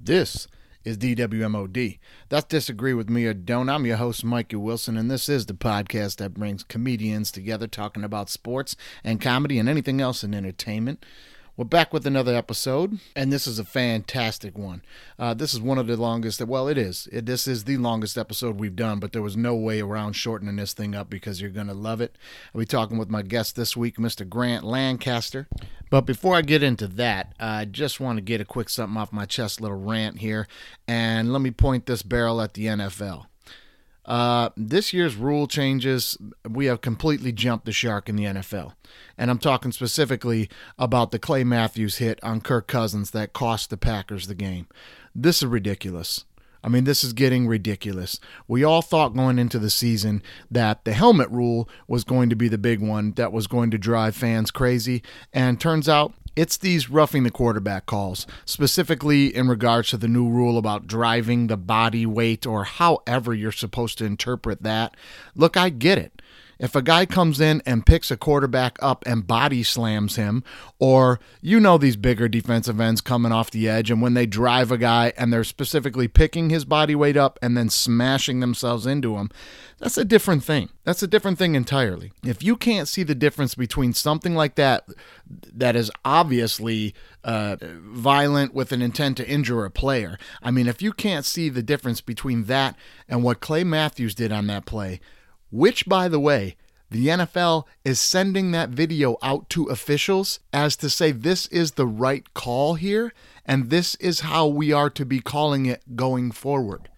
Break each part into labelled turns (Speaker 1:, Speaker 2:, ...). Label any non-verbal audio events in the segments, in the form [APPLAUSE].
Speaker 1: This is DWMOD. That's Disagree With Me or Don't. I'm your host, Mikey Wilson, and this is the podcast that brings comedians together talking about sports and comedy and anything else in entertainment. We're back with another episode, and this is a fantastic one. Uh, this is one of the longest, well, it is. It, this is the longest episode we've done, but there was no way around shortening this thing up because you're going to love it. I'll be talking with my guest this week, Mr. Grant Lancaster. But before I get into that, I just want to get a quick something off my chest, little rant here, and let me point this barrel at the NFL. Uh, this year's rule changes, we have completely jumped the shark in the NFL. And I'm talking specifically about the Clay Matthews hit on Kirk Cousins that cost the Packers the game. This is ridiculous. I mean, this is getting ridiculous. We all thought going into the season that the helmet rule was going to be the big one that was going to drive fans crazy. And turns out it's these roughing the quarterback calls, specifically in regards to the new rule about driving the body weight or however you're supposed to interpret that. Look, I get it. If a guy comes in and picks a quarterback up and body slams him, or you know these bigger defensive ends coming off the edge, and when they drive a guy and they're specifically picking his body weight up and then smashing themselves into him, that's a different thing. That's a different thing entirely. If you can't see the difference between something like that, that is obviously uh, violent with an intent to injure a player, I mean, if you can't see the difference between that and what Clay Matthews did on that play, which, by the way, the NFL is sending that video out to officials as to say this is the right call here, and this is how we are to be calling it going forward.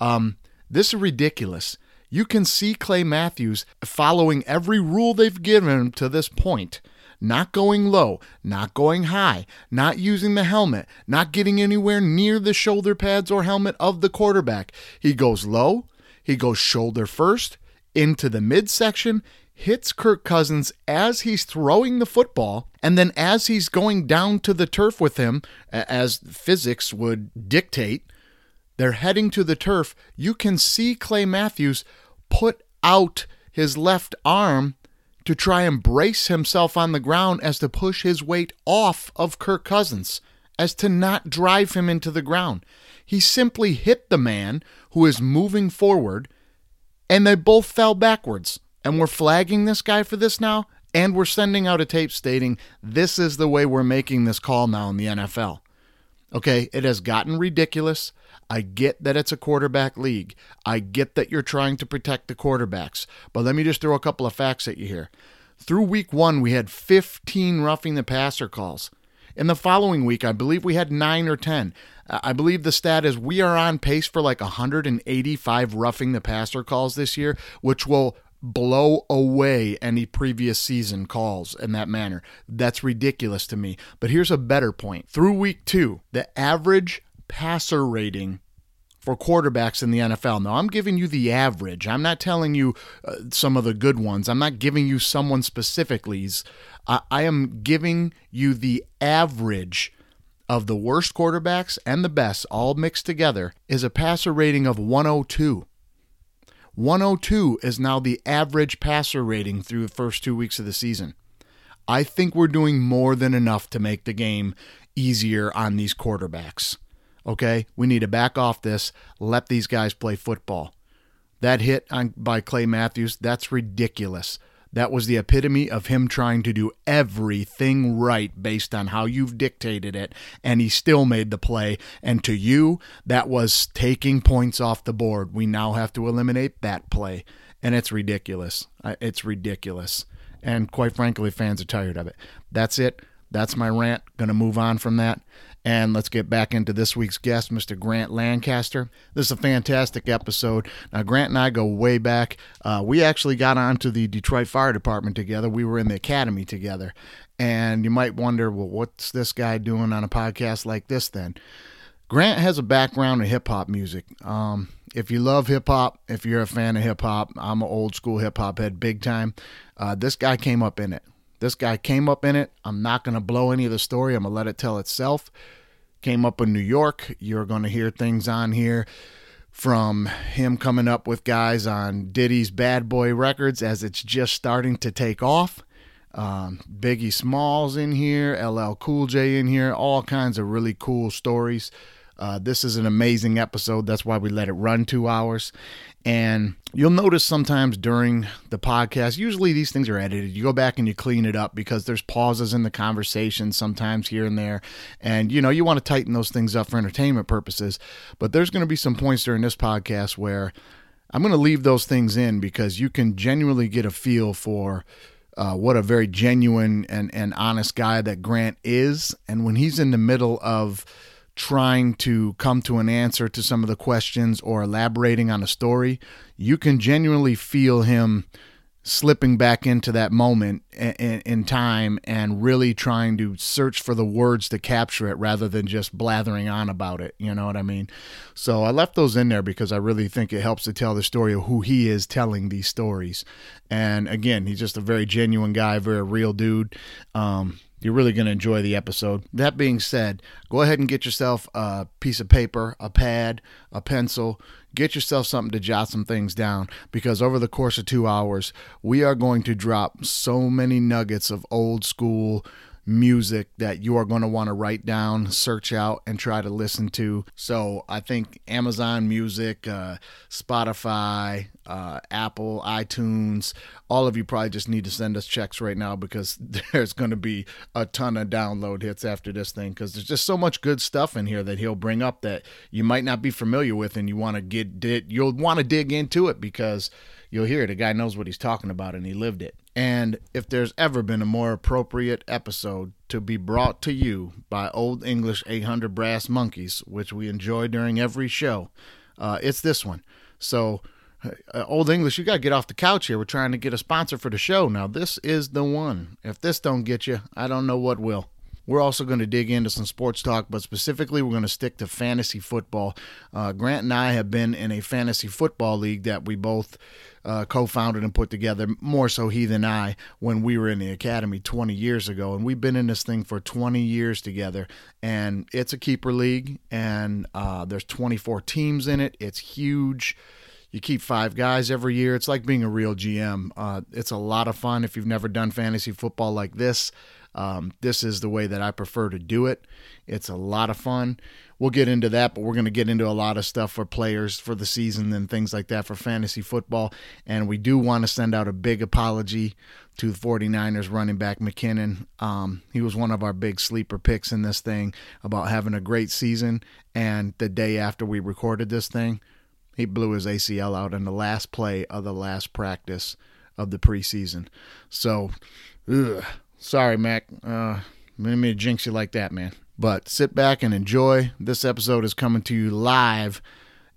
Speaker 1: Um, this is ridiculous. You can see Clay Matthews following every rule they've given him to this point. Not going low, not going high, not using the helmet, not getting anywhere near the shoulder pads or helmet of the quarterback. He goes low, he goes shoulder first into the midsection, hits Kirk Cousins as he's throwing the football, and then as he's going down to the turf with him, a- as physics would dictate, they're heading to the turf. You can see Clay Matthews put out his left arm to try and brace himself on the ground as to push his weight off of Kirk Cousins, as to not drive him into the ground. He simply hit the man who is moving forward and they both fell backwards. And we're flagging this guy for this now, and we're sending out a tape stating this is the way we're making this call now in the NFL. Okay, it has gotten ridiculous. I get that it's a quarterback league. I get that you're trying to protect the quarterbacks. But let me just throw a couple of facts at you here. Through week one, we had 15 roughing the passer calls. In the following week, I believe we had nine or 10. Uh, I believe the stat is we are on pace for like 185 roughing the passer calls this year, which will blow away any previous season calls in that manner. That's ridiculous to me. But here's a better point. Through week two, the average passer rating for quarterbacks in the NFL. Now, I'm giving you the average. I'm not telling you uh, some of the good ones. I'm not giving you someone specifically's. I, I am giving you the average of the worst quarterbacks and the best all mixed together is a passer rating of 102. 102 is now the average passer rating through the first two weeks of the season. I think we're doing more than enough to make the game easier on these quarterbacks. Okay, we need to back off this. Let these guys play football. That hit on, by Clay Matthews, that's ridiculous. That was the epitome of him trying to do everything right based on how you've dictated it, and he still made the play. And to you, that was taking points off the board. We now have to eliminate that play, and it's ridiculous. Uh, It's ridiculous. And quite frankly, fans are tired of it. That's it. That's my rant. Gonna move on from that. And let's get back into this week's guest, Mr. Grant Lancaster. This is a fantastic episode. Now, Grant and I go way back. Uh, we actually got onto the Detroit Fire Department together. We were in the academy together. And you might wonder, well, what's this guy doing on a podcast like this then? Grant has a background in hip hop music. Um, if you love hip hop, if you're a fan of hip hop, I'm an old school hip hop head, big time. Uh, this guy came up in it. This guy came up in it. I'm not going to blow any of the story. I'm going to let it tell itself. Came up in New York. You're going to hear things on here from him coming up with guys on Diddy's Bad Boy Records as it's just starting to take off. Um, Biggie Smalls in here, LL Cool J in here, all kinds of really cool stories. Uh, this is an amazing episode. That's why we let it run two hours. And you'll notice sometimes during the podcast, usually these things are edited. You go back and you clean it up because there's pauses in the conversation sometimes here and there. And, you know, you want to tighten those things up for entertainment purposes. But there's going to be some points during this podcast where I'm going to leave those things in because you can genuinely get a feel for uh, what a very genuine and, and honest guy that Grant is. And when he's in the middle of trying to come to an answer to some of the questions or elaborating on a story, you can genuinely feel him slipping back into that moment in, in, in time and really trying to search for the words to capture it rather than just blathering on about it. You know what I mean? So I left those in there because I really think it helps to tell the story of who he is telling these stories. And again, he's just a very genuine guy, very real dude. Um, you're really going to enjoy the episode. That being said, go ahead and get yourself a piece of paper, a pad, a pencil. Get yourself something to jot some things down because over the course of two hours, we are going to drop so many nuggets of old school music that you are going to want to write down, search out, and try to listen to. So I think Amazon Music, uh, Spotify, uh, Apple, iTunes, all of you probably just need to send us checks right now because [LAUGHS] there's going to be a ton of download hits after this thing because there's just so much good stuff in here that he'll bring up that you might not be familiar with and you want to get did you'll want to dig into it because you'll hear the guy knows what he's talking about and he lived it. And if there's ever been a more appropriate episode to be brought to you by Old English 800 Brass Monkeys, which we enjoy during every show, uh, it's this one. So, uh, Old English, you got to get off the couch here. We're trying to get a sponsor for the show. Now, this is the one. If this don't get you, I don't know what will. We're also going to dig into some sports talk, but specifically, we're going to stick to fantasy football. Uh, Grant and I have been in a fantasy football league that we both uh, co founded and put together, more so he than I, when we were in the academy 20 years ago. And we've been in this thing for 20 years together. And it's a keeper league, and uh, there's 24 teams in it. It's huge you keep five guys every year. It's like being a real GM. Uh, it's a lot of fun if you've never done fantasy football like this. Um, this is the way that I prefer to do it. It's a lot of fun. We'll get into that, but we're going to get into a lot of stuff for players for the season and things like that for fantasy football. And we do want to send out a big apology to the 49ers running back McKinnon. Um, he was one of our big sleeper picks in this thing about having a great season. And the day after we recorded this thing, he blew his ACL out in the last play of the last practice of the preseason. So, ugh, sorry, Mac. Uh, didn't mean to jinx you like that, man. But sit back and enjoy. This episode is coming to you live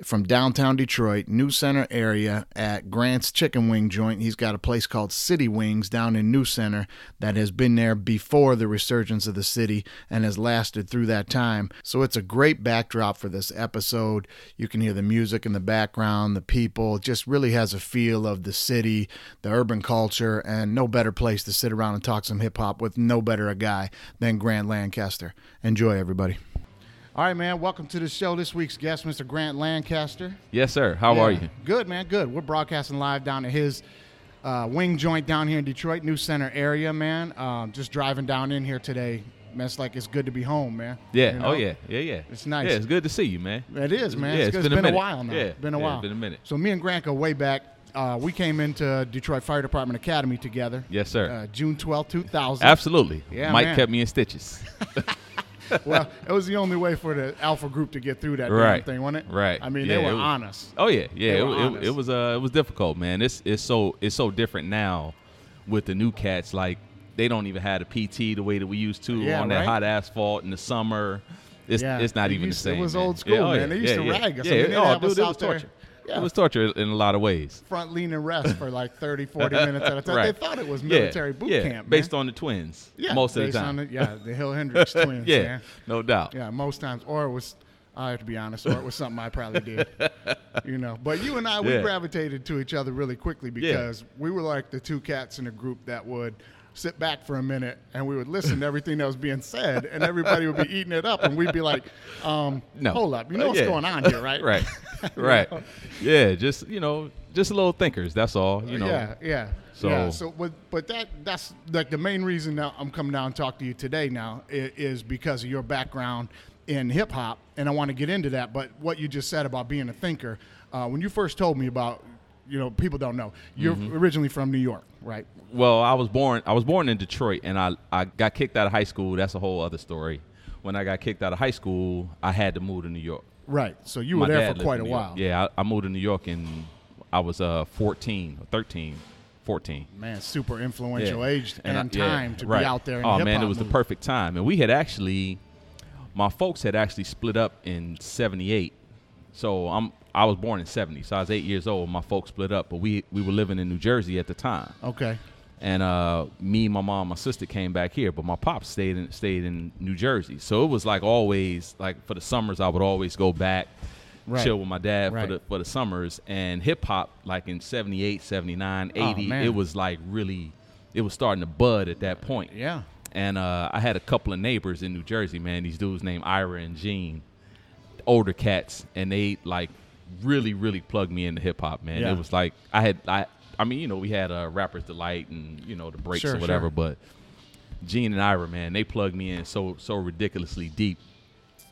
Speaker 1: from downtown Detroit, New Center area at Grant's Chicken Wing Joint. He's got a place called City Wings down in New Center that has been there before the resurgence of the city and has lasted through that time. So it's a great backdrop for this episode. You can hear the music in the background, the people. It just really has a feel of the city, the urban culture, and no better place to sit around and talk some hip hop with no better a guy than Grant Lancaster. Enjoy, everybody. All right, man. Welcome to the show. This week's guest, Mr. Grant Lancaster.
Speaker 2: Yes, sir. How are
Speaker 1: Yeah.
Speaker 2: you?
Speaker 1: Good, man. Good. We're broadcasting live down at his uh, wing joint down here in Detroit, New Center area, man. Um, just driving down in here today. Man, it's like it's good to be home, man.
Speaker 2: Yeah.
Speaker 1: You know?
Speaker 2: Oh yeah. Yeah yeah.
Speaker 1: It's nice.
Speaker 2: Yeah, it's good to see you, man.
Speaker 1: It is, man.
Speaker 2: Yeah,
Speaker 1: it's, good.
Speaker 2: it's been a
Speaker 1: it's been a,
Speaker 2: minute.
Speaker 1: while now.
Speaker 2: Yeah,
Speaker 1: It's been a
Speaker 2: yeah,
Speaker 1: while.
Speaker 2: it's been a minute.
Speaker 1: So me and Grant go way back. Uh, we came into Detroit Fire Department Academy together.
Speaker 2: Yes, sir.
Speaker 1: Uh, June twelfth, two thousand.
Speaker 2: Absolutely.
Speaker 1: Yeah,
Speaker 2: Mike
Speaker 1: man.
Speaker 2: kept me
Speaker 1: [LAUGHS]
Speaker 2: in stitches. [LAUGHS]
Speaker 1: well, it was the only way for the Alpha Group to get through that damn
Speaker 2: Right.
Speaker 1: thing, wasn't it?
Speaker 2: Right.
Speaker 1: I mean,
Speaker 2: Yeah,
Speaker 1: they
Speaker 2: it
Speaker 1: were
Speaker 2: was-
Speaker 1: on us.
Speaker 2: Oh yeah. Yeah.
Speaker 1: They
Speaker 2: It,
Speaker 1: were
Speaker 2: it-
Speaker 1: honest.
Speaker 2: it was uh it was difficult, man. It's it's so it's so different now with the new cats. Like they don't even have the PT the way that we used to
Speaker 1: Yeah,
Speaker 2: on that
Speaker 1: right?
Speaker 2: hot asphalt in the summer. It's
Speaker 1: Yeah.
Speaker 2: it's not
Speaker 1: They
Speaker 2: even
Speaker 1: used- it
Speaker 2: the same.
Speaker 1: was
Speaker 2: man.
Speaker 1: old school,
Speaker 2: oh,
Speaker 1: man. They used to rag us. I mean,
Speaker 2: Yeah. yeah.
Speaker 1: they'd
Speaker 2: oh,
Speaker 1: have us
Speaker 2: dude, it was
Speaker 1: out there.
Speaker 2: torture.
Speaker 1: Yeah.
Speaker 2: It was torture in a lot of ways.
Speaker 1: front lean and rest for like 30,
Speaker 2: [LAUGHS]
Speaker 1: 40 minutes at a time. They
Speaker 2: Right.
Speaker 1: thought it was
Speaker 2: Yeah,
Speaker 1: military boot
Speaker 2: yeah,
Speaker 1: camp.
Speaker 2: Based
Speaker 1: man.
Speaker 2: on the twins. Most of the
Speaker 1: based on
Speaker 2: time.
Speaker 1: the- yeah, the Hill
Speaker 2: [LAUGHS]
Speaker 1: Hendricks twins.
Speaker 2: yeah.
Speaker 1: man.
Speaker 2: No doubt.
Speaker 1: Yeah, most times. Or it was, I have to be honest, or it was something I probably
Speaker 2: [LAUGHS]
Speaker 1: did. You know, but you and I, we
Speaker 2: Yeah.
Speaker 1: gravitated to each other really quickly because we were like the two cats in a group that would sit back for a minute and we would listen to everything that was being said and everybody would be eating it up and we'd be like, um,
Speaker 2: No.
Speaker 1: hold up, you
Speaker 2: Uh,
Speaker 1: know what's
Speaker 2: yeah.
Speaker 1: going
Speaker 2: [LAUGHS]
Speaker 1: on here, right?
Speaker 2: right
Speaker 1: [LAUGHS]
Speaker 2: right yeah just you know just a little thinkers that's all you know
Speaker 1: Yeah, yeah.
Speaker 2: So-
Speaker 1: yeah. so but, but that that's like the main reason that I'm coming down and talk to you today now is, is because of your background in hip hop, and I want to get into that. But what you just said about being a thinker, uh, when you first told me about, you know, people don't know you're
Speaker 2: Mm-hmm.
Speaker 1: originally from New York, right?
Speaker 2: Well, I was born I was born in Detroit and I, I got kicked out of high school. That's a whole other story. When I got kicked out of high school, I had to move to New York.
Speaker 1: Right. So you were there
Speaker 2: dad
Speaker 1: for
Speaker 2: lived
Speaker 1: quite
Speaker 2: in
Speaker 1: a
Speaker 2: New York.
Speaker 1: while.
Speaker 2: Yeah, I, I moved to New York and I was uh 14 or 13, 14.
Speaker 1: Man, super influential
Speaker 2: Yeah.
Speaker 1: age and,
Speaker 2: I- yeah,
Speaker 1: time to
Speaker 2: right.
Speaker 1: be out there. In
Speaker 2: oh
Speaker 1: the
Speaker 2: man,
Speaker 1: hip-hop
Speaker 2: it was the
Speaker 1: movement.
Speaker 2: perfect time, and we had actually, my folks had actually split up in '78. So I'm I was born in '70, so I was eight years old. My folks split up, but we we were living in New Jersey at the time,
Speaker 1: Okay.
Speaker 2: and uh, me, my mom, my sister came back here, but my pops stayed in stayed in New Jersey. So it was like always, like for the summers, I would always go back.
Speaker 1: Right.
Speaker 2: Chill with my dad
Speaker 1: Right.
Speaker 2: for the for the summers and hip hop like in 78, 79,
Speaker 1: Oh,
Speaker 2: 80,
Speaker 1: man.
Speaker 2: it was like really it was starting to bud at that point.
Speaker 1: Yeah.
Speaker 2: And uh, I had a couple of neighbors in New Jersey, man. These dudes named Ira and Gene, older cats, and they like really, really plugged me into hip hop, man.
Speaker 1: Yeah.
Speaker 2: It was like I had, I, I mean, you know, we had uh, rappers delight and you know the breaks
Speaker 1: Sure,
Speaker 2: or whatever,
Speaker 1: sure.
Speaker 2: but Gene and Ira, man, they plugged me in so so ridiculously deep.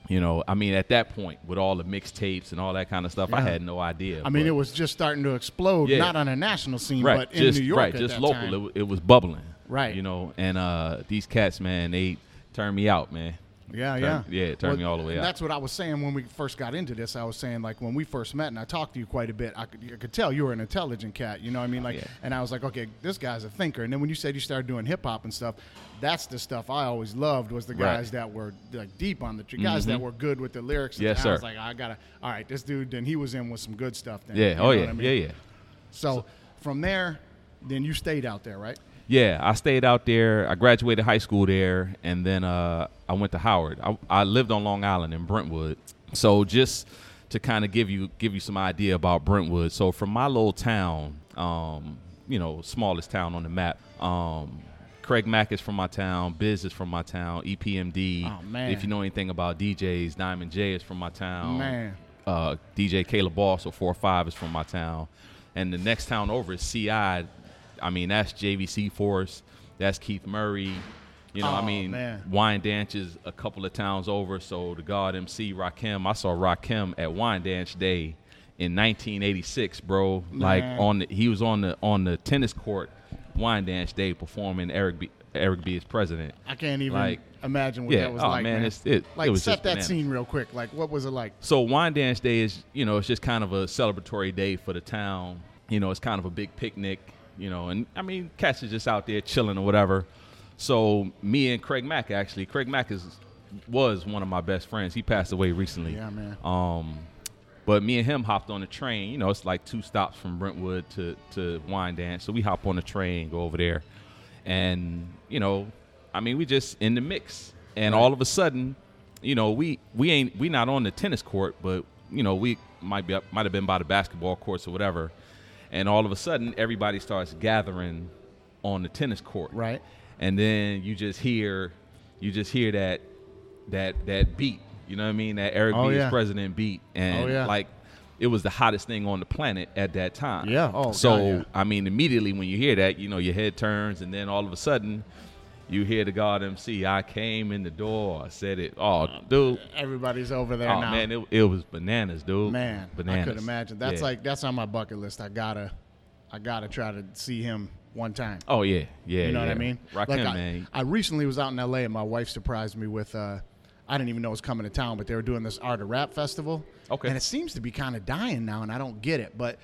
Speaker 2: You know, I mean, at that point with all the mixtapes and all that kind of stuff, I
Speaker 1: Yeah.
Speaker 2: had no idea.
Speaker 1: I mean,
Speaker 2: but-
Speaker 1: it was just starting to explode,
Speaker 2: Yeah.
Speaker 1: not on a national scene,
Speaker 2: right,
Speaker 1: but in
Speaker 2: just,
Speaker 1: New York
Speaker 2: right,
Speaker 1: at
Speaker 2: just
Speaker 1: that
Speaker 2: local.
Speaker 1: time.
Speaker 2: It, wa- it was bubbling,
Speaker 1: Right.
Speaker 2: You know, and uh, these cats, man, they turned me out, man.
Speaker 1: Yeah,
Speaker 2: Turn-
Speaker 1: yeah,
Speaker 2: yeah, it turned me all the way out.
Speaker 1: That's what I was saying when we first got into this. I was saying like when we first met, and I talked to you quite a bit. I could, I could tell you were an intelligent cat. You know what I mean? Like,
Speaker 2: Yeah.
Speaker 1: and I was like, okay, this guy's a thinker. And then when you said you started doing hip hop and stuff, that's the stuff I always loved was the
Speaker 2: Right. Mm-hmm.
Speaker 1: guys that were like deep on the tr- guys that were good with the lyrics. And
Speaker 2: Yes,
Speaker 1: I was
Speaker 2: sir.
Speaker 1: like, I gotta, all right, this dude. Then he was in with some good stuff. Then,
Speaker 2: Yeah.
Speaker 1: You know
Speaker 2: Oh
Speaker 1: what
Speaker 2: yeah.
Speaker 1: I mean?
Speaker 2: Yeah. Yeah.
Speaker 1: So from there, then you stayed out there, right?
Speaker 2: Yeah. I stayed out there. I graduated high school there, and then uh, I went to Howard. I, I lived on Long Island in Brentwood. So just to kind of give you give you some idea about Brentwood. So from my little town, um, you know, smallest town on the map. Um, Craig Mack is from my town. Biz is from my town. E EPMD.
Speaker 1: Oh, man.
Speaker 2: If you know anything about DJs, Diamond J is from my town.
Speaker 1: Man.
Speaker 2: uh, DJ Caleb Boss or four or five is from my town, and the next town over is CI. I mean, that's JVC Force, that's Keith Murray. You know, I
Speaker 1: Oh,
Speaker 2: mean,
Speaker 1: man.
Speaker 2: Wine Dance is a couple of towns over. So the God MC Rakim, I saw Rakim at Wine Dance Day in 1986, bro. Like
Speaker 1: Man.
Speaker 2: on the, he was on the on the tennis court, Wine Dance Day performing Eric B, Eric B is president.
Speaker 1: I can't even
Speaker 2: Like-
Speaker 1: imagine what
Speaker 2: Yeah,
Speaker 1: that was
Speaker 2: oh,
Speaker 1: like,
Speaker 2: man,
Speaker 1: man.
Speaker 2: it's- it-
Speaker 1: like
Speaker 2: it was
Speaker 1: set
Speaker 2: just
Speaker 1: that
Speaker 2: bananas.
Speaker 1: scene real quick. Like, what was it like?
Speaker 2: So Wine Dance Day is, you know, it's just kind of a celebratory day for the town. You know, it's kind of a big picnic, you know, and I mean, cats is just out there chilling or whatever. So me and Craig Mack actually, Craig Mack is was one of my best friends. He passed away recently.
Speaker 1: Yeah, man.
Speaker 2: Um, but me and him hopped on the train. You know, it's like two stops from Brentwood to to Wine Dance. So we hop on the train, go over there, and you know, I mean, we just in the mix. And all of a sudden, you know, we we ain't we not on the tennis court, but you know, we might be up, might have been by the basketball courts or whatever. And all of a sudden, everybody starts gathering on the tennis court
Speaker 1: Right.
Speaker 2: and then you just hear you just hear that that that beat you know what i mean that eric
Speaker 1: Oh,
Speaker 2: b
Speaker 1: yeah.
Speaker 2: is president beat and
Speaker 1: Oh, yeah.
Speaker 2: like it was the hottest thing on the planet at that time
Speaker 1: Yeah. Oh, God,
Speaker 2: so
Speaker 1: yeah.
Speaker 2: i mean immediately when you hear that you know your head turns and then all of a sudden you hear the god mc i came in the door i said it oh dude
Speaker 1: Everybody's over there
Speaker 2: oh
Speaker 1: now.
Speaker 2: man it, it was bananas dude
Speaker 1: Man,
Speaker 2: bananas
Speaker 1: I could imagine. That's
Speaker 2: Yeah.
Speaker 1: like that's on my bucket list. I gotta, I gotta try to see him one time.
Speaker 2: oh yeah yeah
Speaker 1: You know what
Speaker 2: yeah.
Speaker 1: I mean?
Speaker 2: rock
Speaker 1: Like,
Speaker 2: him
Speaker 1: I,
Speaker 2: man
Speaker 1: I recently was out in L.A. and my wife surprised me with. Uh, I didn't even know it was coming to town, but they were doing this art of rap festival.
Speaker 2: Okay.
Speaker 1: And it seems to be kind of dying now, and I don't get it. But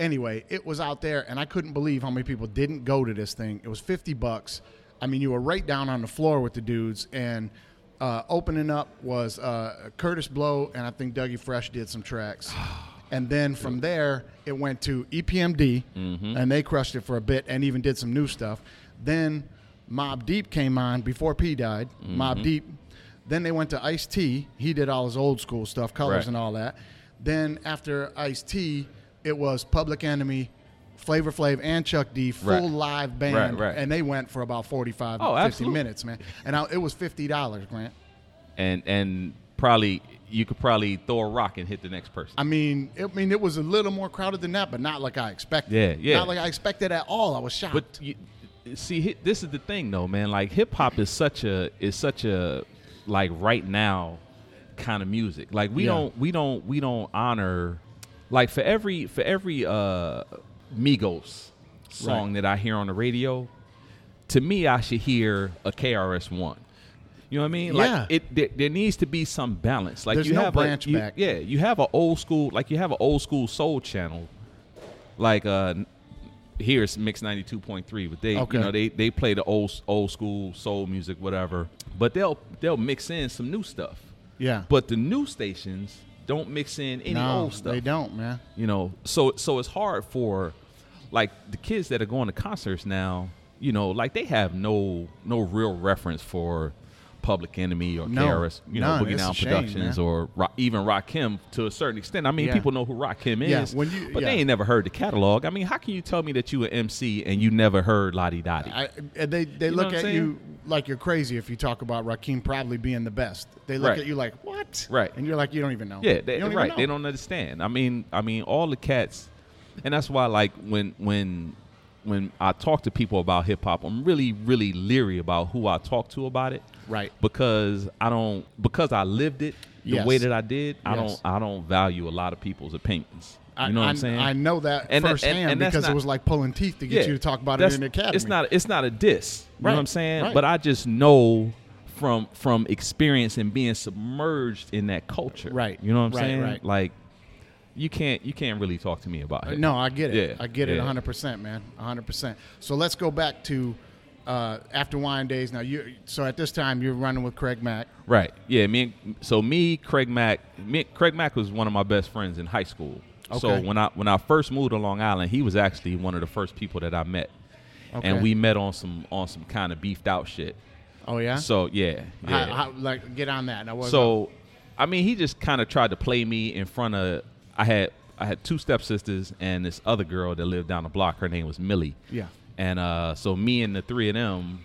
Speaker 1: anyway, it was out there, and I couldn't believe how many people didn't go to this thing. It was fifty bucks. I mean, you were right down on the floor with the dudes, and uh, opening up was uh, Curtis Blow, and I think Dougie Fresh did some tracks. And then from there, it went to E EPMD, and they crushed it for a bit and even did some new stuff. Then Mob Deep came on before P died. Mob Deep. Then they went to Ice T. He did all his old school stuff, colors
Speaker 2: Right.
Speaker 1: and all that. Then after Ice T, it was Public Enemy, Flavor Flav, and Chuck D, full
Speaker 2: Right.
Speaker 1: live band,
Speaker 2: Right, right.
Speaker 1: and they went for about 45,
Speaker 2: Oh,
Speaker 1: 50
Speaker 2: absolutely.
Speaker 1: minutes, man. And I, it was fifty dollars, Grant.
Speaker 2: and and probably you could probably throw a rock and hit the next person.
Speaker 1: I mean, I mean, it was a little more crowded than that, but not like I expected.
Speaker 2: Yeah, yeah.
Speaker 1: Not like I expected at all. I was shocked.
Speaker 2: But you, see, hi- this is the thing, though, man. Like hip hop is such a is such a like right now kind of music. Like we
Speaker 1: Yeah.
Speaker 2: don't we don't we don't honor like for every for every uh Migos song that I hear on the radio, to me I should hear a KRS one. You know what I mean?
Speaker 1: Yeah.
Speaker 2: Like it there, there needs to be some balance. Like
Speaker 1: There's
Speaker 2: you
Speaker 1: no
Speaker 2: have
Speaker 1: branch
Speaker 2: a, you-
Speaker 1: back.
Speaker 2: Yeah, you have an old school like you have an old school soul channel. Like uh here's mix 92.3 but they
Speaker 1: Okay.
Speaker 2: you know they they play the old old school soul music whatever but they'll they'll mix in some new stuff
Speaker 1: Yeah.
Speaker 2: but the new stations don't mix in any
Speaker 1: no,
Speaker 2: old stuff
Speaker 1: they don't, man.
Speaker 2: you know so so it's hard for like the kids that are going to concerts now you know like they have no no real reference for public enemy or
Speaker 1: No,
Speaker 2: KRS, you know,
Speaker 1: none.
Speaker 2: Boogie
Speaker 1: It's a
Speaker 2: Down
Speaker 1: shame,
Speaker 2: Productions
Speaker 1: man.
Speaker 2: or Rock, even Rakim to a certain extent. I mean,
Speaker 1: Yeah.
Speaker 2: people know who Rakim
Speaker 1: Yeah,
Speaker 2: is,
Speaker 1: when you-
Speaker 2: but
Speaker 1: yeah.
Speaker 2: they ain't never heard the catalog. I mean, how can you tell me that you an MC and you never heard Lottie Dottie?
Speaker 1: I, and they they
Speaker 2: You know
Speaker 1: look
Speaker 2: what
Speaker 1: at
Speaker 2: I'm
Speaker 1: you like you're crazy if you talk about Rakim probably being the best. They look
Speaker 2: Right.
Speaker 1: at you like what?
Speaker 2: Right.
Speaker 1: And you're like you don't even know.
Speaker 2: Yeah, they,
Speaker 1: You don't even
Speaker 2: right. They
Speaker 1: know.
Speaker 2: don't understand. I mean, I mean, all the cats, and that's why, like, when when when I talk to people about hip hop, I'm really really leery about who I talk to about it,
Speaker 1: Right.
Speaker 2: Because I don't because I lived it the
Speaker 1: Yes.
Speaker 2: way that I did. I
Speaker 1: Yes.
Speaker 2: don't I don't value a lot of people's opinions.
Speaker 1: I-
Speaker 2: You know what
Speaker 1: I,
Speaker 2: I'm saying?
Speaker 1: I know that
Speaker 2: And that- and-
Speaker 1: firsthand
Speaker 2: and that's
Speaker 1: because it
Speaker 2: not-
Speaker 1: was like pulling teeth to get you to talk about it
Speaker 2: that's-
Speaker 1: in the academy.
Speaker 2: It's not it's not a diss. You know
Speaker 1: Right,
Speaker 2: what I'm saying?
Speaker 1: right.
Speaker 2: But I just know from from experience and being submerged in that culture.
Speaker 1: Right,
Speaker 2: You know what I'm
Speaker 1: right,
Speaker 2: saying?
Speaker 1: right.
Speaker 2: Like you can't you can't really talk to me about it.
Speaker 1: No, I get it.
Speaker 2: Yeah,
Speaker 1: I get it
Speaker 2: yeah.
Speaker 1: 100%, man. 100%. So let's go back to uh, after wine days. Now you so at this time you're running with Craig Mack.
Speaker 2: Right. Yeah, me and, so me, Craig Mack, me, Craig Mack was one of my best friends in high school. So
Speaker 1: Okay.
Speaker 2: when I when I first moved to Long Island, he was actually one of the first people that I met.
Speaker 1: Okay.
Speaker 2: And we met on some on some kind of beefed out shit.
Speaker 1: Oh yeah.
Speaker 2: So yeah.
Speaker 1: How-
Speaker 2: yeah.
Speaker 1: how- like get on that. Now, what about-
Speaker 2: So, I mean, he just kind of tried to play me in front of. I had I had two stepsisters and this other girl that lived down the block. Her name was Millie.
Speaker 1: Yeah.
Speaker 2: And uh, so me and the three of them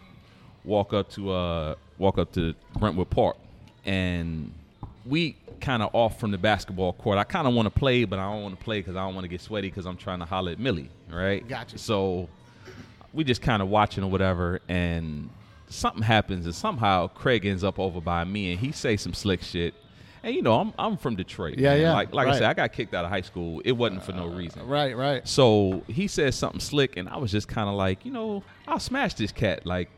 Speaker 2: walk up to uh, walk up to Brentwood Park, and we kind of off from the basketball court. I kind of want to play, but I don't want to play because I don't want to get sweaty because I'm trying to holler at Millie. Right.
Speaker 1: Gotcha.
Speaker 2: So we just kind of watching or whatever, and something happens, and somehow Craig ends up over by me, and he say some slick shit. And you know, I'm I'm from Detroit.
Speaker 1: Yeah,
Speaker 2: man.
Speaker 1: yeah,
Speaker 2: Like like
Speaker 1: right. Uh,
Speaker 2: I said, I got kicked out of high school. It wasn't for no reason.
Speaker 1: right, right.
Speaker 2: So he said something slick, and I was just kind of like, you know, I'll smash this cat. Like,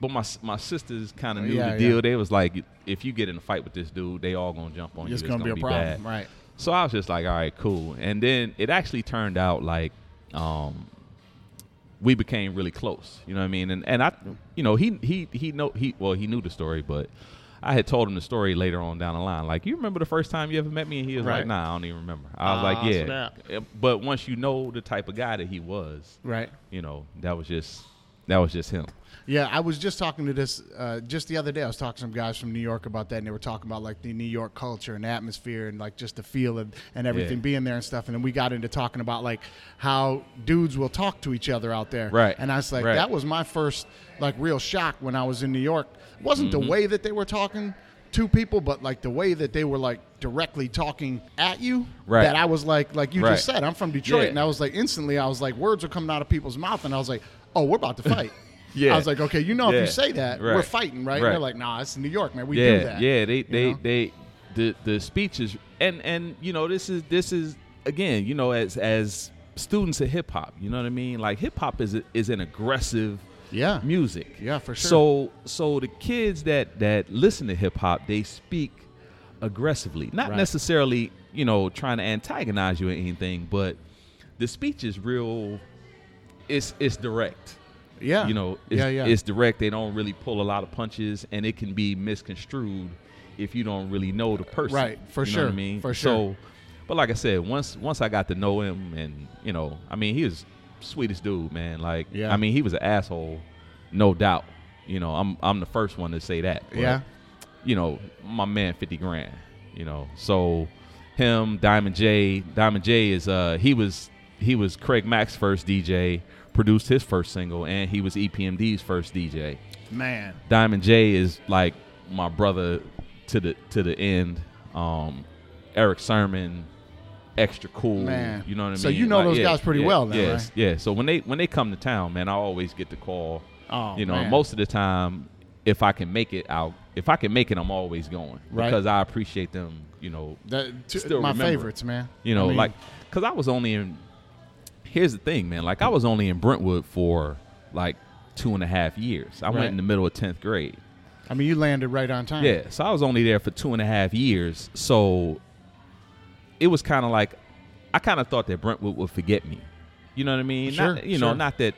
Speaker 2: but my my sisters kind of knew
Speaker 1: Yeah,
Speaker 2: the
Speaker 1: yeah.
Speaker 2: deal. They was like, if you get in a fight with this dude, they all gonna jump on you.
Speaker 1: It's going to be a
Speaker 2: bad.
Speaker 1: problem, right?
Speaker 2: So I was just like, all right, cool. And then it actually turned out like um, we became really close. You know what I mean? And and I, you know, he he he know he well he knew the story, but I had told him the story later on down the line. Like, you remember the first time you ever met me? And he was
Speaker 1: Right.
Speaker 2: like, nah, I don't even remember. I was
Speaker 1: Ah,
Speaker 2: like, yeah.
Speaker 1: snap.
Speaker 2: Eh, But once you know the type of guy that he was,
Speaker 1: Right.
Speaker 2: you know, that was just that was just him.
Speaker 1: Yeah, I was just talking to this uh, just the other day. I was talking to some guys from New York about that, and they were talking about like the New York culture and atmosphere and like just the feel of, and everything
Speaker 2: Yeah.
Speaker 1: being there and stuff. And then we got into talking about like how dudes will talk to each other out there.
Speaker 2: Right.
Speaker 1: And I was like,
Speaker 2: Right.
Speaker 1: that was my first like real shock when I was in New York. It wasn't
Speaker 2: Mm-hmm.
Speaker 1: the way that they were talking to people, but like the way that they were like directly talking at you.
Speaker 2: Right.
Speaker 1: That I was like, like you
Speaker 2: Right.
Speaker 1: just said, I'm from Detroit,
Speaker 2: Yeah.
Speaker 1: and I was like, instantly, I was like, words are coming out of people's mouth, and I was like, oh, we're about to
Speaker 2: [LAUGHS]
Speaker 1: fight.
Speaker 2: Yeah.
Speaker 1: I was like, okay, you know, if
Speaker 2: Yeah.
Speaker 1: you say that, we're
Speaker 2: Right.
Speaker 1: fighting, right?
Speaker 2: Right.
Speaker 1: And they're like, nah, it's New York, man. We
Speaker 2: yeah,
Speaker 1: do that.
Speaker 2: Yeah, they they
Speaker 1: know?
Speaker 2: they the the speeches and and you know this is this is again you know as as students of hip hop you know what I mean like hip hop is a, is an aggressive
Speaker 1: Yeah.
Speaker 2: music
Speaker 1: Yeah, for sure.
Speaker 2: so so the kids that that listen to hip hop they speak aggressively not
Speaker 1: Right.
Speaker 2: necessarily you know trying to antagonize you or anything but the speech is real it's it's direct
Speaker 1: Yeah.
Speaker 2: you know, it's,
Speaker 1: yeah, yeah.
Speaker 2: it's direct. They don't really pull a lot of punches, and it can be misconstrued if you don't really know the person.
Speaker 1: Right, for
Speaker 2: You know what
Speaker 1: sure,
Speaker 2: I mean,
Speaker 1: for sure.
Speaker 2: So, but like I said, once once I got to know him, and you know, I mean, he was sweetest dude, man. Like,
Speaker 1: Yeah.
Speaker 2: I mean, he was an asshole, no doubt. You know, I'm I'm the first one to say that. but,
Speaker 1: Yeah.
Speaker 2: You know, my man, fifty grand. You know, so him, Diamond J, Diamond J is uh he was he was Craig Mack's first DJ, produced his first single, and he was E EPMD's first DJ.
Speaker 1: man.
Speaker 2: Diamond J is like my brother to the to the end. Um, Eric Sermon, extra cool.
Speaker 1: Man.
Speaker 2: You know what I
Speaker 1: So
Speaker 2: mean?
Speaker 1: you know
Speaker 2: Like,
Speaker 1: those
Speaker 2: yeah,
Speaker 1: guys pretty
Speaker 2: yeah,
Speaker 1: well then,
Speaker 2: yes, yeah. So when they when they come to town, man, I always get the call.
Speaker 1: Oh,
Speaker 2: you know,
Speaker 1: man.
Speaker 2: most of the time if I can make it, I'll. If I can make it, I'm always going
Speaker 1: Right.
Speaker 2: because I appreciate them. You know,
Speaker 1: That, t-
Speaker 2: Still
Speaker 1: my
Speaker 2: remember.
Speaker 1: favorites, man.
Speaker 2: you
Speaker 1: I
Speaker 2: know,
Speaker 1: mean,
Speaker 2: like because I was only in. Here's the thing, man. Like I was only in Brentwood for like two and a half years. I
Speaker 1: Right.
Speaker 2: went in the middle of tenth grade.
Speaker 1: I mean, you landed right on time.
Speaker 2: Yeah, so I was only there for two and a half years. So it was kind of like I kind of thought that Brentwood would forget me. You know what I mean?
Speaker 1: Sure,
Speaker 2: not, you know,
Speaker 1: sure.
Speaker 2: not that,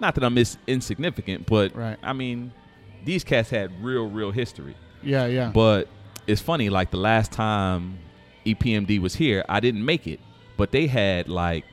Speaker 2: not that I'm is insignificant, but
Speaker 1: Right.
Speaker 2: I mean, these cats had real, real history.
Speaker 1: yeah, yeah.
Speaker 2: But it's funny, like the last time E EPMD was here, I didn't make it, but they had like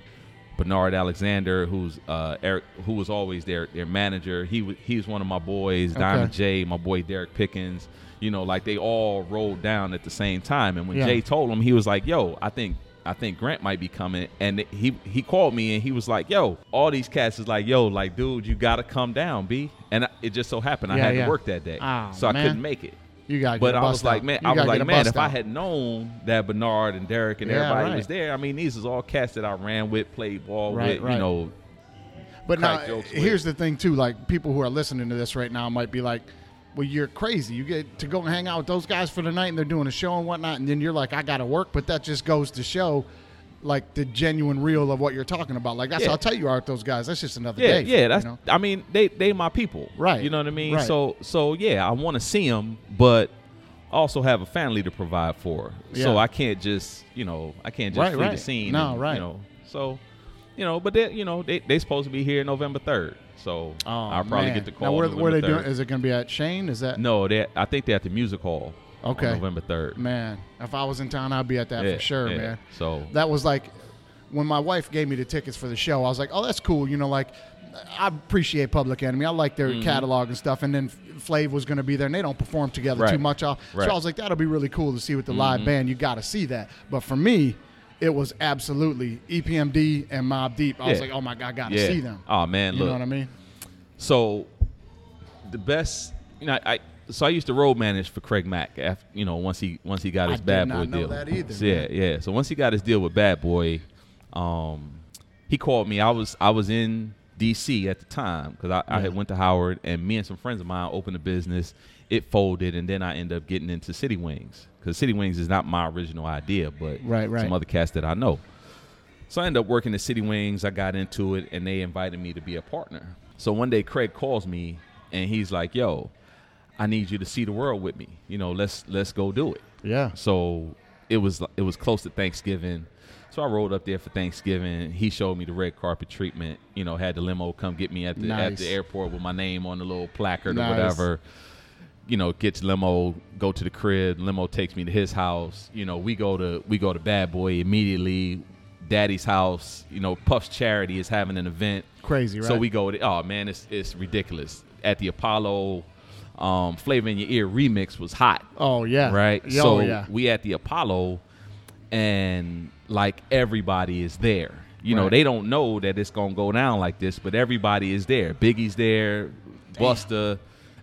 Speaker 2: Bernard Alexander, who's uh, Eric, who was always their their manager. He was he was one of my boys, Diamond J, my boy Derek Pickens. You know, like they all rolled down at the same time. And when
Speaker 1: Yeah.
Speaker 2: Jay told him, he was like, "Yo, I think." I think Grant might be coming, and he he called me and he was like, "Yo, all these cats is like, yo, like, dude, you gotta come down, b." And I- it just so happened I
Speaker 1: Yeah,
Speaker 2: had
Speaker 1: yeah.
Speaker 2: to work that day,
Speaker 1: Ah,
Speaker 2: so I
Speaker 1: man.
Speaker 2: couldn't make it.
Speaker 1: you got.
Speaker 2: But I was like, man, I was like, man, if I had known that Bernard and Derek and
Speaker 1: Yeah,
Speaker 2: everybody
Speaker 1: right.
Speaker 2: was there, I mean, these is all cats that I ran with, played ball
Speaker 1: Right,
Speaker 2: with,
Speaker 1: right.
Speaker 2: you know.
Speaker 1: But now,
Speaker 2: crack jokes with.
Speaker 1: here's the thing too. Like people who are listening to this right now might be like, "Well, you're crazy. You get to go and hang out with those guys for the night, and they're doing a show and whatnot, and then you're like, I got to work." But that just goes to show, like the genuine real of what you're talking about. Like that's
Speaker 2: Yeah.
Speaker 1: how tight you are with those guys. That's just another day.
Speaker 2: Yeah, yeah. That's.
Speaker 1: you know?
Speaker 2: I mean, they they my people,
Speaker 1: Right,
Speaker 2: You know what I mean.
Speaker 1: right.
Speaker 2: So so yeah, I want to see them, but I also have a family to provide for,
Speaker 1: Yeah.
Speaker 2: so I can't just you know I can't just
Speaker 1: Right,
Speaker 2: flee
Speaker 1: right.
Speaker 2: the scene.
Speaker 1: No,
Speaker 2: and,
Speaker 1: right.
Speaker 2: You know, so you know, but they you know they they supposed to be here November third, so
Speaker 1: Oh,
Speaker 2: I'll probably
Speaker 1: man.
Speaker 2: get the
Speaker 1: Now,
Speaker 2: call.
Speaker 1: where, where
Speaker 2: November
Speaker 1: they doing?
Speaker 2: 3rd.
Speaker 1: Is it going to be at Shane? Is that
Speaker 2: No, they I think they're at the music hall. on
Speaker 1: Okay.
Speaker 2: November third.
Speaker 1: man? If I was in town, I'd be at that
Speaker 2: Yeah,
Speaker 1: for sure,
Speaker 2: yeah.
Speaker 1: man.
Speaker 2: So
Speaker 1: that was like when my wife gave me the tickets for the show. I was like, "Oh, that's cool." You know, like I appreciate Public Enemy. I like
Speaker 2: Mm-hmm.
Speaker 1: their catalog and stuff. And then Flav was going to be there, and they don't perform together
Speaker 2: Right.
Speaker 1: too much. Off.
Speaker 2: Right. Mm-hmm.
Speaker 1: So I was like, "That'll be really cool to see with the live band." You got to see that. But for me, it was absolutely E EPMD and Mob Deep. I was
Speaker 2: Yeah.
Speaker 1: like, "Oh my God, I got to
Speaker 2: yeah.
Speaker 1: see them."
Speaker 2: Oh man,
Speaker 1: you
Speaker 2: look.
Speaker 1: know what I mean?
Speaker 2: So the best, you know, I so I used to road manage for Craig Mack. After, you know, once he once he got
Speaker 1: I
Speaker 2: his
Speaker 1: did
Speaker 2: bad
Speaker 1: not
Speaker 2: boy
Speaker 1: know
Speaker 2: deal.
Speaker 1: that either,
Speaker 2: So, yeah,
Speaker 1: man.
Speaker 2: yeah. So once he got his deal with Bad Boy, um, he called me. I was I was in D.C. at the time because I, I had went to Howard, and me and some friends of mine opened a business. It folded, and then I ended up getting into City Wings because City Wings is not my original idea, but
Speaker 1: Right, right.
Speaker 2: some other cats that I know. So I ended up working at City Wings. I got into it, and they invited me to be a partner. So one day, Craig calls me, and he's like, "Yo, I need you to see the world with me. You know, let's let's go do it."
Speaker 1: Yeah.
Speaker 2: So it was it was close to Thanksgiving. So I rolled up there for Thanksgiving. He showed me the red carpet treatment. You know, had the limo come get me at the at
Speaker 1: Nice.
Speaker 2: the airport with my name on the little placard
Speaker 1: Nice.
Speaker 2: or whatever. You know, gets limo, go to the crib. Limo takes me to his house. You know, we go to we go to Bad Boy immediately. Daddy's house. You know, Puff's charity is having an event.
Speaker 1: Crazy, right?
Speaker 2: So we go. To, oh man, it's it's ridiculous. At the Apollo, um, Flavor in Your Ear remix was hot.
Speaker 1: Oh yeah. [LAUGHS]
Speaker 2: Right.
Speaker 1: Oh,
Speaker 2: so
Speaker 1: yeah.
Speaker 2: we at the Apollo, and like everybody is there. You know,
Speaker 1: Right.
Speaker 2: they don't know that it's gonna go down like this, but everybody is there. Biggie's there, Busta,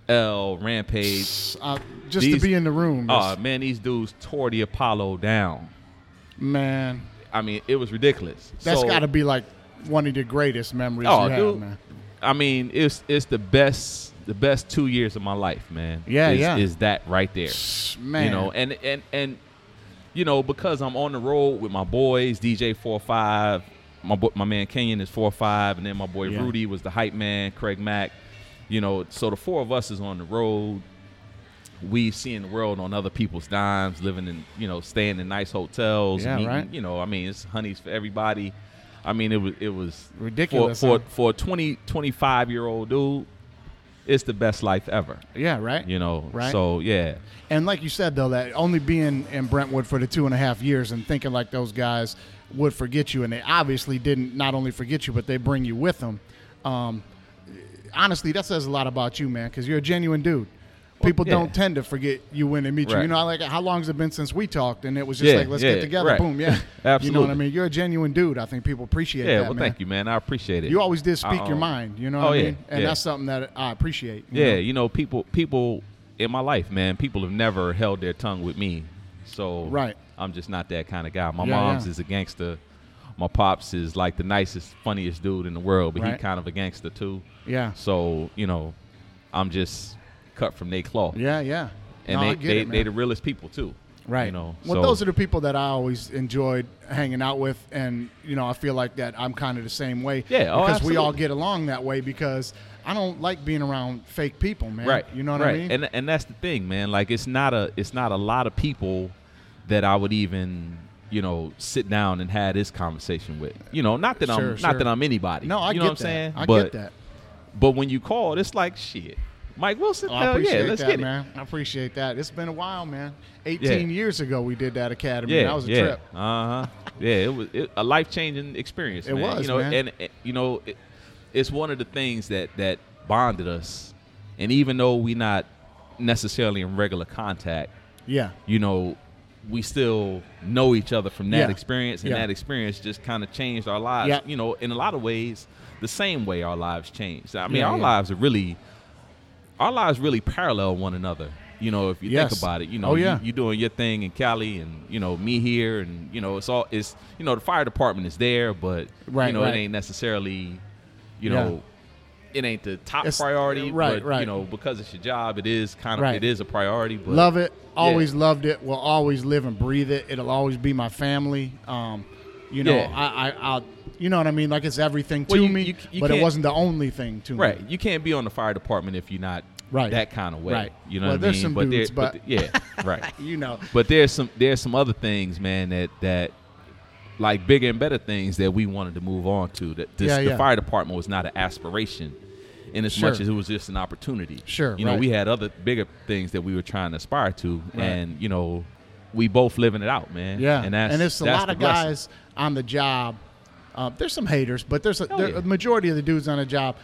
Speaker 2: L, Rampage.
Speaker 1: Uh, just
Speaker 2: These-
Speaker 1: to be in the room,
Speaker 2: Oh
Speaker 1: is-
Speaker 2: man, these dudes tore the Apollo down.
Speaker 1: man.
Speaker 2: I mean, it was ridiculous.
Speaker 1: That's
Speaker 2: That's
Speaker 1: got to be like one of the greatest memories.
Speaker 2: Oh,
Speaker 1: you have,
Speaker 2: dude.
Speaker 1: man.
Speaker 2: I mean, it's it's the best the best two years of my life, man.
Speaker 1: Yeah,
Speaker 2: is,
Speaker 1: yeah.
Speaker 2: Is that right there?
Speaker 1: man.
Speaker 2: You know, and and and you know because I'm on the road with my boys, DJ four five, my boy, my man Kenyon is four five, and then my boy
Speaker 1: Yeah.
Speaker 2: Rudy was the hype man, Craig Mack. You know, so the four of us is on the road. We seeing the world on other people's dimes, living in you know, staying in nice hotels.
Speaker 1: Yeah,
Speaker 2: meeting-
Speaker 1: right.
Speaker 2: You know, I mean, it's honeys for everybody. I mean, it was it was
Speaker 1: Ridiculous,
Speaker 2: for for,
Speaker 1: huh?
Speaker 2: for a 20, 25 year old dude. It's the best life ever,
Speaker 1: yeah, right.
Speaker 2: you know.
Speaker 1: Right.
Speaker 2: So yeah,
Speaker 1: And like you said though, that only being in Brentwood for the two and a half years and thinking like those guys would forget you, and they obviously didn't. Not only forget you, but they bring you with them. Um, honestly, that says a lot about you, man, because you're a genuine dude. People
Speaker 2: yeah.
Speaker 1: don't tend to forget you when they meet you. You
Speaker 2: Right.
Speaker 1: know, like how long has it been since we talked? And it was just
Speaker 2: Yeah,
Speaker 1: like, let's
Speaker 2: yeah,
Speaker 1: get together.
Speaker 2: right.
Speaker 1: Boom, yeah. You know what I
Speaker 2: [LAUGHS] Absolutely.
Speaker 1: mean? You're a genuine dude. I think people appreciate
Speaker 2: Yeah,
Speaker 1: that.
Speaker 2: well,
Speaker 1: man.
Speaker 2: thank you, man. I appreciate it.
Speaker 1: You always did speak
Speaker 2: I,
Speaker 1: your
Speaker 2: um,
Speaker 1: mind. You know what
Speaker 2: oh,
Speaker 1: I
Speaker 2: yeah,
Speaker 1: mean? and
Speaker 2: yeah.
Speaker 1: that's something that I appreciate. you
Speaker 2: Yeah,
Speaker 1: know?
Speaker 2: you know, people, people in my life, man, people have never held their tongue with me. So
Speaker 1: Right.
Speaker 2: I'm just not that kind of guy. My
Speaker 1: Yeah,
Speaker 2: mom's
Speaker 1: yeah.
Speaker 2: is a gangster. My pops is like the nicest, funniest dude in the world, but
Speaker 1: Right.
Speaker 2: he kind of a gangster too.
Speaker 1: Yeah.
Speaker 2: So you know, I'm just cut from their cloth.
Speaker 3: Yeah, yeah.
Speaker 2: And
Speaker 3: No, I
Speaker 2: they,
Speaker 3: get
Speaker 2: they,
Speaker 3: it,
Speaker 2: they
Speaker 3: man.
Speaker 2: the realest people too.
Speaker 3: Right.
Speaker 2: You know.
Speaker 1: Well,
Speaker 2: so-
Speaker 1: those are the people that I always enjoyed hanging out with, and you know, I feel like that I'm kind of the same way.
Speaker 2: Yeah, oh,
Speaker 1: because we all
Speaker 2: absolutely.
Speaker 1: get along that way. Because I don't like being around fake people, man.
Speaker 2: right.
Speaker 1: You know what
Speaker 2: right.
Speaker 1: I mean?
Speaker 2: And and that's the thing, man. Like it's not a it's not a lot of people that I would even you know sit down and have this conversation with. You know, not that
Speaker 1: Sure,
Speaker 2: I'm
Speaker 1: sure.
Speaker 2: not that I'm anybody.
Speaker 1: no, I
Speaker 2: you
Speaker 1: get
Speaker 2: know what I'm
Speaker 1: that.
Speaker 2: saying.
Speaker 1: I
Speaker 2: but,
Speaker 1: get that.
Speaker 2: But when you call, it's like shit. Mike Wilson.
Speaker 1: Oh, I
Speaker 2: hell yeah,
Speaker 1: appreciate
Speaker 2: let's
Speaker 1: that,
Speaker 2: get it.
Speaker 1: man. I appreciate that. It's been a while, man. 18
Speaker 2: Yeah.
Speaker 1: years ago, we did that academy.
Speaker 2: Yeah,
Speaker 1: that was a
Speaker 2: yeah.
Speaker 1: trip.
Speaker 2: Uh huh. Yeah, it was it, a life changing experience.
Speaker 1: It
Speaker 2: man.
Speaker 1: was,
Speaker 2: you know,
Speaker 1: man.
Speaker 2: and uh, you know, it, it's one of the things that that bonded us. And even though we're not necessarily in regular contact,
Speaker 1: Yeah.
Speaker 2: you know, we still know each other from that
Speaker 1: Yeah.
Speaker 2: experience, and
Speaker 1: Yeah.
Speaker 2: that experience just kind of changed our lives.
Speaker 1: Yeah.
Speaker 2: You know, in a lot of ways, the same way our lives changed. I mean,
Speaker 1: Yeah,
Speaker 2: our
Speaker 1: yeah.
Speaker 2: lives are really, our lives really parallel one another. You know, if you
Speaker 1: Yes.
Speaker 2: think about it, you know,
Speaker 1: Oh, yeah.
Speaker 2: you, you doing your thing in Cali, and you know me here, and you know it's all it's you know the fire department is there, but
Speaker 1: Right,
Speaker 2: you know
Speaker 1: right.
Speaker 2: it ain't necessarily,
Speaker 1: Yeah.
Speaker 2: you know. It ain't the top
Speaker 1: It's-
Speaker 2: priority,
Speaker 1: right,
Speaker 2: But,
Speaker 1: right.
Speaker 2: You know, because it's your job, it is kind of
Speaker 1: Right.
Speaker 2: it is a priority. But
Speaker 1: Love it. Always loved it. Will always live and breathe it. It'll always be my family. Um, you know,
Speaker 2: Yeah.
Speaker 1: I, I, I'll, you know what I mean. Like it's everything
Speaker 2: Well,
Speaker 1: to
Speaker 2: you-
Speaker 1: me,
Speaker 2: you- you
Speaker 1: but it
Speaker 2: can't-
Speaker 1: wasn't the only thing to
Speaker 2: Right.
Speaker 1: me.
Speaker 2: You can't be on the fire department if you're not
Speaker 1: Right.
Speaker 2: that kind of way.
Speaker 1: Right.
Speaker 2: You know
Speaker 1: Well,
Speaker 2: what I
Speaker 1: there's
Speaker 2: mean?
Speaker 1: some
Speaker 2: but there-
Speaker 1: dudes, but-
Speaker 2: th-
Speaker 1: [LAUGHS]
Speaker 2: yeah, right.
Speaker 1: You know,
Speaker 2: But there's some there's some other things, man, that that like bigger and better things that we wanted to move on to. That this,
Speaker 1: Yeah, yeah.
Speaker 2: the fire department was not an aspiration in as much
Speaker 1: Sure.
Speaker 2: as it was just an opportunity.
Speaker 1: Sure,
Speaker 2: You know,
Speaker 1: right.
Speaker 2: we had other bigger things that we were trying to aspire to and you know, we both living it out, man.
Speaker 1: Yeah,
Speaker 2: And that's
Speaker 1: it's a
Speaker 2: that's
Speaker 1: lot
Speaker 2: the
Speaker 1: of
Speaker 2: blessing.
Speaker 1: guys on the job. Uh, there's some haters, but there's a,
Speaker 2: Oh,
Speaker 1: there,
Speaker 2: yeah.
Speaker 1: a majority of the dudes on the job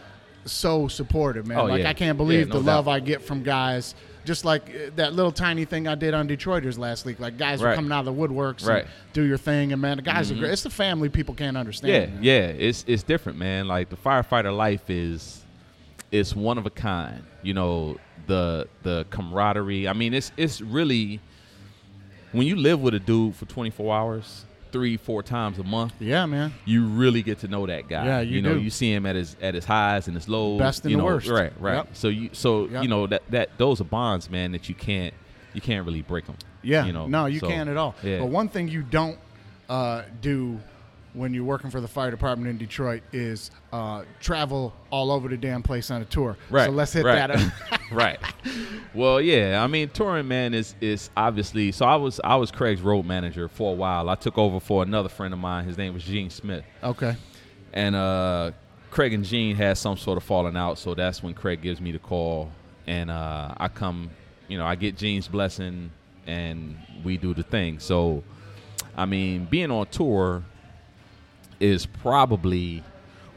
Speaker 1: so supportive, man.
Speaker 2: Oh,
Speaker 1: like
Speaker 2: yeah.
Speaker 1: I can't believe
Speaker 2: Yeah,
Speaker 1: the
Speaker 2: no doubt.
Speaker 1: love I get from guys. Just like uh, that little tiny thing I did on Detroiters last week. Like guys are
Speaker 2: Right.
Speaker 1: coming out of the woodworks,
Speaker 2: Right. Mm-hmm.
Speaker 1: And do your thing, and man, the guys are great. It's the family people can't understand.
Speaker 2: Yeah,
Speaker 1: man.
Speaker 2: yeah, it's it's different, man. Like the firefighter life is it's one of a kind. You know, the the camaraderie. I mean, it's it's really when you live with a dude for 24 hours, 3 4 times a month,
Speaker 1: yeah, man.
Speaker 2: you really get to know that guy.
Speaker 1: Yeah, you
Speaker 2: know,
Speaker 1: do.
Speaker 2: you see him at his at his highs and his lows,
Speaker 1: Best and
Speaker 2: you
Speaker 1: the
Speaker 2: know,
Speaker 1: worst.
Speaker 2: Right, right.
Speaker 1: Yep.
Speaker 2: So you so
Speaker 1: Yep.
Speaker 2: you know that that those are bonds, man, that you can't you can't really break them.
Speaker 1: Yeah.
Speaker 2: you know.
Speaker 1: no, you
Speaker 2: So,
Speaker 1: can't at all.
Speaker 2: Yeah.
Speaker 1: But one thing you don't uh, do when you're working for the fire department in Detroit is uh, travel all over the damn place on a tour.
Speaker 2: Right.
Speaker 1: So let's hit
Speaker 2: right.
Speaker 1: that
Speaker 2: [LAUGHS]
Speaker 1: up.
Speaker 2: right. Well, yeah. I mean, touring man is is obviously. So I was I was Craig's road manager for a while. I took over for another friend of mine. His name was Gene Smith,
Speaker 1: okay.
Speaker 2: and uh, Craig and Gene had some sort of falling out. So that's when Craig gives me the call, and uh, I come. You know, I get Gene's blessing, and we do the thing. So, I mean, being on tour is probably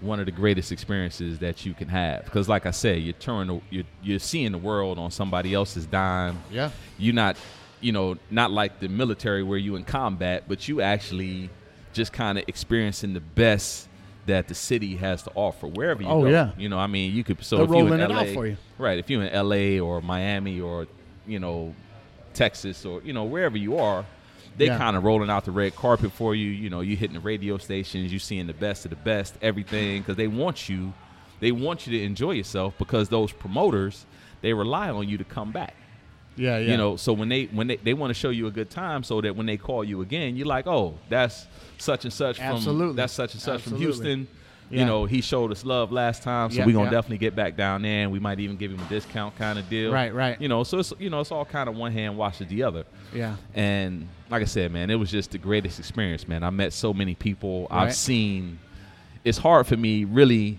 Speaker 2: one of the greatest experiences that you can have because like i said you're touring the, you're, you're seeing the world on somebody else's dime
Speaker 1: Yeah.
Speaker 2: you're not you know not like the military where you in combat but you actually just kind of experiencing the best that the city has to offer wherever you
Speaker 1: Oh,
Speaker 2: go
Speaker 1: yeah.
Speaker 2: you know i mean you could so
Speaker 1: They're
Speaker 2: if you
Speaker 1: rolling
Speaker 2: in
Speaker 1: it
Speaker 2: LA,
Speaker 1: out for you.
Speaker 2: right if you're in la or miami or you know texas or you know wherever you are they
Speaker 1: Yeah.
Speaker 2: kind of rolling out the red carpet for you you know you hitting the radio stations you seeing the best of the best everything because they want you they want you to enjoy yourself because those promoters they rely on you to come back
Speaker 1: Yeah. Yeah.
Speaker 2: you know so when they when they, they want to show you a good time so that when they call you again you're like oh that's such and such
Speaker 1: Absolutely.
Speaker 2: from that's such and such
Speaker 1: Absolutely.
Speaker 2: from houston
Speaker 1: Yeah.
Speaker 2: you know he showed us love last time so
Speaker 1: Yeah,
Speaker 2: we're gonna
Speaker 1: yeah.
Speaker 2: definitely get back down there and we might even give him a discount kind of deal
Speaker 1: Right, right.
Speaker 2: you know so it's you know it's all kind of one hand washes the other
Speaker 1: Yeah.
Speaker 2: and like i said man it was just the greatest experience man i met so many people
Speaker 1: Right.
Speaker 2: i've seen it's hard for me really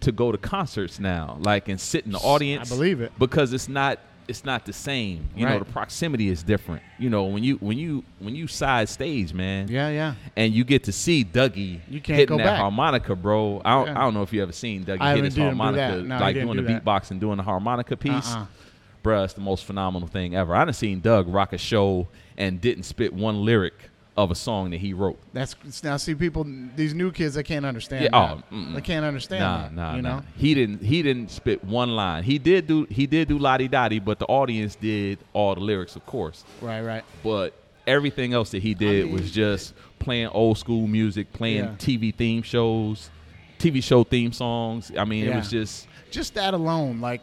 Speaker 2: to go to concerts now like and sit in the audience
Speaker 1: believe it.
Speaker 2: because it's not it's not the same you know
Speaker 1: Right.
Speaker 2: the proximity is different you know when you when you when you side stage man
Speaker 1: Yeah. Yeah.
Speaker 2: and you get to see dougie
Speaker 1: You can't
Speaker 2: hitting
Speaker 1: go
Speaker 2: that
Speaker 1: back.
Speaker 2: harmonica bro I don't,
Speaker 1: Yeah.
Speaker 2: I don't know if you ever seen dougie
Speaker 1: I
Speaker 2: hit
Speaker 1: haven't
Speaker 2: his
Speaker 1: didn't do
Speaker 2: harmonica
Speaker 1: that. No, I
Speaker 2: like
Speaker 1: didn't
Speaker 2: doing the
Speaker 1: do that.
Speaker 2: beatbox and doing the harmonica piece
Speaker 1: Uh-uh.
Speaker 2: bruh it's the most phenomenal thing ever i done seen doug rock a show and didn't spit one lyric of a song that he wrote
Speaker 1: That's now. See, people, these new kids, they can't understand.
Speaker 2: Yeah,
Speaker 1: that.
Speaker 2: oh, mm-mm.
Speaker 1: they can't understand.
Speaker 2: Nah,
Speaker 1: that,
Speaker 2: nah,
Speaker 1: you
Speaker 2: nah.
Speaker 1: know.
Speaker 2: He didn't. He didn't spit one line. He did do. He did do Lottie Dottie, but the audience did all the lyrics, of course.
Speaker 1: Right. Right.
Speaker 2: But everything else that he did
Speaker 1: mean-
Speaker 2: was just playing old school music, playing
Speaker 1: Yeah.
Speaker 2: TV theme shows, TV show theme songs. I mean, it
Speaker 1: Yeah.
Speaker 2: was just
Speaker 1: Just that alone, like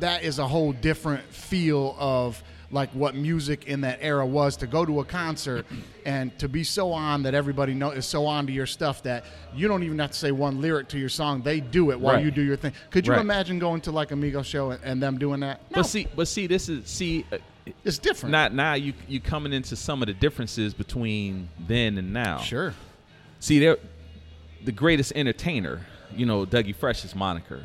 Speaker 1: that is a whole different feel of like what music in that era was to go to a concert and to be so on that everybody know is so on to your stuff that you don't even have to say one lyric to your song they do it while
Speaker 2: Right.
Speaker 1: you do your thing could you
Speaker 2: Right.
Speaker 1: imagine going to like a Migos show and, and them doing that no
Speaker 2: But see, but see, this is see. Uh,
Speaker 1: it's different
Speaker 2: now, now you you coming into some of the differences between then and now.
Speaker 1: sure
Speaker 2: See, they're the greatest entertainer, you know, Dougie Fresh's moniker,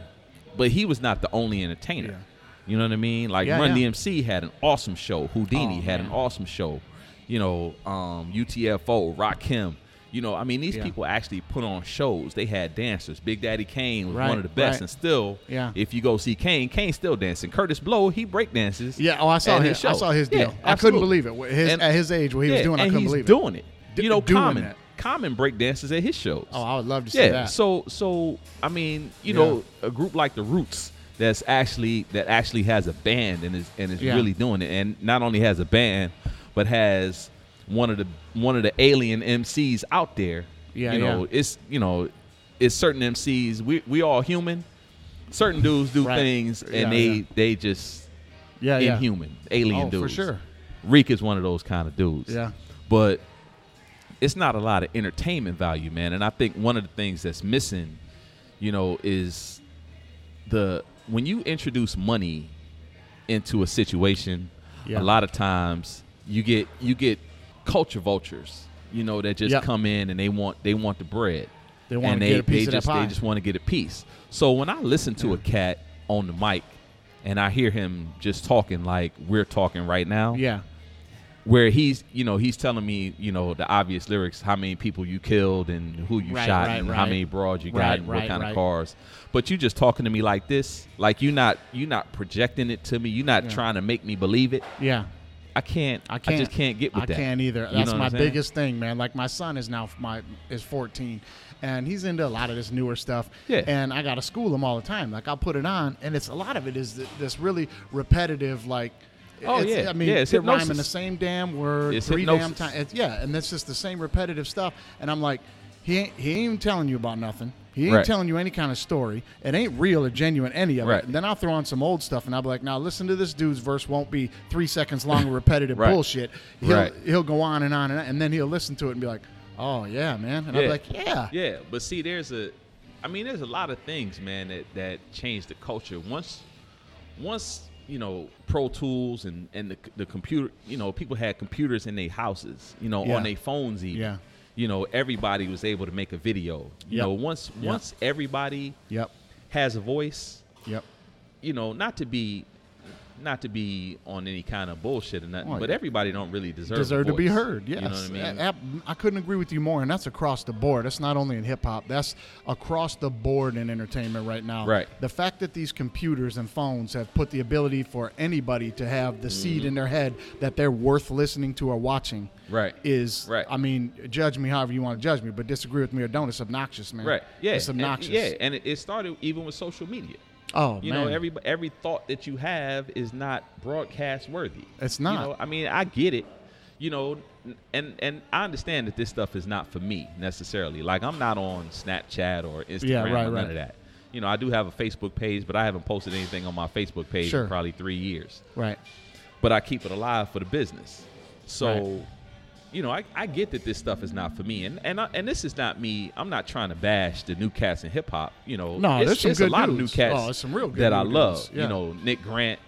Speaker 2: but he was not the only entertainer.
Speaker 1: Yeah.
Speaker 2: You know what I mean? Like
Speaker 1: Yeah,
Speaker 2: Run
Speaker 1: yeah.
Speaker 2: DMC had an awesome show. Houdini
Speaker 1: Oh,
Speaker 2: had an
Speaker 1: man.
Speaker 2: awesome show. You know, um, UTFO, Rock Him. You know, I mean, these
Speaker 1: Yeah.
Speaker 2: people actually put on shows. They had dancers. Big Daddy Kane was
Speaker 1: Right,
Speaker 2: one of the best,
Speaker 1: right.
Speaker 2: and still,
Speaker 1: Yeah.
Speaker 2: if you go see Kane, Kane's still dancing. Curtis Blow, he break dances.
Speaker 1: yeah oh I saw
Speaker 2: at
Speaker 1: his, I
Speaker 2: show.
Speaker 1: saw his deal
Speaker 2: Yeah,
Speaker 1: I couldn't
Speaker 2: absolutely.
Speaker 1: believe it his,
Speaker 2: And-
Speaker 1: at his age what he was
Speaker 2: Yeah,
Speaker 1: doing I
Speaker 2: and
Speaker 1: couldn't
Speaker 2: he's
Speaker 1: believe it
Speaker 2: doing it.
Speaker 1: D-
Speaker 2: you know,
Speaker 1: doing
Speaker 2: Common,
Speaker 1: that.
Speaker 2: Common break dances at his shows.
Speaker 1: oh I would love to see
Speaker 2: yeah.
Speaker 1: that
Speaker 2: So, so I mean, you
Speaker 1: Yeah.
Speaker 2: know, a group like the Roots that's actually that actually has a band and is and is
Speaker 1: Yeah.
Speaker 2: really doing it, and not only has a band, but has one of the one of the alien MCs out there.
Speaker 1: Yeah,
Speaker 2: you know, it's you know, it's certain MCs. We we all human. Certain dudes do
Speaker 1: Right.
Speaker 2: things, and
Speaker 1: Yeah,
Speaker 2: they
Speaker 1: yeah.
Speaker 2: they just
Speaker 1: yeah yeah
Speaker 2: inhuman, alien
Speaker 1: Oh, for
Speaker 2: dudes.
Speaker 1: sure.
Speaker 2: Reek is one of those kind of dudes.
Speaker 1: Yeah.
Speaker 2: But it's not a lot of entertainment value, man. And I think one of the things that's missing, you know, is the when you introduce money into a situation,
Speaker 1: Yeah.
Speaker 2: a lot of times you get you get culture vultures, you know, that just
Speaker 1: Yep.
Speaker 2: come in and they want they want the bread.
Speaker 1: They wanna
Speaker 2: And
Speaker 1: get a piece
Speaker 2: they
Speaker 1: of that
Speaker 2: just,
Speaker 1: pie.
Speaker 2: They just want to get a piece. So when I listen to a cat on the mic and I hear him just talking like we're talking right now,
Speaker 1: yeah
Speaker 2: where he's you know he's telling me you know the obvious lyrics how many people you killed and who you
Speaker 1: Right,
Speaker 2: shot
Speaker 1: right,
Speaker 2: and how
Speaker 1: right.
Speaker 2: many broads you got
Speaker 1: Right,
Speaker 2: and what
Speaker 1: right,
Speaker 2: kind
Speaker 1: right.
Speaker 2: of cars but you just talking to me like this like you not you not projecting it to me you not
Speaker 1: Yeah.
Speaker 2: trying to make me believe it
Speaker 1: yeah
Speaker 2: i can't
Speaker 1: I can't.
Speaker 2: just can't get with
Speaker 1: I
Speaker 2: that
Speaker 1: can't either.
Speaker 2: You
Speaker 1: That's
Speaker 2: know what
Speaker 1: my
Speaker 2: I'm saying?
Speaker 1: biggest thing, man. Like my son is now f- my is 14, and he's into a lot of this newer stuff.
Speaker 2: Yeah.
Speaker 1: And I gotta school him all the time. Like I'll put it on, and it's a lot of it is th- this really repetitive, like.
Speaker 2: Oh,
Speaker 1: it's-
Speaker 2: yeah.
Speaker 1: I mean,
Speaker 2: Yeah, it's
Speaker 1: they're rhyming
Speaker 2: hypnosis.
Speaker 1: the same damn word
Speaker 2: It's
Speaker 1: three
Speaker 2: hypnosis.
Speaker 1: damn times. Yeah, and that's just the same repetitive stuff. And I'm like, he ain't, he ain't even telling you about nothing. He ain't
Speaker 2: Right.
Speaker 1: telling you any kind of story. It ain't real or genuine, any of
Speaker 2: Right.
Speaker 1: it. And then I'll throw on some old stuff, and I'll be like, now listen to this dude's verse. Won't be three seconds long, repetitive
Speaker 2: Right.
Speaker 1: bullshit. He'll
Speaker 2: Right.
Speaker 1: he'll go on and on and on, and then he'll listen to it and be like, "Oh yeah, man," and I'll be
Speaker 2: Yeah.
Speaker 1: like, "Yeah,
Speaker 2: Yeah, but see, there's a, I mean, there's a lot of things, man, that that change the culture. Once, once you know, Pro Tools and and the the computer, you know, people had computers in their houses, you know,
Speaker 1: Yeah.
Speaker 2: on their phones even.
Speaker 1: Yeah.
Speaker 2: You know, everybody was able to make a video. You
Speaker 1: Yep.
Speaker 2: know, once
Speaker 1: Yep.
Speaker 2: once everybody
Speaker 1: yep,
Speaker 2: has a voice,
Speaker 1: yep,
Speaker 2: you know, not to be. Not to be on any kind of bullshit or nothing,
Speaker 1: Oh,
Speaker 2: but
Speaker 1: yeah.
Speaker 2: everybody don't really deserve a
Speaker 1: deserve to be
Speaker 2: voice.
Speaker 1: heard." Yes,
Speaker 2: you know what I mean.
Speaker 1: A- ab- I couldn't agree with you more, and that's across the board. That's not only in hip hop. That's across the board in entertainment right now.
Speaker 2: Right.
Speaker 1: The fact that these computers and phones have put the ability for anybody to have the
Speaker 2: Mm-hmm.
Speaker 1: seed in their head that they're worth listening to or watching.
Speaker 2: Right.
Speaker 1: Is
Speaker 2: Right.
Speaker 1: I mean, judge me however you want to judge me, but disagree with me or don't. It's obnoxious, man.
Speaker 2: Right? Yeah.
Speaker 1: It's
Speaker 2: and-
Speaker 1: obnoxious.
Speaker 2: yeah, and it, it started even with social media.
Speaker 1: Oh
Speaker 2: You
Speaker 1: man.
Speaker 2: know, every every thought that you have is not broadcast worthy.
Speaker 1: It's
Speaker 2: You
Speaker 1: not.
Speaker 2: know, I mean, I get it. You know, and and I understand that this stuff is not for me necessarily. Like I'm not on Snapchat or Instagram
Speaker 1: Yeah, right,
Speaker 2: or none
Speaker 1: right.
Speaker 2: of that. You know, I do have a Facebook page, but I haven't posted anything on my Facebook page
Speaker 1: Sure.
Speaker 2: in probably three years.
Speaker 1: right.
Speaker 2: But I keep it alive for the business. So, you know, I, I get that this stuff is not for me, and and I, and this is not me. I'm not trying to bash the new cats in hip hop. You know,
Speaker 1: No,
Speaker 2: it's,
Speaker 1: there's some
Speaker 2: it's
Speaker 1: good
Speaker 2: a lot
Speaker 1: dudes.
Speaker 2: of new cats
Speaker 1: Oh, there's some real good
Speaker 2: that I
Speaker 1: new
Speaker 2: love.
Speaker 1: dudes. Yeah.
Speaker 2: You know, Nick Grant.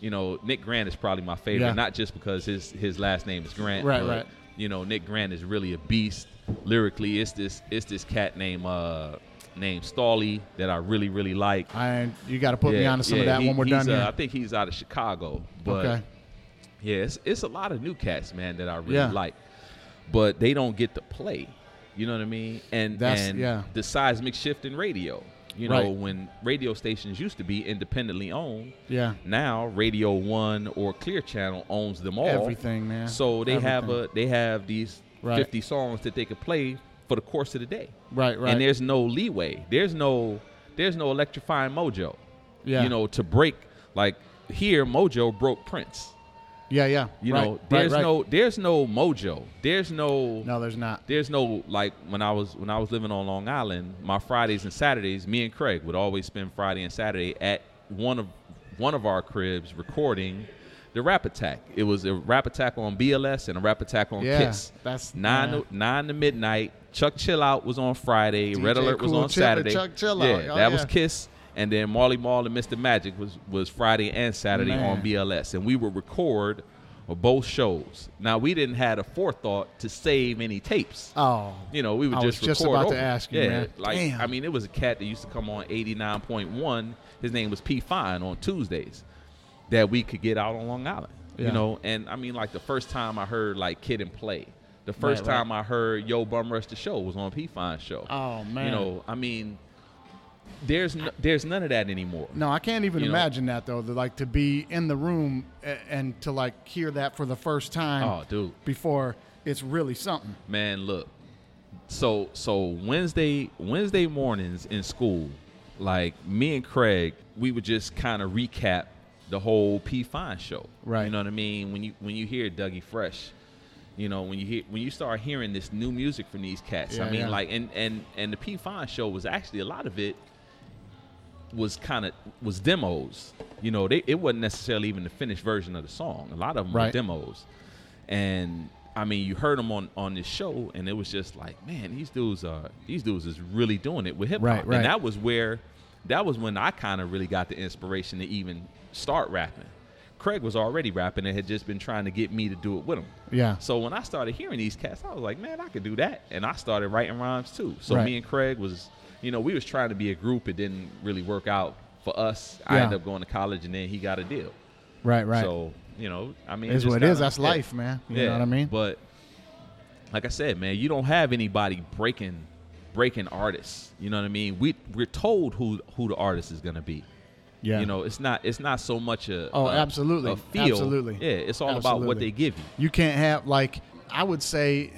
Speaker 2: You know, Nick Grant is probably my favorite,
Speaker 1: Yeah.
Speaker 2: not just because his his last name is Grant.
Speaker 1: Right,
Speaker 2: but,
Speaker 1: right.
Speaker 2: You know, Nick Grant is really a beast lyrically. It's this it's this cat named uh named Stawley that I really really like.
Speaker 1: I you got to put me on to some of that
Speaker 2: he-
Speaker 1: when we're
Speaker 2: he's,
Speaker 1: done
Speaker 2: uh,
Speaker 1: here.
Speaker 2: I think he's out of Chicago, but
Speaker 1: okay.
Speaker 2: yeah, it's, it's a lot of new cats, man, that I really
Speaker 1: Yeah.
Speaker 2: like, but they don't get to play. You know what I mean? And
Speaker 1: That's-
Speaker 2: and
Speaker 1: yeah.
Speaker 2: the seismic shift in radio. You know,
Speaker 1: Right.
Speaker 2: when radio stations used to be independently owned,
Speaker 1: Yeah.
Speaker 2: now Radio One or Clear Channel owns them all.
Speaker 1: Everything, man.
Speaker 2: So they have
Speaker 1: Everything.
Speaker 2: a they have these
Speaker 1: Right.
Speaker 2: fifty songs that they could play for the course of the day.
Speaker 1: Right, right.
Speaker 2: And there's no leeway. There's no there's no electrifying mojo.
Speaker 1: Yeah.
Speaker 2: You know, to break like here Mojo broke Prince.
Speaker 1: Yeah, yeah.
Speaker 2: You
Speaker 1: right,
Speaker 2: know,
Speaker 1: right,
Speaker 2: there's
Speaker 1: right.
Speaker 2: no there's no mojo. There's no,
Speaker 1: No, there's not.
Speaker 2: there's no like when I was when I was living on Long Island, my Fridays and Saturdays, me and Craig would always spend Friday and Saturday at one of one of our cribs recording the Rap Attack. It was a Rap Attack on BLS and a Rap Attack on
Speaker 1: Yeah,
Speaker 2: Kiss.
Speaker 1: that's-
Speaker 2: nine
Speaker 1: yeah.
Speaker 2: to, nine to midnight. Chuck Chill Out was on Friday. Red
Speaker 1: DJ
Speaker 2: Alert was
Speaker 1: Cool
Speaker 2: on
Speaker 1: Chill and
Speaker 2: Saturday.
Speaker 1: Chuck Chill Out.
Speaker 2: yeah,
Speaker 1: Oh,
Speaker 2: that was
Speaker 1: yeah.
Speaker 2: Kiss. And then Marley Marl and Mr. Magic was was Friday and Saturday on
Speaker 1: Man.
Speaker 2: BLS, and we would record both shows. Now we didn't had a forethought to save any tapes.
Speaker 1: Oh,
Speaker 2: You know, we would
Speaker 1: I was
Speaker 2: just
Speaker 1: just
Speaker 2: record
Speaker 1: about to
Speaker 2: over.
Speaker 1: ask you,
Speaker 2: yeah,
Speaker 1: man.
Speaker 2: Like
Speaker 1: Damn.
Speaker 2: I mean, it was a cat that used to come on eighty nine point one. His name was P Fine on Tuesdays, that we could get out on Long Island.
Speaker 1: Yeah.
Speaker 2: You know, and I mean, like the first time I heard like Kid and Play, the first
Speaker 1: Right, right.
Speaker 2: time I heard Yo Bum Rush the show was on P Fine show.
Speaker 1: Oh, man.
Speaker 2: you know, I mean, there's n there's none of that anymore.
Speaker 1: No, I can't even
Speaker 2: You know.
Speaker 1: imagine that though. that, like to be in the room and, and to like hear that for the first time.
Speaker 2: Oh, dude.
Speaker 1: Before it's really something.
Speaker 2: man look so so wednesday wednesday mornings in school like me and craig we would just kind of recap the whole p fine show
Speaker 1: Right.
Speaker 2: you know what i mean when you when you hear dougie fresh you know when you hear when you start hearing this new music from these cats
Speaker 1: Yeah,
Speaker 2: i mean
Speaker 1: yeah.
Speaker 2: like and and and the p fine show was actually a lot of it was kind of was demos you know they, it wasn't necessarily even the finished version of the song a lot of them
Speaker 1: Right.
Speaker 2: were demos and I mean, you heard them on on this show, and it was just like, man, these dudes are these dudes is really doing it with hip hop,
Speaker 1: Right, right.
Speaker 2: and that was where, that was when I kind of really got the inspiration to even start rapping. Craig was already rapping and had just been trying to get me to do it with him.
Speaker 1: Yeah.
Speaker 2: So when I started hearing these cats, I was like, man, I could do that, and I started writing rhymes too. So
Speaker 1: Right.
Speaker 2: me and Craig was, you know, we was trying to be a group. It didn't really work out for us. I
Speaker 1: Yeah.
Speaker 2: ended up going to college, and then he got a deal.
Speaker 1: Right. Right.
Speaker 2: So you know, I mean,
Speaker 1: is
Speaker 2: just
Speaker 1: what it is.
Speaker 2: kinda-
Speaker 1: That's
Speaker 2: yeah.
Speaker 1: life, man. You know what I mean?
Speaker 2: But like I said, man, you don't have anybody breaking breaking artists. You know what I mean? We we're told who who the artist is gonna be.
Speaker 1: yeah.
Speaker 2: You know, it's not it's not so much a
Speaker 1: Oh,
Speaker 2: a-
Speaker 1: absolutely.
Speaker 2: a feel.
Speaker 1: Absolutely.
Speaker 2: Yeah, it's all about what
Speaker 1: Absolutely.
Speaker 2: they give you.
Speaker 1: you can't have like I would say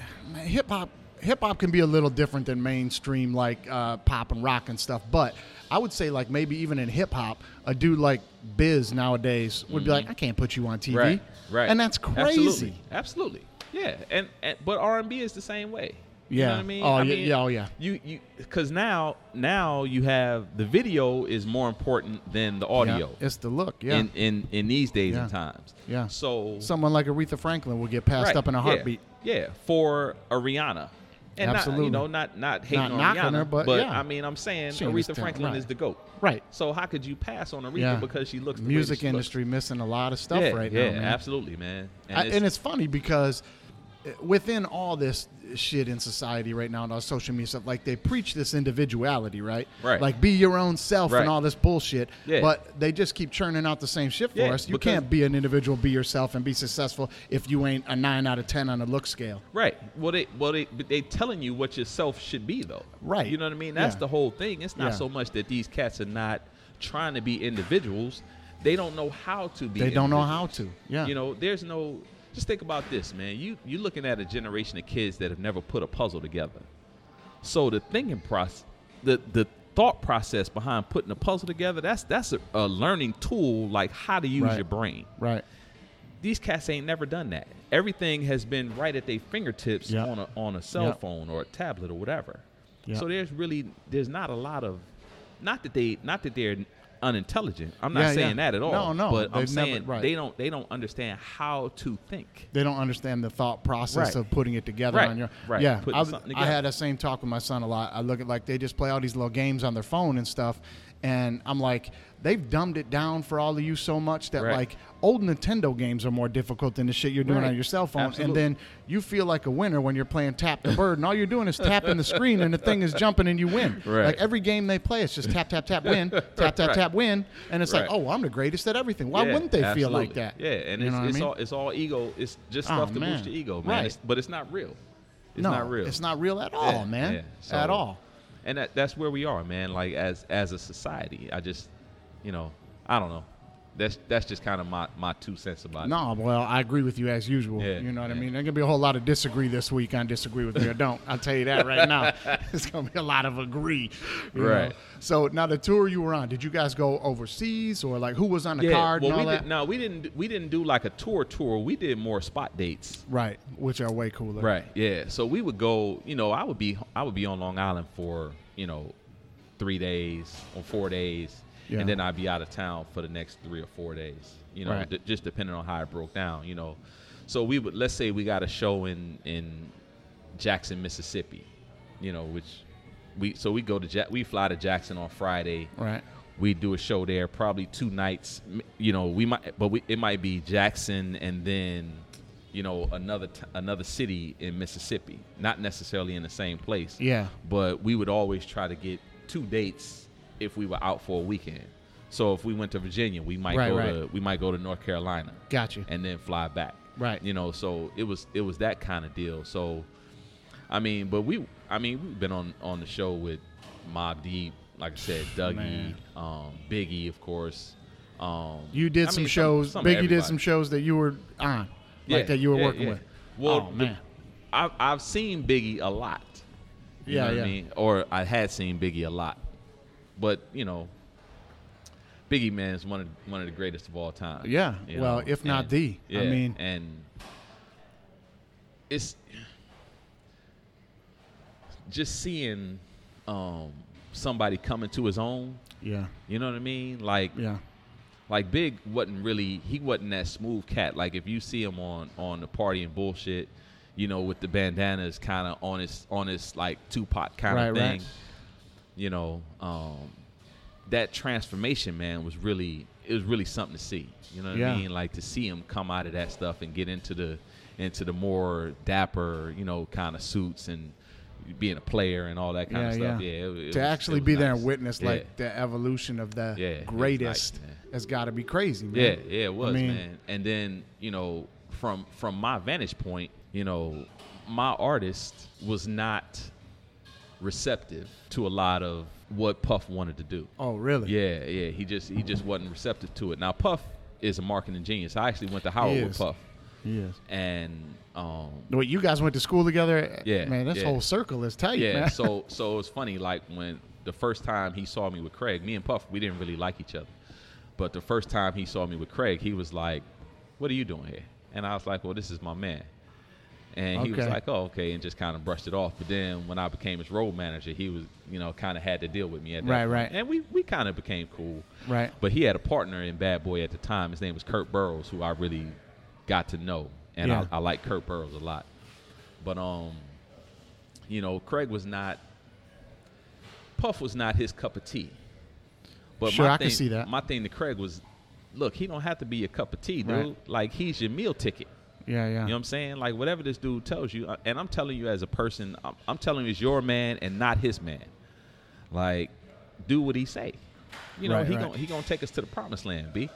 Speaker 1: hip hop hip hop can be a little different than mainstream like uh, pop and rock and stuff but I would say like maybe even in hip hop a dude like Biz nowadays would be like I can't put you on TV
Speaker 2: Mm-hmm. Right. Right.
Speaker 1: E and that's crazy
Speaker 2: Absolutely. Absolutely. Yeah. And, and but R and B is the same way. You
Speaker 1: Yeah.
Speaker 2: know what I mean?
Speaker 1: Oh,
Speaker 2: I
Speaker 1: yeah-
Speaker 2: mean,
Speaker 1: yeah, oh, yeah.
Speaker 2: You you because now now you have the video is more important than the
Speaker 1: Yeah,
Speaker 2: audio.
Speaker 1: it's the look yeah
Speaker 2: in, in in these days and
Speaker 1: Yeah.
Speaker 2: times.
Speaker 1: Yeah.
Speaker 2: So
Speaker 1: someone like Aretha Franklin will get passed
Speaker 2: Right,
Speaker 1: up in a
Speaker 2: yeah,
Speaker 1: heartbeat
Speaker 2: Yeah, for a Rihanna. And
Speaker 1: Absolutely.
Speaker 2: Not, you know, not not hating
Speaker 1: Not
Speaker 2: on
Speaker 1: knocking
Speaker 2: Rihanna,
Speaker 1: her, but yeah.
Speaker 2: I mean, I'm saying
Speaker 1: She was
Speaker 2: Aretha
Speaker 1: still-
Speaker 2: Franklin
Speaker 1: right.
Speaker 2: is the goat.
Speaker 1: Right.
Speaker 2: So how could you pass on Aretha
Speaker 1: Yeah.
Speaker 2: because she looks the way that
Speaker 1: music
Speaker 2: she looks?
Speaker 1: industry missing a lot of stuff
Speaker 2: yeah,
Speaker 1: right
Speaker 2: yeah,
Speaker 1: now man
Speaker 2: absolutely, man. And
Speaker 1: I-
Speaker 2: it's,
Speaker 1: and it's funny because within all this shit in society right now and all social media stuff, like they preach this individuality, right?
Speaker 2: Right.
Speaker 1: Like be your own self
Speaker 2: Right.
Speaker 1: and all this bullshit.
Speaker 2: Yeah.
Speaker 1: But they just keep churning out the same shit for
Speaker 2: Yeah,
Speaker 1: us. You
Speaker 2: because-
Speaker 1: can't be an individual, be yourself, and be successful if you ain't a nine out of ten on a look scale.
Speaker 2: right. Well, they well they but they telling you what yourself should be though.
Speaker 1: Right.
Speaker 2: You know what I mean? That's
Speaker 1: Yeah.
Speaker 2: the whole thing. It's not
Speaker 1: Yeah.
Speaker 2: so much that these cats are not trying to be individuals. They don't know how to be.
Speaker 1: They don't know
Speaker 2: individuals.
Speaker 1: how to. Yeah.
Speaker 2: You know, there's no. Just think about this, man. You you looking at a generation of kids that have never put a puzzle together. So the thinking process, the the thought process behind putting a puzzle together, that's that's a, a learning tool, like how to use
Speaker 1: Right.
Speaker 2: your brain.
Speaker 1: Right.
Speaker 2: These cats ain't never done that. Everything has been right at their fingertips
Speaker 1: Yeah.
Speaker 2: on a on a cell
Speaker 1: Yeah.
Speaker 2: phone or a tablet or whatever.
Speaker 1: Yeah.
Speaker 2: So there's really there's not a lot of, not that they not that they're unintelligent. I'm not
Speaker 1: Yeah, yeah.
Speaker 2: saying that at all.
Speaker 1: No, no,
Speaker 2: But I'm
Speaker 1: they've never-
Speaker 2: saying
Speaker 1: right.
Speaker 2: they don't they don't understand how to think.
Speaker 1: They don't understand the thought process
Speaker 2: Right.
Speaker 1: of putting it together
Speaker 2: Right,
Speaker 1: on your
Speaker 2: right,
Speaker 1: yeah.
Speaker 2: putting
Speaker 1: I,
Speaker 2: something
Speaker 1: I
Speaker 2: together.
Speaker 1: had that same talk with my son a lot. I look at like they just play all these little games on their phone and stuff, and I'm like they've dumbed it down for all of you so much that
Speaker 2: Right.
Speaker 1: like old Nintendo games are more difficult than the shit you're doing
Speaker 2: Right.
Speaker 1: on your cell phone,
Speaker 2: Absolutely.
Speaker 1: and then you feel like a winner when you're playing tap the bird, and all you're doing is tapping the screen, and the thing is jumping, and you win.
Speaker 2: [LAUGHS] Right.
Speaker 1: Like every game they play, it's just tap tap tap win, tap tap
Speaker 2: [LAUGHS] Right.
Speaker 1: tap win, and it's like
Speaker 2: Right.
Speaker 1: oh I'm the greatest at everything. Why
Speaker 2: Yeah,
Speaker 1: wouldn't they feel like
Speaker 2: absolutely.
Speaker 1: that?
Speaker 2: Yeah, and
Speaker 1: You
Speaker 2: it's,
Speaker 1: know what I
Speaker 2: it's
Speaker 1: mean?
Speaker 2: all it's all ego. It's just
Speaker 1: Oh,
Speaker 2: stuff to
Speaker 1: man.
Speaker 2: boost your ego, man.
Speaker 1: Right.
Speaker 2: It's, but it's not real. It's
Speaker 1: no,
Speaker 2: not real.
Speaker 1: It's not real at
Speaker 2: Yeah,
Speaker 1: all, man.
Speaker 2: yeah. So-
Speaker 1: at all.
Speaker 2: And that, that's where we are, man. Like as as a society, I just, you know, I don't know. That's that's just kind of my my two cents about it.
Speaker 1: No, well, I agree with you as usual.
Speaker 2: Yeah,
Speaker 1: you know what I
Speaker 2: yeah.
Speaker 1: mean? There's gonna be a whole lot of disagree this week on disagree with me or don't. I'll tell you that right
Speaker 2: [LAUGHS]
Speaker 1: now. It's gonna be a lot of agree. you know?
Speaker 2: Right.
Speaker 1: So now the tour you were on, did you guys go overseas or like who was on the
Speaker 2: Yeah,
Speaker 1: card
Speaker 2: well,
Speaker 1: and all
Speaker 2: we
Speaker 1: that?
Speaker 2: did, no, we didn't do- we didn't do like a tour tour. We did more spot dates.
Speaker 1: Right, which are way cooler.
Speaker 2: Right. Yeah. So we would go. You know, I would be I would be on Long Island for you know three days or four days,
Speaker 1: Yeah.
Speaker 2: and then I'd be out of town for the next three or four days. You know,
Speaker 3: Right.
Speaker 2: d- just depending on how it broke down. You know, so we would let's say we got a show in in Jackson, Mississippi. You know, which we so we go to ja- we fly to Jackson on Friday
Speaker 3: Right.
Speaker 2: we do a show there probably two nights m- you know we might but we, it might be jackson and then you know another t- another city in mississippi not necessarily in the same place
Speaker 3: Yeah.
Speaker 2: but we would always try to get two dates if we were out for a weekend so if we went to virginia we might
Speaker 3: Right,
Speaker 2: go
Speaker 3: right.
Speaker 2: to we might go to north carolina
Speaker 3: Got you.
Speaker 2: and then fly back
Speaker 3: Right.
Speaker 2: you know so it was it was that kind of deal so I mean, but we, I mean, we've been on on the show with Mob Deep, like I said, Dougie,
Speaker 3: Man.
Speaker 2: um, Biggie, of course. Um,
Speaker 1: You did
Speaker 2: I
Speaker 1: some
Speaker 2: mean,
Speaker 1: shows.
Speaker 2: some of
Speaker 1: Biggie did
Speaker 2: everybody.
Speaker 1: some shows that you were on,
Speaker 2: Yeah,
Speaker 1: like that you were
Speaker 2: yeah,
Speaker 1: working
Speaker 2: yeah.
Speaker 1: with.
Speaker 2: Well,
Speaker 1: oh
Speaker 2: the-
Speaker 1: man,
Speaker 2: I've I've seen Biggie a lot. You
Speaker 1: Yeah,
Speaker 2: know what
Speaker 1: yeah.
Speaker 2: I mean? Or I had seen Biggie a lot, but you know, Biggie man is one of one of the greatest of all time.
Speaker 3: Yeah.
Speaker 2: you
Speaker 1: Well, if not
Speaker 2: and-
Speaker 1: the. I
Speaker 2: Yeah,
Speaker 1: mean-
Speaker 2: and it's just seeing um, somebody coming to his own.
Speaker 3: Yeah.
Speaker 2: You know what I mean? Like
Speaker 3: Yeah.
Speaker 2: like Big wasn't really he wasn't that smooth cat. Like if you see him on on the party and bullshit, you know, with the bandanas kind of on his on his like Tupac kind
Speaker 3: Right,
Speaker 2: of thing.
Speaker 3: right.
Speaker 2: You know, um, that transformation man was really it was really something to see. You know what
Speaker 3: Yeah.
Speaker 2: I mean? Like to see him come out of that stuff and get into the into the more dapper, you know, kind of suits and being a player and all that kind of
Speaker 3: Yeah,
Speaker 2: stuff.
Speaker 3: yeah.
Speaker 2: Yeah, it- it
Speaker 1: to
Speaker 2: was- it
Speaker 1: actually
Speaker 2: was
Speaker 1: be there
Speaker 2: nice.
Speaker 1: and witness
Speaker 2: Yeah.
Speaker 1: like the evolution of the
Speaker 2: Yeah, it was nice,
Speaker 1: greatest
Speaker 2: man.
Speaker 1: has got to be crazy, man.
Speaker 2: Yeah, yeah, it was,
Speaker 3: mean-
Speaker 2: man. And then you know, from from my vantage point, you know, my artist was not receptive to a lot of what Puff wanted to do.
Speaker 1: Oh really?
Speaker 2: Yeah, yeah, he just he just wasn't receptive to it. Now Puff is a marketing genius. I actually went to Howard
Speaker 1: is.
Speaker 2: with Puff,
Speaker 3: Yes.
Speaker 2: and um,
Speaker 1: Wait, you guys went to school together?
Speaker 2: Yeah,
Speaker 1: Man, this
Speaker 2: yeah.
Speaker 1: whole circle is tight,
Speaker 2: yeah,
Speaker 1: man.
Speaker 2: so so it's funny like when the first time he saw me with Craig, me and Puff, we didn't really like each other. But the first time he saw me with Craig, he was like, "What are you doing here?" And I was like, "Well, this is my man." And he was
Speaker 1: Okay.
Speaker 2: like, "Oh, okay," and just kind of brushed it off. But then when I became his road manager, he was, you know, kind of had to deal with me at that
Speaker 1: Right,
Speaker 2: point.
Speaker 1: right.
Speaker 2: And we we kind of became cool.
Speaker 1: Right.
Speaker 2: But he had a partner in Bad Boy at the time. His name was Kurt Burrows, who I really got to know, and
Speaker 1: Yeah.
Speaker 2: I, I like Kurt Burrows a lot. But um, you know, Craig was not. Puff was not his cup of tea. But
Speaker 1: Sure,
Speaker 2: my
Speaker 1: I can
Speaker 2: thing,
Speaker 1: see that.
Speaker 2: My thing to Craig was, look, he don't have to be your cup of tea, dude.
Speaker 3: Right.
Speaker 2: Like he's your meal ticket.
Speaker 3: Yeah. Yeah.
Speaker 2: You know what I'm saying? Like whatever this dude tells you, uh, and I'm telling you as a person, I'm, I'm telling you it's your man and not his man. Like, do what he say. You know,
Speaker 1: Right,
Speaker 2: he
Speaker 1: right.
Speaker 2: gonna he gonna take us to the promised land, b.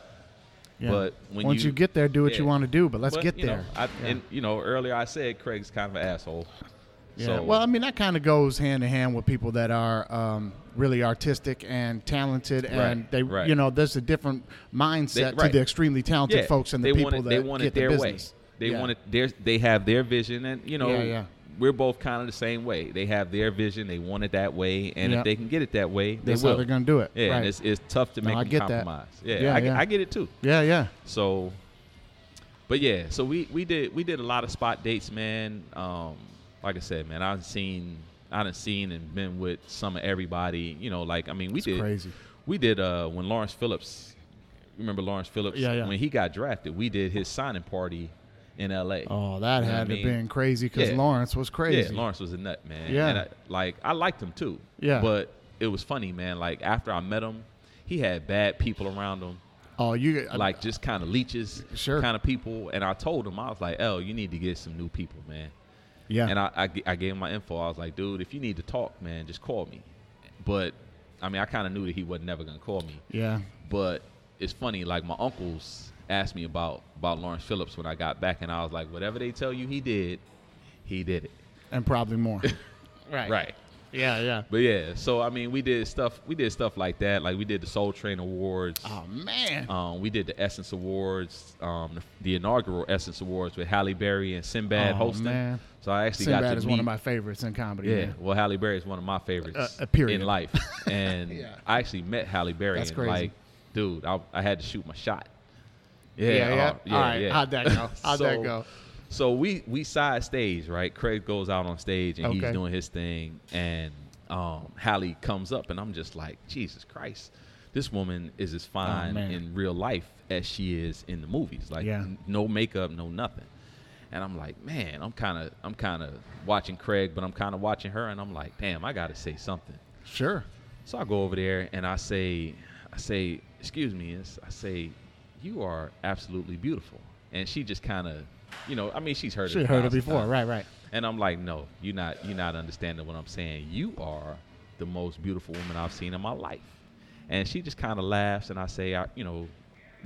Speaker 1: Yeah.
Speaker 2: But when
Speaker 1: once you, get there, do what you
Speaker 2: yeah.
Speaker 1: want to do. But let's
Speaker 2: But,
Speaker 1: get
Speaker 2: you know,
Speaker 1: there.
Speaker 2: I, And you know, earlier I said Craig's kind of an asshole.
Speaker 1: Yeah.
Speaker 2: So,
Speaker 1: well, I mean, that kind of goes hand in hand with people that are um, really artistic and talented, and
Speaker 2: Right,
Speaker 1: they,
Speaker 2: right.
Speaker 1: you know, there's a different mindset
Speaker 2: right.
Speaker 1: to the extremely talented
Speaker 2: yeah,
Speaker 1: folks and the
Speaker 2: they
Speaker 1: people
Speaker 2: want
Speaker 1: that
Speaker 2: it, they want
Speaker 1: get
Speaker 2: it their
Speaker 1: the
Speaker 2: way.
Speaker 1: business.
Speaker 2: They
Speaker 1: Yeah.
Speaker 2: want it their they have their vision and you know
Speaker 1: Yeah, yeah.
Speaker 2: we're both kind of the same way. They have their vision, they want it that way, and
Speaker 1: Yeah.
Speaker 2: if they can get it that way, they
Speaker 1: That's
Speaker 2: will.
Speaker 1: how they're gonna do it.
Speaker 2: Yeah,
Speaker 1: right.
Speaker 2: and it's, it's tough to
Speaker 1: No,
Speaker 2: make
Speaker 1: I
Speaker 2: them
Speaker 1: get that.
Speaker 2: compromise. Yeah,
Speaker 1: Yeah,
Speaker 2: I,
Speaker 1: yeah.
Speaker 2: I get it too.
Speaker 1: yeah, yeah,
Speaker 2: So, but yeah, so we we did we did a lot of spot dates, man. Um, like I said, man, I've seen I done seen and been with some of everybody. You know, like I mean, we did
Speaker 1: crazy.
Speaker 2: we did uh when Lawrence Phillips, remember Lawrence Phillips?
Speaker 1: Yeah, yeah.
Speaker 2: When he got drafted, we did his signing party in L.A.
Speaker 1: Oh, that had
Speaker 2: You know what I
Speaker 1: to
Speaker 2: mean?
Speaker 1: been crazy because
Speaker 2: Yeah.
Speaker 1: Lawrence was crazy.
Speaker 2: Yeah, Lawrence was a nut, man.
Speaker 1: Yeah.
Speaker 2: And I, like I liked him too.
Speaker 1: Yeah.
Speaker 2: But it was funny, man. Like after I met him, he had bad people around him
Speaker 1: Oh, you
Speaker 2: like just kind of leeches,
Speaker 1: Sure.
Speaker 2: kind of people. And I told him, I was like, "Oh, you need to get some new people, man."
Speaker 1: yeah,
Speaker 2: And I, I, g- I gave him my info. I was like, "Dude, if you need to talk, man, just call me." But I mean, I kind of knew that he was never gonna call me.
Speaker 1: yeah,
Speaker 2: But it's funny, like my uncles asked me about about Lawrence Phillips when I got back, and I was like, "Whatever they tell you, he did, he did it."
Speaker 1: and probably
Speaker 2: [LAUGHS]
Speaker 1: more.
Speaker 2: Right.
Speaker 1: Yeah, yeah.
Speaker 2: But yeah, so I mean, we did stuff. We did stuff like that. Like we did the Soul Train Awards.
Speaker 1: Oh man.
Speaker 2: Um, we did the Essence Awards, um, the, the inaugural Essence Awards with Halle Berry and Sinbad
Speaker 1: Oh,
Speaker 2: hosting.
Speaker 1: man.
Speaker 2: So I actually got
Speaker 1: Sinbad
Speaker 2: to
Speaker 1: is
Speaker 2: meet,
Speaker 1: one of my favorites in comedy.
Speaker 2: yeah.
Speaker 1: man.
Speaker 2: Well, Halle Berry is one of my favorites
Speaker 1: Uh, uh, period. [LAUGHS]
Speaker 2: in life, and
Speaker 1: Yeah.
Speaker 2: I actually met Halle Berry
Speaker 1: That's
Speaker 2: and
Speaker 1: crazy.
Speaker 2: like, dude, I, I had to shoot my shot. Yeah,
Speaker 1: yeah,
Speaker 2: uh,
Speaker 1: yeah. All right,
Speaker 2: yeah.
Speaker 1: how'd that
Speaker 2: [LAUGHS]
Speaker 1: go? How'd that
Speaker 2: So-
Speaker 1: go?
Speaker 2: So we we side stage, right? Craig goes out on stage and
Speaker 1: Okay.
Speaker 2: he's doing his thing, and um, Hallie comes up, and I'm just like, Jesus Christ, this woman is
Speaker 1: Oh,
Speaker 2: as fine
Speaker 3: man.
Speaker 2: in real life as she is in the movies. Like
Speaker 3: Yeah.
Speaker 2: n- no makeup, no nothing. And I'm like, man, I'm kind of I'm kind of watching Craig, but I'm kind of watching her, and I'm like, damn, I gotta say something.
Speaker 1: Sure.
Speaker 2: So I go over there and I say, I say, excuse me, it's- I say, you are absolutely beautiful. And she just kind of, you know, I mean, she's heard
Speaker 1: Should
Speaker 2: it.
Speaker 1: have heard it
Speaker 2: thousand
Speaker 1: before.
Speaker 2: times.
Speaker 1: Right, right.
Speaker 2: And I'm like, no, you're not, you're not understanding what I'm saying. You are the most beautiful woman I've seen in my life. And she just kind of laughs, and I say, I, you know,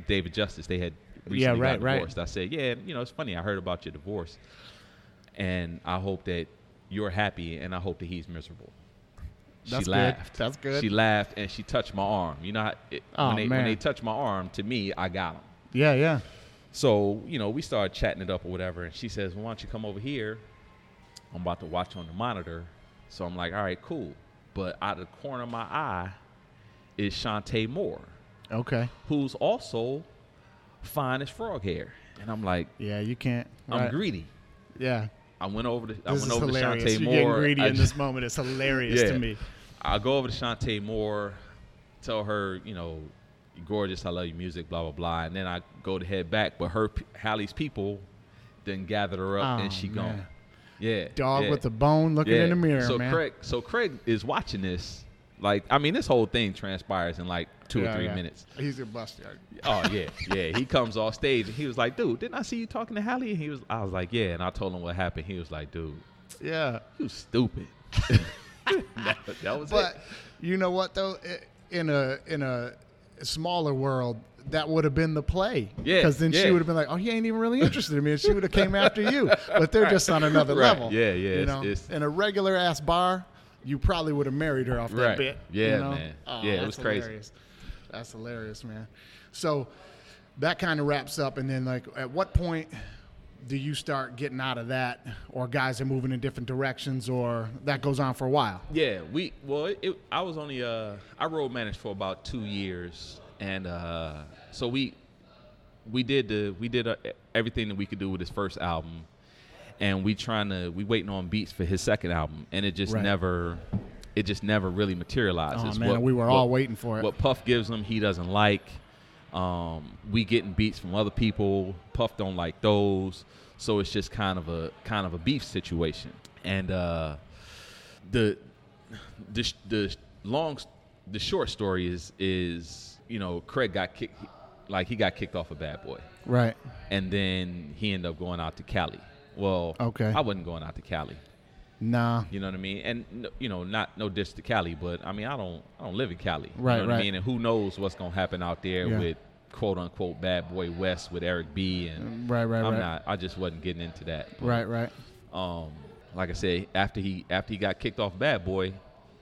Speaker 2: David Justice, they had recently
Speaker 1: Yeah, right,
Speaker 2: got
Speaker 1: right.
Speaker 2: divorced. I said, yeah, you know, it's funny. I heard about your divorce, and I hope that you're happy, and I hope that he's miserable.
Speaker 1: That's
Speaker 2: she
Speaker 1: good.
Speaker 2: laughed.
Speaker 1: That's good.
Speaker 2: She laughed, and she touched my arm. You know, how it,
Speaker 1: Oh,
Speaker 2: when, they,
Speaker 1: man.
Speaker 2: when they touch my arm, to me, I got them.
Speaker 1: Yeah, yeah.
Speaker 2: So, you know, we started chatting it up or whatever, and she says, well, Why don't you come over here? I'm about to watch on the monitor. So I'm like, All right, cool. But out of the corner of my eye is Shantae Moore,
Speaker 1: Okay.
Speaker 2: who's also fine as frog hair. And I'm like,
Speaker 1: Yeah, you can't.
Speaker 2: I'm
Speaker 1: right.
Speaker 2: greedy.
Speaker 1: Yeah.
Speaker 2: I went over to I
Speaker 1: This
Speaker 2: went
Speaker 1: is
Speaker 2: over
Speaker 1: hilarious.
Speaker 2: to Shantae
Speaker 1: You're
Speaker 2: Moore.
Speaker 1: getting greedy
Speaker 2: I
Speaker 1: in
Speaker 2: just- [LAUGHS]
Speaker 1: this moment. It's hilarious to me.
Speaker 2: I go over to Shantae Moore, tell her, you know, you're gorgeous, I love your music, blah blah blah, and then I go to head back, but her p- Hallie's people then gathered her up
Speaker 1: Oh,
Speaker 2: and she
Speaker 1: man.
Speaker 2: gone. Yeah,
Speaker 1: Dog
Speaker 2: yeah,
Speaker 1: with the bone looking in the mirror,
Speaker 2: So
Speaker 1: man.
Speaker 2: Craig, so Craig is watching this. Like, I mean, this whole thing transpires in like two or
Speaker 1: Yeah,
Speaker 2: three
Speaker 1: yeah.
Speaker 2: minutes.
Speaker 1: He's a bust. yeah.
Speaker 2: Oh yeah, yeah. He comes off stage and he was like, "Dude, didn't I see you talking to Hallie?" And he was, I was like, "Yeah," and I told him what happened. He was like, "Dude,
Speaker 1: Yeah.
Speaker 2: you stupid." [LAUGHS] that, that was
Speaker 1: But
Speaker 2: it.
Speaker 1: you know what though, I- in a in a smaller world, that would have been the play.
Speaker 2: Yeah,
Speaker 1: Because then she
Speaker 2: yeah.
Speaker 1: would have been like, "Oh, he ain't even really interested in me," and she would have came after
Speaker 2: [LAUGHS]
Speaker 1: you. But they're just on another
Speaker 2: Right.
Speaker 1: level.
Speaker 2: Yeah, yeah,
Speaker 1: You
Speaker 2: it's-
Speaker 1: know,
Speaker 2: it's-
Speaker 1: in a regular ass bar, you probably would have married her off that
Speaker 2: Right.
Speaker 1: bit.
Speaker 2: Yeah,
Speaker 1: you know?
Speaker 2: man.
Speaker 1: Oh,
Speaker 2: Yeah, it
Speaker 1: that's
Speaker 2: was crazy.
Speaker 1: hilarious. That's hilarious, man. So that kind of wraps up. And then, like, at what point do you start getting out of that, or guys are moving in different directions, or that goes on for a while?
Speaker 2: Yeah, we well, it, it, I was only uh, I road managed for about two years, and uh, so we we did the we did uh everything that we could do with his first album, and we trying to we waiting on beats for his second album, and it just
Speaker 1: Right.
Speaker 2: never it just never really materialized.
Speaker 1: Oh,
Speaker 2: It's
Speaker 1: man, we were all waiting for it.
Speaker 2: What Puff gives him, he doesn't like. Um, we getting beats from other people. Puff don't like those, so it's just kind of a kind of a beef situation, and. uh the the sh- the sh- long s- the short story is is you know Craig got kicked like he got kicked off a bad boy
Speaker 1: Right.
Speaker 2: and then he ended up going out to Cali. Well,
Speaker 1: Okay.
Speaker 2: I wasn't going out to Cali.
Speaker 1: Nah.
Speaker 2: You know what I mean? And no- you know, not no diss to Cali, but I mean, I don't I don't live in Cali.
Speaker 1: Right,
Speaker 2: you know what
Speaker 1: right.
Speaker 2: I mean? And who knows what's gonna happen out there
Speaker 1: Yeah.
Speaker 2: with quote unquote bad boy West with Eric B and
Speaker 1: Right, Mm. right,
Speaker 2: I'm
Speaker 1: right.
Speaker 2: not. I just wasn't getting into that. But
Speaker 1: Right, right.
Speaker 2: um, like I said, after he after he got kicked off Bad Boy,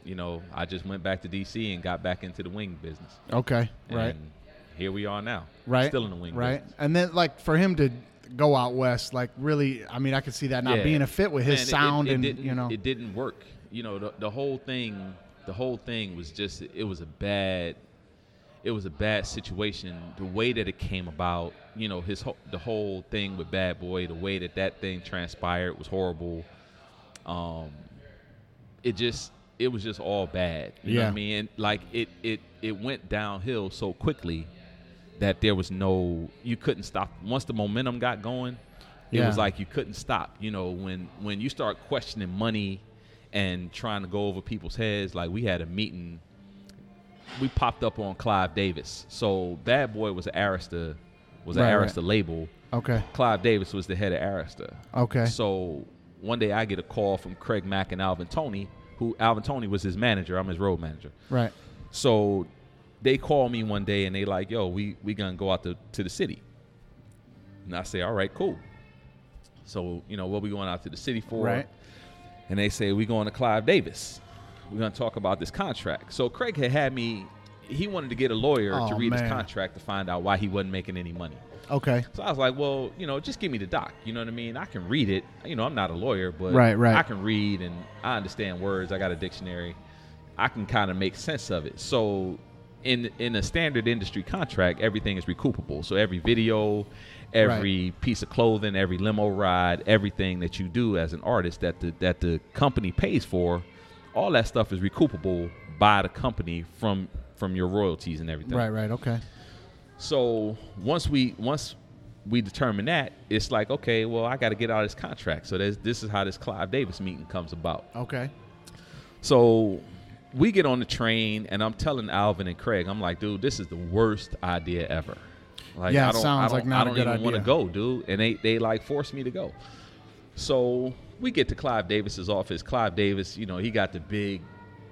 Speaker 2: you know, I just went back to DC and got back into the wing business.
Speaker 1: Okay. Right.
Speaker 2: And here we are now.
Speaker 1: Right.
Speaker 2: Still in the wing
Speaker 1: Right.
Speaker 2: business.
Speaker 1: And then like for him to go out west, like really, I mean, I could see that not
Speaker 2: Yeah.
Speaker 1: being a fit with
Speaker 2: Man,
Speaker 1: his
Speaker 2: it- it-
Speaker 1: sound
Speaker 2: it
Speaker 1: and
Speaker 2: didn't-
Speaker 1: you know.
Speaker 2: it didn't work. You know, the, the whole thing the whole thing was just it was a bad it was a bad situation. The way that it came about, you know, his whole, the whole thing with Bad Boy, the way that that thing transpired was horrible. Um, it just it was just all bad. You know
Speaker 1: Yeah.
Speaker 2: what I mean? And like it it it went downhill so quickly that there was no you couldn't stop once the momentum got going. It
Speaker 1: Yeah.
Speaker 2: was like you couldn't stop. You know when when you start questioning money and trying to go over people's heads. Like we had a meeting we popped up on Clive Davis. So Bad Boy was an Arista, was an
Speaker 1: Right, right.
Speaker 2: Arista label.
Speaker 1: okay.
Speaker 2: Clive Davis was the head of Arista.
Speaker 1: Okay.
Speaker 2: So one day I get a call from Craig Mack and Alvin Tony, who Alvin Tony was his manager. I'm his road manager.
Speaker 1: Right.
Speaker 2: So they call me one day and they like, yo, we we gonna go out to, to the city. And I say, all right, cool. So, you know, what we going out to the city for?
Speaker 1: Right.
Speaker 2: And they say, we going to Clive Davis. We're gonna talk about this contract. So Craig had had me he wanted to get a lawyer
Speaker 1: Oh,
Speaker 2: to read
Speaker 1: man.
Speaker 2: his contract to find out why he wasn't making any money.
Speaker 1: Okay.
Speaker 2: So I was like, well, you know, just give me the doc. You know what I mean? I can read it. You know, I'm not a lawyer, but
Speaker 1: Right, right.
Speaker 2: I can read and I understand words. I got a dictionary. I can kind of make sense of it. So in in a standard industry contract, everything is recoupable. So every video, every piece of clothing, every limo ride, everything that you do as an artist that the that the company pays for, all that stuff is recoupable by the company from from your royalties and everything.
Speaker 1: Right, right, okay.
Speaker 2: So once we once we determine that, it's like okay, well, I got to get out of this contract. So there's, this is how this Clive Davis meeting comes about.
Speaker 1: Okay.
Speaker 2: So we get on the train, and I'm telling Alvin and Craig, I'm like, dude, this is the worst idea ever. Like,
Speaker 1: Yeah,
Speaker 2: I
Speaker 1: it
Speaker 2: don't, I
Speaker 1: sounds
Speaker 2: don't,
Speaker 1: like not
Speaker 2: I
Speaker 1: a
Speaker 2: don't
Speaker 1: good
Speaker 2: even want to
Speaker 1: idea.
Speaker 2: go, dude. And they they like forced me to go. So we get to Clive Davis's office. Clive Davis, you know, he got the big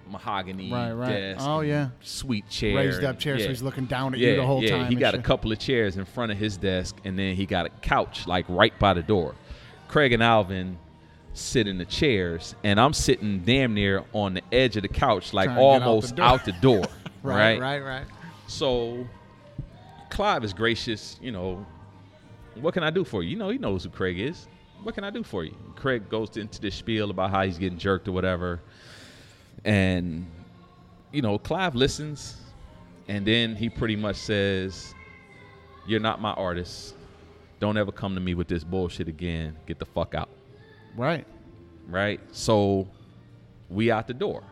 Speaker 2: mahogany
Speaker 1: Right, right.
Speaker 2: desk,
Speaker 1: Oh,
Speaker 2: and
Speaker 1: yeah.
Speaker 2: sweet chair,
Speaker 1: Raised
Speaker 2: and-
Speaker 1: up chair
Speaker 2: yeah.
Speaker 1: so he's looking down at
Speaker 2: yeah,
Speaker 1: you the whole
Speaker 2: yeah.
Speaker 1: time.
Speaker 2: He
Speaker 1: and
Speaker 2: got a
Speaker 1: shit.
Speaker 2: couple of chairs in front of his desk, and then he got a couch like right by the door. Craig and Alvin sit in the chairs, and I'm sitting damn near on the edge of the couch, like
Speaker 1: Trying to get out
Speaker 2: almost
Speaker 1: the door.
Speaker 2: out the door.
Speaker 1: [LAUGHS]
Speaker 2: right,
Speaker 1: right, right.
Speaker 2: So Clive is gracious, you know. What can I do for you? You know, he knows who Craig is. What can I do for you? Craig goes into this spiel about how he's getting jerked or whatever. And, you know, Clive listens and then he pretty much says, You're not my artist. Don't ever come to me with this bullshit again. Get the fuck out
Speaker 1: Right.
Speaker 2: right? So we out the door.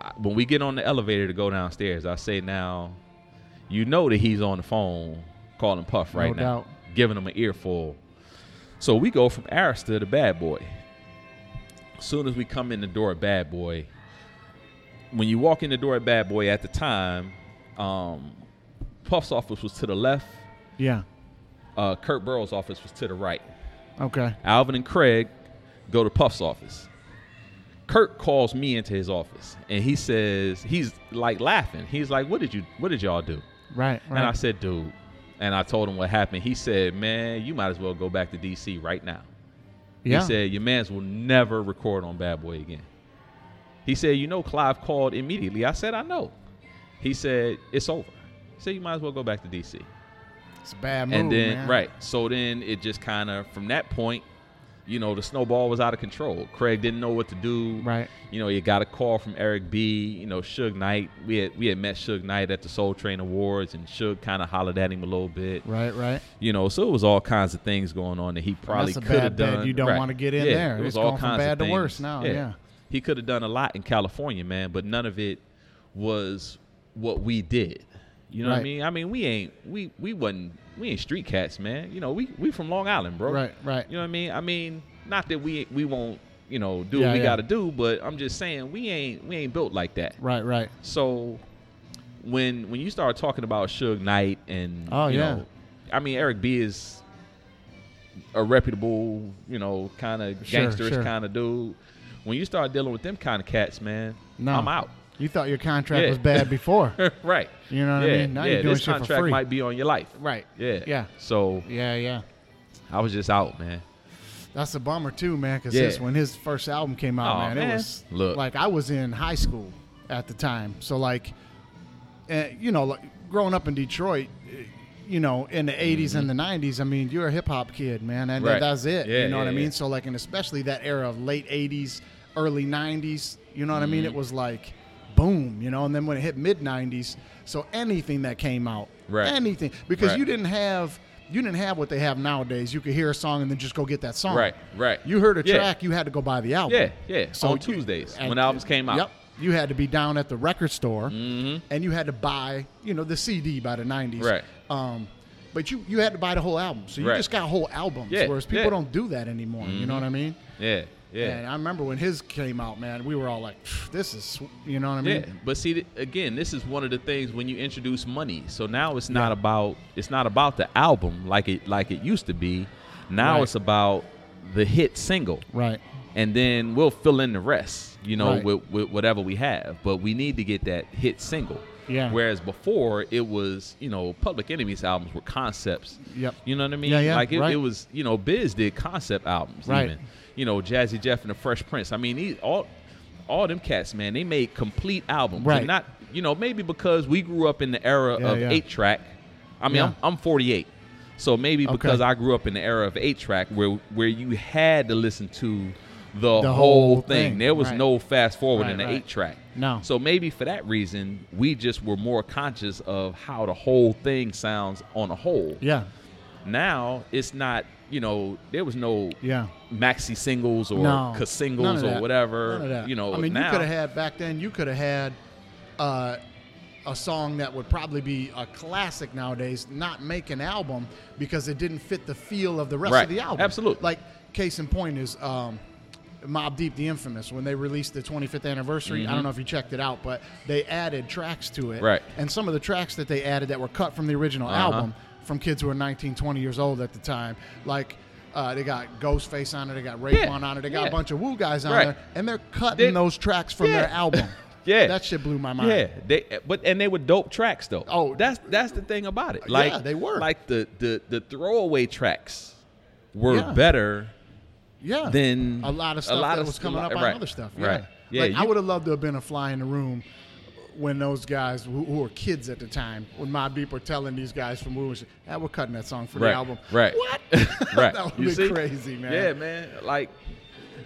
Speaker 2: I- When we get on the elevator to go downstairs, I say now, you know that he's on the phone calling Puff right now,
Speaker 1: doubt.
Speaker 2: giving him an earful. So we go from Arista to Bad Boy. Soon as we come in the door at Bad Boy, when you walk in the door at Bad Boy at the time, um, Puff's office was to the left,
Speaker 1: Yeah.
Speaker 2: uh, Kurt Burrow's office was to the right.
Speaker 1: Okay.
Speaker 2: Alvin and Craig go to Puff's office. Kurt calls me into his office and he says he's like laughing. He's like, "What did you? What did y'all do?"
Speaker 1: Right. Right.
Speaker 2: And I said, "Dude," and I told him what happened. He said, "Man, you might as well go back to DC right now."
Speaker 1: yeah.
Speaker 2: He said, "Your man's will never record on Bad Boy again." He said, "You know, Clive called immediately." I said, "I know." He said, "It's over." He said, "You might as well go back to DC."
Speaker 1: it's a bad move.
Speaker 2: and then
Speaker 1: man.
Speaker 2: right so then it just kind of from that point you know the snowball was out of control craig didn't know what to do
Speaker 1: Right.
Speaker 2: you know you got a call from eric b you know Suge knight we had we had met Suge knight at the soul train awards and Suge kind of hollered at him a little bit
Speaker 1: Right, right.
Speaker 2: you know so it was all kinds of things going on that he probably
Speaker 1: That's a
Speaker 2: could
Speaker 1: bad
Speaker 2: have
Speaker 1: bed
Speaker 2: done
Speaker 1: you don't
Speaker 2: Right.
Speaker 1: wanna get in
Speaker 2: yeah,
Speaker 1: there.
Speaker 2: it was
Speaker 1: It's
Speaker 2: all
Speaker 1: gone from
Speaker 2: kinds of
Speaker 1: bad to
Speaker 2: things.
Speaker 1: worse now, yeah.
Speaker 2: he could have done a lot in california man but none of it was what we did you know what i
Speaker 1: Right.
Speaker 2: mean i mean we ain't we we wasn't we ain't street cats man you know we we from long island bro
Speaker 1: Right, right.
Speaker 2: you know what i mean i mean not that we we won't you know do
Speaker 1: Yeah,
Speaker 2: what we
Speaker 1: yeah.
Speaker 2: gotta do but i'm just saying we ain't we ain't built like that
Speaker 1: Right, right.
Speaker 2: so when when you start talking about Suge Knight and
Speaker 1: Oh,
Speaker 2: you
Speaker 1: yeah.
Speaker 2: know, I mean Eric B is a reputable, you know, kind of
Speaker 1: Sure,
Speaker 2: gangsterish
Speaker 1: sure.
Speaker 2: kind of dude. When you start dealing with them kind of cats, man,
Speaker 1: No.
Speaker 2: I'm out. [LAUGHS]
Speaker 1: You thought your contract
Speaker 2: Yeah.
Speaker 1: was bad
Speaker 2: [LAUGHS]
Speaker 1: before.
Speaker 2: right.
Speaker 1: You know what I
Speaker 2: yeah,
Speaker 1: mean? Now
Speaker 2: yeah,
Speaker 1: you're doing
Speaker 2: this
Speaker 1: shit for
Speaker 2: contract
Speaker 1: free.
Speaker 2: might be on your life.
Speaker 1: right.
Speaker 2: Yeah.
Speaker 1: Yeah.
Speaker 2: So
Speaker 1: Yeah, yeah.
Speaker 2: I was just out, man.
Speaker 1: That's a bummer too, man. Because
Speaker 2: Yeah.
Speaker 1: when his first album came out,
Speaker 2: Aw,
Speaker 1: man,
Speaker 2: man.
Speaker 1: it was
Speaker 2: Look.
Speaker 1: like I was in high school at the time. So like, eh, you know, like growing up in Detroit, eh, you know, in the '80s and the '90s, I mean, you're a hip hop kid, man, and
Speaker 2: Mm-hmm. Right.
Speaker 1: that's it.
Speaker 2: Yeah,
Speaker 1: you know
Speaker 2: yeah,
Speaker 1: what I
Speaker 2: yeah.
Speaker 1: mean? So like, and especially that era of late '80s, early '90s. You know what I mean?
Speaker 2: Mm-hmm.
Speaker 1: It was like, boom, you know. And then when it hit mid '90s, so anything that came out,
Speaker 2: Right.
Speaker 1: anything, because
Speaker 2: Right.
Speaker 1: you didn't have. You didn't have what they have nowadays. You could hear a song and then just go get that song.
Speaker 2: Right, right.
Speaker 1: You heard a
Speaker 2: Yeah.
Speaker 1: track, you had to go buy the album.
Speaker 2: Yeah, yeah. on
Speaker 1: you-
Speaker 2: Tuesdays
Speaker 1: and-
Speaker 2: when albums came out. Mm-hmm.
Speaker 1: Yep. You had to be down at the record store, and you had to buy, you know, the CD by the '90s.
Speaker 2: Right.
Speaker 1: Um, but you you had to buy the whole album, so you
Speaker 2: Right.
Speaker 1: just got whole albums.
Speaker 2: Yeah,
Speaker 1: Whereas people
Speaker 2: yeah.
Speaker 1: don't do that anymore. You know what I mean?
Speaker 2: Yeah. Yeah.
Speaker 1: And I remember when his came out, man, we were all like, "Phew, "This is," sw-" you know what I mean?
Speaker 2: Yeah, but see, th- again, this is one of the things when you introduce money. So now it's not about it's not about the album like it like it used to be. Now
Speaker 1: Right.
Speaker 2: it's about the hit single,
Speaker 1: Right.
Speaker 2: and then we'll fill in the rest, you know,
Speaker 1: Right.
Speaker 2: with, with whatever we have. But we need to get that hit single.
Speaker 1: Yeah.
Speaker 2: Whereas before it was, you know, Public Enemy's albums were concepts.
Speaker 1: Yep.
Speaker 2: You know what I mean?
Speaker 1: Yeah, yeah,
Speaker 2: Like it,
Speaker 1: right.
Speaker 2: it was, you know, Biz did concept albums.
Speaker 1: Right.
Speaker 2: Even. You know, Jazzy Jeff and the Fresh Prince. I mean, these all all them cats, man, they made complete albums.
Speaker 1: Right.
Speaker 2: And not, you know, maybe because we grew up in the era
Speaker 1: Yeah,
Speaker 2: of
Speaker 1: yeah.
Speaker 2: eight track. I mean,
Speaker 1: Yeah.
Speaker 2: I'm, I'm 48. So maybe
Speaker 1: Okay.
Speaker 2: because I grew up in the era of eight track, where where you had to listen to the,
Speaker 1: The
Speaker 2: whole,
Speaker 1: whole
Speaker 2: thing.
Speaker 1: thing,
Speaker 2: There was
Speaker 1: right.
Speaker 2: no fast forward
Speaker 1: Right,
Speaker 2: in the
Speaker 1: right.
Speaker 2: eight track.
Speaker 1: No.
Speaker 2: So maybe for that reason, we just were more conscious of how the whole thing sounds on a whole.
Speaker 1: Yeah.
Speaker 2: Now it's not. You know, there was no
Speaker 1: Yeah.
Speaker 2: maxi singles or
Speaker 1: no,
Speaker 2: ca-
Speaker 1: None of
Speaker 2: singles or
Speaker 1: that.
Speaker 2: whatever.
Speaker 1: None of that.
Speaker 2: You know,
Speaker 1: I mean,
Speaker 2: now
Speaker 1: you could have had back then. You could have had uh, a song that would probably be a classic nowadays not make an album because it didn't fit the feel of the rest
Speaker 2: Right.
Speaker 1: of the album.
Speaker 2: Absolutely.
Speaker 1: Like case in point is um, Mob Deep, the Infamous, when they released the 25th anniversary. I don't know if you checked it out, but they added tracks to it.
Speaker 2: Mm-hmm. Right.
Speaker 1: And some of the tracks that they added that were cut from the original
Speaker 2: Uh-huh.
Speaker 1: album from kids who were 19, 20 years old at the time, like. Uh, they got Ghostface on it. They got Raekwon on it. They got
Speaker 2: Yeah.
Speaker 1: a bunch of Woo guys on
Speaker 2: Right.
Speaker 1: there, and they're cutting
Speaker 2: They-
Speaker 1: those tracks from their
Speaker 2: Yeah.
Speaker 1: album.
Speaker 2: [LAUGHS] Yeah.
Speaker 1: that shit blew my mind.
Speaker 2: Yeah, they but and they were dope tracks though.
Speaker 1: Oh.
Speaker 2: that's that's the thing about it. Like
Speaker 1: they were.
Speaker 2: like the the the throwaway tracks were
Speaker 1: Yeah.
Speaker 2: better.
Speaker 1: yeah.
Speaker 2: Then
Speaker 1: a lot of stuff
Speaker 2: lot
Speaker 1: that
Speaker 2: of
Speaker 1: was
Speaker 2: st-
Speaker 1: coming up on
Speaker 2: right,
Speaker 1: other stuff. Yeah.
Speaker 2: Right. Yeah.
Speaker 1: like, I
Speaker 2: you-
Speaker 1: would have loved to have been a fly in the room when those guys who, who were kids at the time, when Mob Deep were telling these guys from Woo, ah, we're cutting that song for
Speaker 2: Right,
Speaker 1: the album.
Speaker 2: right.
Speaker 1: What? [LAUGHS]
Speaker 2: [LAUGHS] right.
Speaker 1: that would
Speaker 2: You
Speaker 1: be
Speaker 2: see?
Speaker 1: crazy, man.
Speaker 2: Yeah, man. Like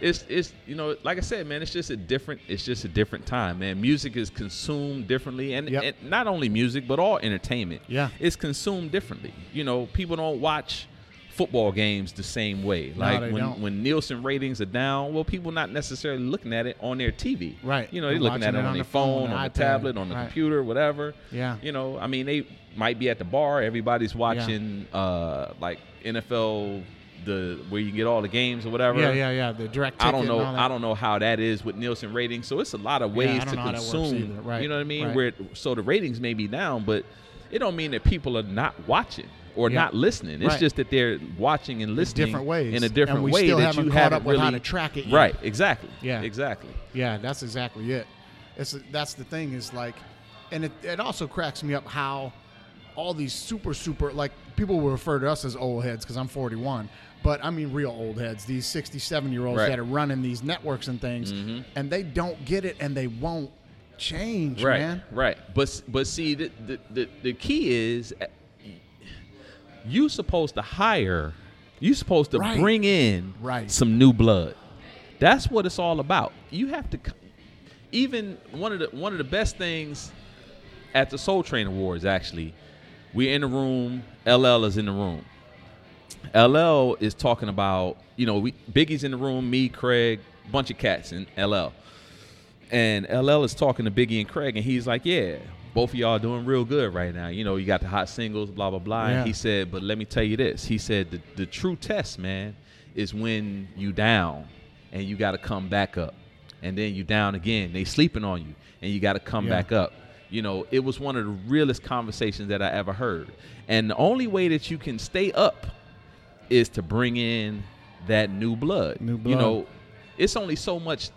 Speaker 2: it's it's you know, like I said, man, it's just a different it's just a different time, man. Music is consumed differently and,
Speaker 1: Yep.
Speaker 2: and not only music but all entertainment.
Speaker 1: Yeah.
Speaker 2: It's consumed differently. You know, people don't watch football games the same way. Like
Speaker 1: they
Speaker 2: when
Speaker 1: don't.
Speaker 2: when Nielsen ratings are down, well people not necessarily looking at it on their TV.
Speaker 1: Right.
Speaker 2: You know, they're
Speaker 1: They're
Speaker 2: looking at
Speaker 1: watching
Speaker 2: it on, their phone, on,
Speaker 1: the
Speaker 2: the
Speaker 1: iPad.
Speaker 2: tablet, on the
Speaker 1: Right.
Speaker 2: computer, whatever.
Speaker 1: Yeah.
Speaker 2: You know, I mean they might be at the bar, everybody's watching uh like NFL the where you can get all the games or whatever.
Speaker 1: Yeah, yeah, yeah. The direct ticket
Speaker 2: I don't know.
Speaker 1: and all that.
Speaker 2: I don't know how that is with Nielsen ratings. So it's a lot of ways
Speaker 1: I don't
Speaker 2: to
Speaker 1: know how that works
Speaker 2: consume.
Speaker 1: either. Right,
Speaker 2: You know what I mean?
Speaker 1: right.
Speaker 2: Where so the ratings may be down, but it don't mean that people are not watching or
Speaker 1: Yeah.
Speaker 2: not listening. It's
Speaker 1: Right.
Speaker 2: just that they're watching and listening
Speaker 1: different ways.
Speaker 2: in a different
Speaker 1: And we
Speaker 2: way
Speaker 1: still
Speaker 2: that
Speaker 1: haven't
Speaker 2: you
Speaker 1: caught
Speaker 2: haven't
Speaker 1: up with how
Speaker 2: really-
Speaker 1: to track it yet.
Speaker 2: Right. Exactly.
Speaker 1: Yeah.
Speaker 2: Exactly.
Speaker 1: Yeah, that's exactly it. It's that's the thing is like, and it, it also cracks me up how all these super super like people will refer to us as old heads because I'm 41, but I mean real old heads, these 67 year olds
Speaker 2: Right. Mm-hmm.
Speaker 1: that are running these networks and things, and they don't get it and they won't change,
Speaker 2: right,
Speaker 1: man.
Speaker 2: Right. But s- but see the the, the, the key is uh, you supposed to hire, you supposed to
Speaker 1: Right.
Speaker 2: bring in
Speaker 1: Right.
Speaker 2: some new blood. That's what it's all about. You have to c- even one of the one of the best things at the Soul Train Awards actually. We're in the room, LL is in the room. LL is talking about, you know, we Biggie's in the room, me, Craig, bunch of cats in LL and LL is talking to Biggie and Craig, and he's like, "Yeah, both of y'all doing real good right now. You know, you got the hot singles, blah blah blah."
Speaker 1: Yeah.
Speaker 2: And he said, "But let me tell you this." He said, "The the true test, man, is when you down and you got to come back up, and then you down again. They sleeping on you, and you got to come
Speaker 1: Yeah.
Speaker 2: back up." You know, it was one of the realest conversations that I ever heard. And the only way that you can stay up is to bring in that new blood.
Speaker 1: New
Speaker 2: You
Speaker 1: blood.
Speaker 2: know, it's only so much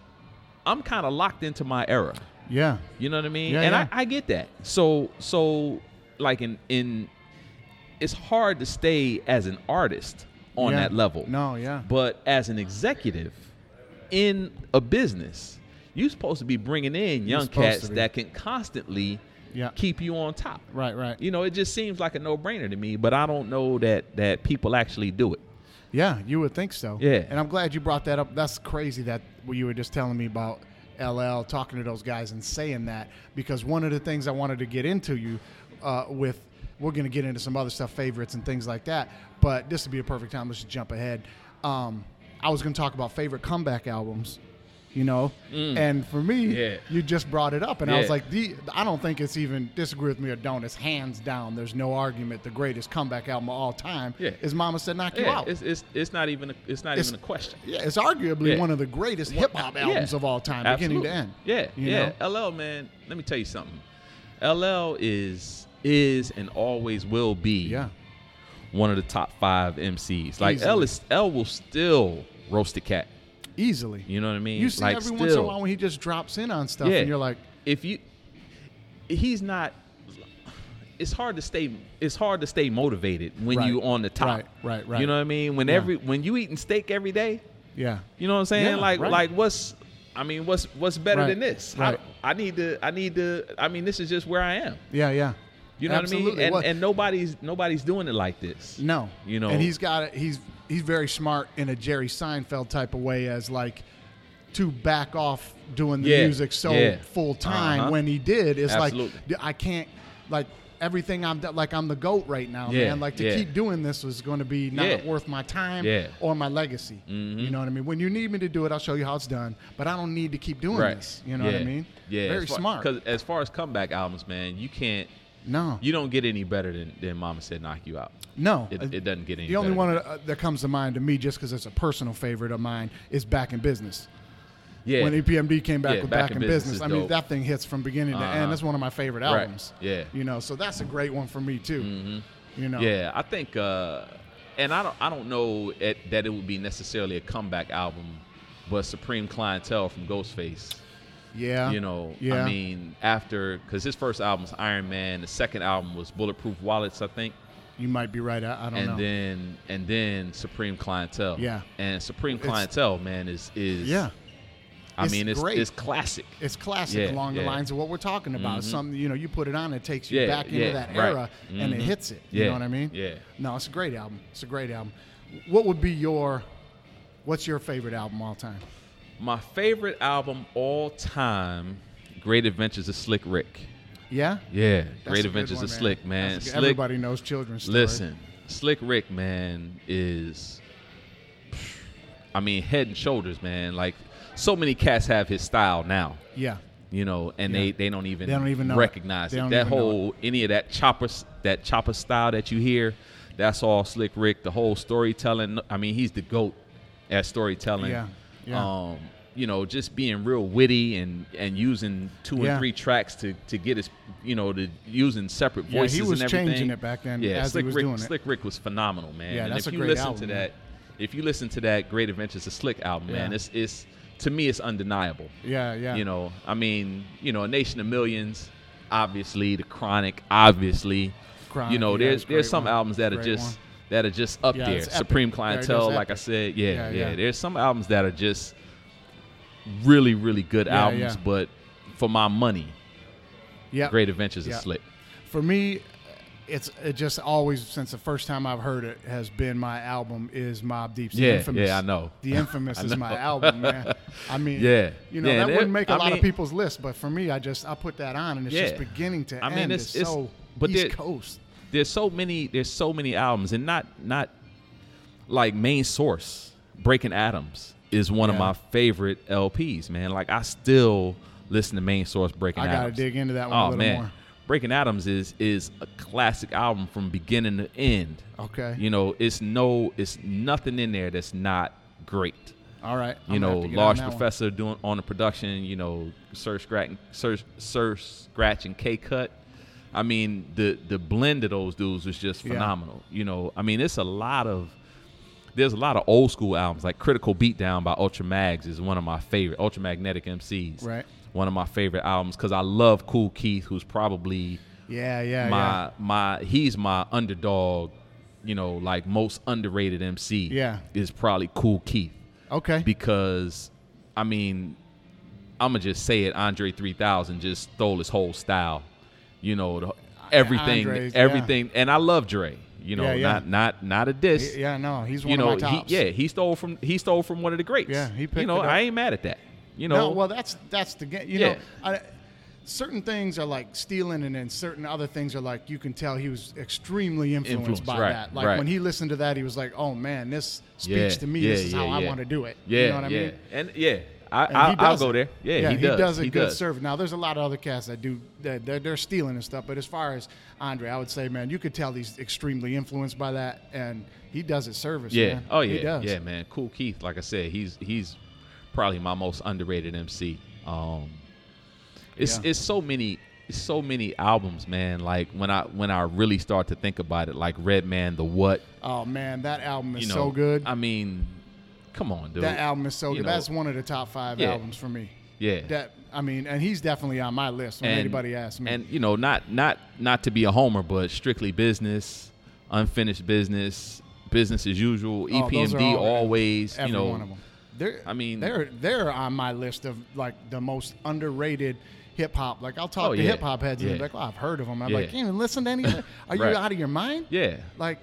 Speaker 2: I'm kind of locked into my era.
Speaker 1: Yeah,
Speaker 2: You know what I mean?
Speaker 1: Yeah,
Speaker 2: and
Speaker 1: yeah.
Speaker 2: I, I get that. So so like in in it's hard to stay as an artist on
Speaker 1: Yeah.
Speaker 2: that level.
Speaker 1: No, yeah.
Speaker 2: But as an executive in a business, you're supposed to be bringing in young
Speaker 1: supposed
Speaker 2: cats
Speaker 1: to be.
Speaker 2: that can constantly
Speaker 1: Yeah.
Speaker 2: keep you on top.
Speaker 1: right, right.
Speaker 2: You know, it just seems like a no-brainer to me, but I don't know that that people actually do it.
Speaker 1: Yeah, you would think so.
Speaker 2: Yeah.
Speaker 1: And I'm glad you brought that up. That's crazy that what you were just telling me about LL talking to those guys and saying that because one of the things I wanted to get into you uh, with, we're going to get into some other stuff, favorites and things like that, but this would be a perfect time. Let's just jump ahead. Um, I was going to talk about favorite comeback albums. You know, and for me,
Speaker 2: Mm. Yeah.
Speaker 1: you just brought it up, and I was
Speaker 2: Yeah.
Speaker 1: like, the, I don't think it's even disagree with me or don't. It's hands down. There's no argument. The greatest comeback album of all time
Speaker 2: Yeah.
Speaker 1: is "Mama Said Knock You
Speaker 2: Yeah,
Speaker 1: Out."
Speaker 2: it's, it's it's not even a, it's not
Speaker 1: It's-
Speaker 2: even a question.
Speaker 1: Yeah, it's arguably
Speaker 2: Yeah.
Speaker 1: one of the greatest hip hop albums of all time, beginning to end.
Speaker 2: Yeah,
Speaker 1: You
Speaker 2: yeah.
Speaker 1: know?
Speaker 2: LL man, let me tell you something. LL is is and always will be
Speaker 1: Yeah.
Speaker 2: one of the top five MCs. Like
Speaker 1: Easily.
Speaker 2: L is L will still roast a cat.
Speaker 1: Easily.
Speaker 2: You know what I mean?
Speaker 1: You see
Speaker 2: Like,
Speaker 1: every once in a
Speaker 2: still.
Speaker 1: while when he just drops in on stuff and you're like,
Speaker 2: if you, he's not. It's hard to stay. It's hard to stay motivated when
Speaker 1: Right.
Speaker 2: you on the top.
Speaker 1: Right, right, right.
Speaker 2: You know what I mean? When
Speaker 1: Yeah.
Speaker 2: every when you eating steak every day,
Speaker 1: Yeah.
Speaker 2: You know what I'm saying?
Speaker 1: Yeah,
Speaker 2: like
Speaker 1: right.
Speaker 2: like what's I mean what's what's better
Speaker 1: Right,
Speaker 2: than this?
Speaker 1: right.
Speaker 2: I, I need to I need to I mean this is just where I am.
Speaker 1: Yeah, yeah.
Speaker 2: You know what I
Speaker 1: Absolutely.
Speaker 2: mean? And,
Speaker 1: What-
Speaker 2: and nobody's nobody's doing it like this.
Speaker 1: No.
Speaker 2: You know.
Speaker 1: And he's got it. He's he's very smart in a Jerry Seinfeld type of way as like to back off doing the
Speaker 2: Yeah,
Speaker 1: music so
Speaker 2: yeah.
Speaker 1: full time
Speaker 2: Uh-huh.
Speaker 1: when he did. It's
Speaker 2: Absolutely.
Speaker 1: like I can't like everything I'm do- like I'm the goat right now,
Speaker 2: Yeah,
Speaker 1: man. Like to
Speaker 2: yeah.
Speaker 1: keep doing this was going to be not
Speaker 2: Yeah.
Speaker 1: worth my time
Speaker 2: Yeah. Mm-hmm.
Speaker 1: or my legacy. You know what I mean? When you need me to do it, I'll show you how it's done. But I don't need to keep doing
Speaker 2: right.
Speaker 1: this. You know what I
Speaker 2: Yeah.
Speaker 1: mean?
Speaker 2: Yeah,
Speaker 1: very smart.
Speaker 2: Because as far as comeback albums, man, you can't,
Speaker 1: No,
Speaker 2: you don't get any better than, than Mama Said Knock You Out.
Speaker 1: no, Uh,
Speaker 2: It, it doesn't get any.
Speaker 1: The only
Speaker 2: better.
Speaker 1: one uh, that comes to mind to me, just because it's a personal favorite of mine, is Back in Business.
Speaker 2: yeah,
Speaker 1: When E EPMD came back
Speaker 2: Yeah,
Speaker 1: with
Speaker 2: Back
Speaker 1: Back,
Speaker 2: in
Speaker 1: in
Speaker 2: Business
Speaker 1: Business,
Speaker 2: is
Speaker 1: I mean
Speaker 2: dope.
Speaker 1: that thing hits from beginning to
Speaker 2: Uh-huh.
Speaker 1: end. That's one of my favorite
Speaker 2: Right.
Speaker 1: albums.
Speaker 2: Yeah. Mm-hmm.
Speaker 1: you know, so that's a great one for me too. You know,
Speaker 2: yeah. I think, uh, and I don't, I don't know it, that it would be necessarily a comeback album, but Supreme Clientele from Ghostface.
Speaker 1: yeah,
Speaker 2: You know,
Speaker 1: yeah.
Speaker 2: I mean, after because his first album was Iron Man, the second album was Bulletproof Wallets, I think,
Speaker 1: you might be right. I, I don't
Speaker 2: and
Speaker 1: know.
Speaker 2: then and then Supreme Clientele.
Speaker 1: Oh, Yeah.
Speaker 2: and Supreme Clientele, man, is is
Speaker 1: yeah,
Speaker 2: I
Speaker 1: It's
Speaker 2: mean, it's
Speaker 1: great.
Speaker 2: it's classic.
Speaker 1: it's classic
Speaker 2: Yeah,
Speaker 1: along the
Speaker 2: yeah. Mm-hmm.
Speaker 1: lines of what we're talking about. Something you know, you put it on, it takes you
Speaker 2: Yeah,
Speaker 1: back into
Speaker 2: yeah,
Speaker 1: that
Speaker 2: right.
Speaker 1: era, and it
Speaker 2: Mhm.
Speaker 1: hits it. You
Speaker 2: Yeah,
Speaker 1: know what I mean?
Speaker 2: yeah.
Speaker 1: No, it's a great album. It's a great album. What would be your, what's your favorite album all time?
Speaker 2: My favorite album all time, Great Adventures of Slick Rick.
Speaker 1: Yeah.
Speaker 2: Yeah,
Speaker 1: That's
Speaker 2: Great
Speaker 1: a good
Speaker 2: Adventures
Speaker 1: one,
Speaker 2: of Slick, man.
Speaker 1: That's a good-
Speaker 2: Slick,
Speaker 1: everybody knows children's story.
Speaker 2: listen, Slick Rick, man, is, I mean, head and shoulders, man. Like, so many cats have his style now,
Speaker 1: Yeah.
Speaker 2: you know, and they,
Speaker 1: Yeah.
Speaker 2: they don't even
Speaker 1: They don't even know it.
Speaker 2: recognize
Speaker 1: They
Speaker 2: it.
Speaker 1: don't
Speaker 2: That
Speaker 1: even know it.
Speaker 2: whole any of that chopper s- that chopper style that you hear, that's all Slick Rick. The whole storytelling. I mean, he's the goat at storytelling.
Speaker 1: Yeah, yeah.
Speaker 2: Um, you know, just being real witty and and using two and
Speaker 1: Yeah.
Speaker 2: three tracks to to get his you know to using separate
Speaker 1: Yeah, he
Speaker 2: voices.
Speaker 1: was
Speaker 2: and
Speaker 1: changing
Speaker 2: everything.
Speaker 1: it back then
Speaker 2: Yeah,
Speaker 1: as he
Speaker 2: Slick
Speaker 1: was
Speaker 2: Rick.
Speaker 1: doing it.
Speaker 2: Slick Rick was phenomenal, man.
Speaker 1: Yeah,
Speaker 2: and
Speaker 1: that's
Speaker 2: if
Speaker 1: a
Speaker 2: you
Speaker 1: great
Speaker 2: listen to
Speaker 1: album, man.
Speaker 2: that, if you listen to that Great Adventures of Slick album, man,
Speaker 1: Yeah.
Speaker 2: it's it's to me it's undeniable.
Speaker 1: Yeah. Yeah.
Speaker 2: You know, I mean, you know, a nation of millions, obviously, the chronic, obviously.
Speaker 1: Chronic,
Speaker 2: you know,
Speaker 1: yeah,
Speaker 2: there's
Speaker 1: it's a
Speaker 2: there's
Speaker 1: great
Speaker 2: some
Speaker 1: one.
Speaker 2: albums that are
Speaker 1: Great
Speaker 2: just
Speaker 1: one.
Speaker 2: that are just up
Speaker 1: Yeah,
Speaker 2: there.
Speaker 1: it's epic.
Speaker 2: Supreme
Speaker 1: Yeah, it is
Speaker 2: clientele, like I
Speaker 1: epic.
Speaker 2: said, yeah,
Speaker 1: Yeah,
Speaker 2: yeah,
Speaker 1: yeah.
Speaker 2: There's some albums that are just really, really good
Speaker 1: Yeah,
Speaker 2: albums,
Speaker 1: yeah.
Speaker 2: but for my money,
Speaker 1: Yeah.
Speaker 2: Great Adventures
Speaker 1: Yeah.
Speaker 2: is slick.
Speaker 1: For me, it's it just always since the first time I've heard it has been my album is Mob Deep's The
Speaker 2: Yeah,
Speaker 1: Infamous.
Speaker 2: yeah, [LAUGHS] I know.
Speaker 1: The Infamous
Speaker 2: I
Speaker 1: is my
Speaker 2: know.
Speaker 1: album, man. I mean,
Speaker 2: [LAUGHS] Yeah.
Speaker 1: you know
Speaker 2: Yeah,
Speaker 1: that
Speaker 2: and it-
Speaker 1: wouldn't make a
Speaker 2: I
Speaker 1: lot of
Speaker 2: mean-
Speaker 1: people's list, but for me, I just I put that on and it's just
Speaker 2: Yeah.
Speaker 1: beginning to
Speaker 2: I mean,
Speaker 1: end.
Speaker 2: it's-
Speaker 1: It's
Speaker 2: it's-
Speaker 1: so
Speaker 2: but
Speaker 1: East
Speaker 2: there-
Speaker 1: Coast.
Speaker 2: There's so many there's so many albums and not not like main source, Breaking Adams is one of
Speaker 1: Yeah.
Speaker 2: my favorite LPs, man. Like I still listen to main source Breaking
Speaker 1: I gotta
Speaker 2: Adams.
Speaker 1: dig into that one a
Speaker 2: oh
Speaker 1: little
Speaker 2: man,
Speaker 1: more.
Speaker 2: Breaking Adams is is a classic album from beginning to end.
Speaker 1: Okay.
Speaker 2: You know, it's no, it's nothing in there that's not great.
Speaker 1: All right.
Speaker 2: You
Speaker 1: I'm gonna
Speaker 2: know,
Speaker 1: have to get on
Speaker 2: large
Speaker 1: that one.
Speaker 2: professor doing on the production. You know, Sir Scratch, Sir, Sir Scratch and K Cut. I mean, the the blend of those dudes was just
Speaker 1: Yeah.
Speaker 2: phenomenal. You know, I mean, it's a lot of there's a lot of old school albums like Critical Beatdown by Ultra Mags is one of my favorite Ultra Magnetic MCs.
Speaker 1: Right.
Speaker 2: One of my favorite albums because I love Cool Keith, who's probably
Speaker 1: Yeah, yeah,
Speaker 2: my my he's my underdog. You know, like most underrated MC.
Speaker 1: Yeah.
Speaker 2: Is probably Cool Keith
Speaker 1: yeah. Okay.
Speaker 2: because I mean, I'm gonna just say it. Andre 3000 just stole his whole style. You know, the, everything,
Speaker 1: Andre's, yeah.
Speaker 2: everything, and I love Dre. You know,
Speaker 1: Yeah, yeah.
Speaker 2: not not not a diss.
Speaker 1: yeah, no, he's one
Speaker 2: you know,
Speaker 1: of my
Speaker 2: he,
Speaker 1: tops.
Speaker 2: yeah, he stole from he stole from one of the greats.
Speaker 1: Yeah, he
Speaker 2: You
Speaker 1: picked
Speaker 2: know,
Speaker 1: it up.
Speaker 2: I ain't mad at that. You
Speaker 1: no,
Speaker 2: know,
Speaker 1: well, that's that's the game. You
Speaker 2: Yeah.
Speaker 1: know, I, certain things are like stealing, and then certain other things are like you can tell he was extremely influenced,
Speaker 2: Influenced,
Speaker 1: by
Speaker 2: right,
Speaker 1: that. Like
Speaker 2: right.
Speaker 1: when he listened to that, he was like, "Oh man, this speaks
Speaker 2: Yeah,
Speaker 1: to me.
Speaker 2: yeah,
Speaker 1: this is how
Speaker 2: yeah,
Speaker 1: I
Speaker 2: yeah.
Speaker 1: want to do it."
Speaker 2: yeah,
Speaker 1: you know what
Speaker 2: yeah,
Speaker 1: I mean?
Speaker 2: and yeah, I,
Speaker 1: And
Speaker 2: I
Speaker 1: he
Speaker 2: I'll
Speaker 1: does
Speaker 2: go
Speaker 1: it.
Speaker 2: there. Yeah, he does.
Speaker 1: does a
Speaker 2: he
Speaker 1: good
Speaker 2: does.
Speaker 1: service. Now, there's a lot of other cats that do that they're, they're stealing and stuff. But as far as Andre, I would say, man, you could tell he's extremely influenced by that, and he does it service.
Speaker 2: Yeah.
Speaker 1: man.
Speaker 2: Oh yeah.
Speaker 1: He does.
Speaker 2: Yeah, man. Cool Keith. Like I said, he's he's probably my most underrated MC. Um, it's
Speaker 1: Yeah.
Speaker 2: it's so many it's so many albums, man. Like when I when I really start to think about it, like Red Man, the What,
Speaker 1: Oh man, that album is
Speaker 2: you know,
Speaker 1: so good.
Speaker 2: I mean, come on, dude.
Speaker 1: That album is so
Speaker 2: you
Speaker 1: good.
Speaker 2: know,
Speaker 1: That's one of the top five
Speaker 2: yeah.
Speaker 1: albums for me.
Speaker 2: Yeah.
Speaker 1: That I mean, and he's definitely on my list when
Speaker 2: And-
Speaker 1: anybody asks me.
Speaker 2: And you know, not not not to be a homer, but strictly business, unfinished business, business as usual, E
Speaker 1: Oh, those
Speaker 2: EPMD
Speaker 1: are all-
Speaker 2: always,
Speaker 1: every
Speaker 2: you know,
Speaker 1: one of them. They're,
Speaker 2: I mean-
Speaker 1: they're they're on my list of like the most underrated hip hop. Like I'll talk
Speaker 2: Oh,
Speaker 1: to
Speaker 2: yeah.
Speaker 1: hip hop heads and
Speaker 2: Yeah.
Speaker 1: they're like, well, I've heard of them. I'm
Speaker 2: Yeah.
Speaker 1: like, you didn't listen to any? Of that?
Speaker 2: [LAUGHS]
Speaker 1: Are
Speaker 2: Right.
Speaker 1: you out of your mind?
Speaker 2: yeah.
Speaker 1: Like,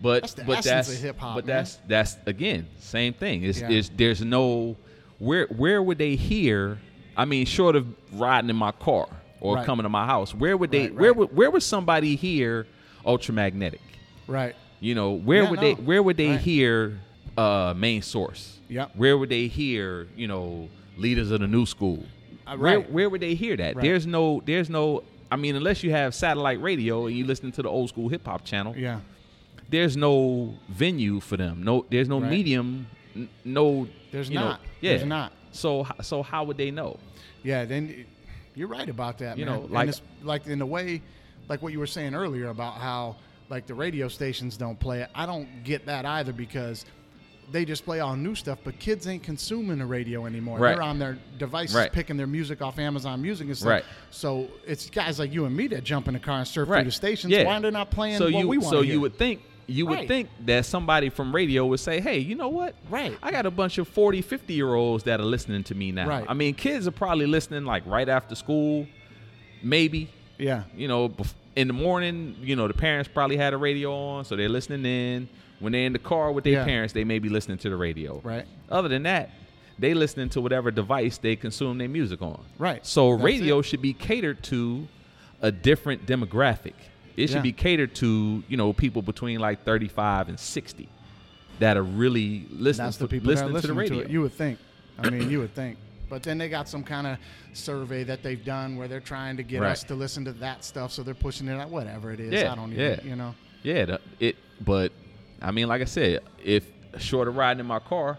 Speaker 2: But
Speaker 1: That's the
Speaker 2: but
Speaker 1: essence
Speaker 2: that's
Speaker 1: of hip-hop,
Speaker 2: But
Speaker 1: man.
Speaker 2: that's that's again same thing. It's,
Speaker 1: Yeah.
Speaker 2: it's there's no where where would they hear? I mean, short of riding in my car or or
Speaker 1: Right.
Speaker 2: coming to my house. Where would they?
Speaker 1: Right,
Speaker 2: Where
Speaker 1: right.
Speaker 2: would where would somebody hear Ultramagnetic?
Speaker 1: Right.
Speaker 2: You know, where
Speaker 1: Yeah,
Speaker 2: would
Speaker 1: no.
Speaker 2: they where would they
Speaker 1: Right.
Speaker 2: hear uh, main source?
Speaker 1: Yep.
Speaker 2: Where would they hear you know leaders of the new school?
Speaker 1: Uh,
Speaker 2: Where,
Speaker 1: right.
Speaker 2: where would they hear that?
Speaker 1: Right.
Speaker 2: There's no there's no. I mean, unless you have satellite radio and you listen to the old school hip hop channel,
Speaker 1: Yeah.
Speaker 2: there's no venue for them. No, there's no
Speaker 1: Right.
Speaker 2: medium. n- No,
Speaker 1: There's
Speaker 2: you know,
Speaker 1: not.
Speaker 2: yeah,
Speaker 1: There's not.
Speaker 2: So, h- so how would they know?
Speaker 1: Yeah, then you're right about that.
Speaker 2: You
Speaker 1: man.
Speaker 2: know,
Speaker 1: And
Speaker 2: like-
Speaker 1: it's- like in the way, like what you were saying earlier about how like the radio stations don't play it. I don't get that either because they just play all new stuff, but kids ain't consuming the radio anymore.
Speaker 2: Right.
Speaker 1: They're on their devices
Speaker 2: Right.
Speaker 1: picking their music off Amazon Music and stuff.
Speaker 2: Right.
Speaker 1: So it's guys like you and me that jump in the car and surf through the stations.
Speaker 2: Yeah.
Speaker 1: Why are they not playing
Speaker 2: so
Speaker 1: what
Speaker 2: you,
Speaker 1: we want
Speaker 2: So
Speaker 1: to
Speaker 2: you would think you would
Speaker 1: Right.
Speaker 2: think that somebody from radio would say, "Hey, you know what?
Speaker 1: Right.
Speaker 2: I got a bunch of 40, 50 year olds that are listening to me now.
Speaker 1: Right.
Speaker 2: I mean, kids are probably listening like right after school, maybe.
Speaker 1: Yeah.
Speaker 2: You know, bef- in the morning, you know, the parents probably had a radio on, so they're listening in. When they're in the car with their
Speaker 1: Yeah.
Speaker 2: parents, they may be listening to the radio.
Speaker 1: Right.
Speaker 2: Other than that, they listening to whatever device they consume their music on.
Speaker 1: Right.
Speaker 2: So
Speaker 1: That's
Speaker 2: radio
Speaker 1: it.
Speaker 2: should be catered to a different demographic. It should
Speaker 1: Yeah.
Speaker 2: be catered to you know people between like 35 and 60 that are really listening
Speaker 1: That's
Speaker 2: to
Speaker 1: the people that are
Speaker 2: listening to the
Speaker 1: listening to,
Speaker 2: radio.
Speaker 1: it. You would think. I mean, you would think. But then they got some kind of survey that they've done where they're trying to get
Speaker 2: Right.
Speaker 1: us to listen to that stuff, so they're pushing it out. Whatever it is,
Speaker 2: Yeah,
Speaker 1: I don't even.
Speaker 2: yeah.
Speaker 1: You know.
Speaker 2: yeah, the, it. But I mean, like I said, if short of riding in my car,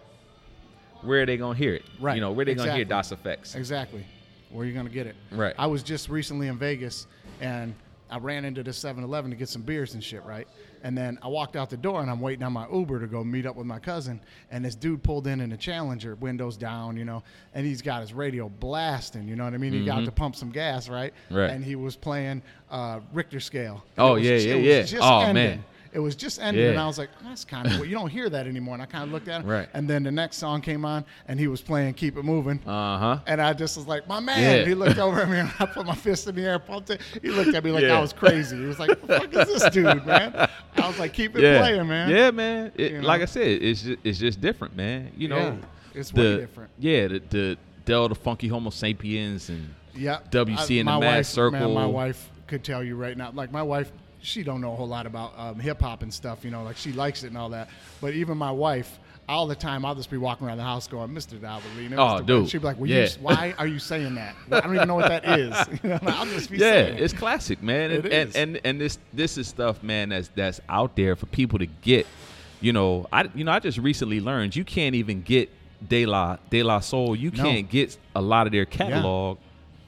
Speaker 2: where are they gonna hear it?
Speaker 1: Right.
Speaker 2: You know, where they gonna hear DOS
Speaker 1: Exactly.
Speaker 2: effects?
Speaker 1: Exactly. Where you going to get it?
Speaker 2: Right.
Speaker 1: I was just recently in Vegas and I ran into the 7-Eleven to get some beers and shit, right? And then I walked out the door and I'm waiting on my Uber to go meet up with my cousin and this dude pulled in in a Challenger, windows down, you know, and he's got his radio blasting, you know what I mean? He got to pump some gas, right?
Speaker 2: Mm-hmm. Right.
Speaker 1: And he was playing uh, Richter scale. It
Speaker 2: Oh,
Speaker 1: was
Speaker 2: yeah,
Speaker 1: ju-
Speaker 2: yeah,
Speaker 1: it was
Speaker 2: yeah.
Speaker 1: just
Speaker 2: Oh,
Speaker 1: ending.
Speaker 2: man.
Speaker 1: It was just ending, and
Speaker 2: Yeah.
Speaker 1: I was like, "That's kind of you don't hear that anymore." And I kind of looked at him,
Speaker 2: Right.
Speaker 1: and then the next song came on, and he was playing "Keep It Moving,"
Speaker 2: Uh huh.
Speaker 1: And I just was like, my man.
Speaker 2: Yeah.
Speaker 1: He looked over at me and I put my fist in the air, pumped it. He looked at me like
Speaker 2: Yeah.
Speaker 1: I was crazy. He was like, what the fuck is this dude,
Speaker 2: [LAUGHS]
Speaker 1: man? I was like, keep it playing, man.
Speaker 2: Yeah, man. It,
Speaker 1: You
Speaker 2: Like
Speaker 1: know?
Speaker 2: I said, it's just, it's just different, man. You know,
Speaker 1: Yeah, it's
Speaker 2: the,
Speaker 1: way different.
Speaker 2: Yeah, the, the Del the Funky Homo Sapiens and
Speaker 1: Yeah.
Speaker 2: WC
Speaker 1: I-
Speaker 2: and the
Speaker 1: my
Speaker 2: Mad
Speaker 1: wife,
Speaker 2: Circle.
Speaker 1: Man, my wife could tell you right now. Like, my wife, she don't know a whole lot about um, hip hop and stuff, you know, like she likes it and all that. But even my wife, all the time, I'll just be walking around the house going, Mr. Davalino.
Speaker 2: Oh,
Speaker 1: Mr.
Speaker 2: dude.
Speaker 1: She'd be like, well,
Speaker 2: Yeah.
Speaker 1: you, why are you saying that? I don't even know what that is. [LAUGHS] You know, I'll just be
Speaker 2: yeah,
Speaker 1: saying it.
Speaker 2: it's classic, man.
Speaker 1: It
Speaker 2: and, and
Speaker 1: is.
Speaker 2: and and this this is stuff, man. That's that's out there for people to get. You know, I you know I just recently learned you can't even get De La De La Soul. You
Speaker 1: No.
Speaker 2: can't get a lot of their catalog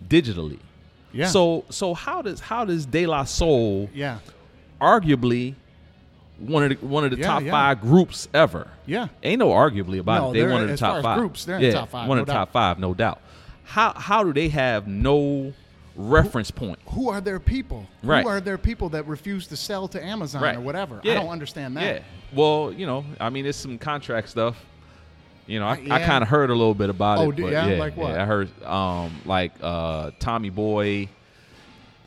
Speaker 2: digitally.
Speaker 1: Yeah.
Speaker 2: So so how does how does De La Soul
Speaker 1: Yeah.
Speaker 2: arguably one of the one of the
Speaker 1: Yeah,
Speaker 2: top
Speaker 1: yeah.
Speaker 2: five groups ever.
Speaker 1: Yeah.
Speaker 2: Ain't no arguably about
Speaker 1: No,
Speaker 2: it. They
Speaker 1: they're-
Speaker 2: one of the
Speaker 1: as
Speaker 2: top
Speaker 1: far as
Speaker 2: five
Speaker 1: groups, they're in
Speaker 2: yeah,
Speaker 1: the top five,
Speaker 2: One
Speaker 1: no
Speaker 2: of the top
Speaker 1: doubt.
Speaker 2: five, no doubt. How how do they have no reference point?
Speaker 1: who are their people?
Speaker 2: Right.
Speaker 1: Who are their people that refuse to sell to Amazon
Speaker 2: Right.
Speaker 1: or whatever?
Speaker 2: Yeah.
Speaker 1: I don't understand
Speaker 2: Yeah.
Speaker 1: that.
Speaker 2: Well, you know, I mean, it's some contract stuff. You know, I, I
Speaker 1: Uh, yeah.
Speaker 2: kind of heard a little bit about
Speaker 1: Oh,
Speaker 2: it.
Speaker 1: do-
Speaker 2: but
Speaker 1: yeah? Like what?
Speaker 2: I heard um, like uh, Tommy Boy.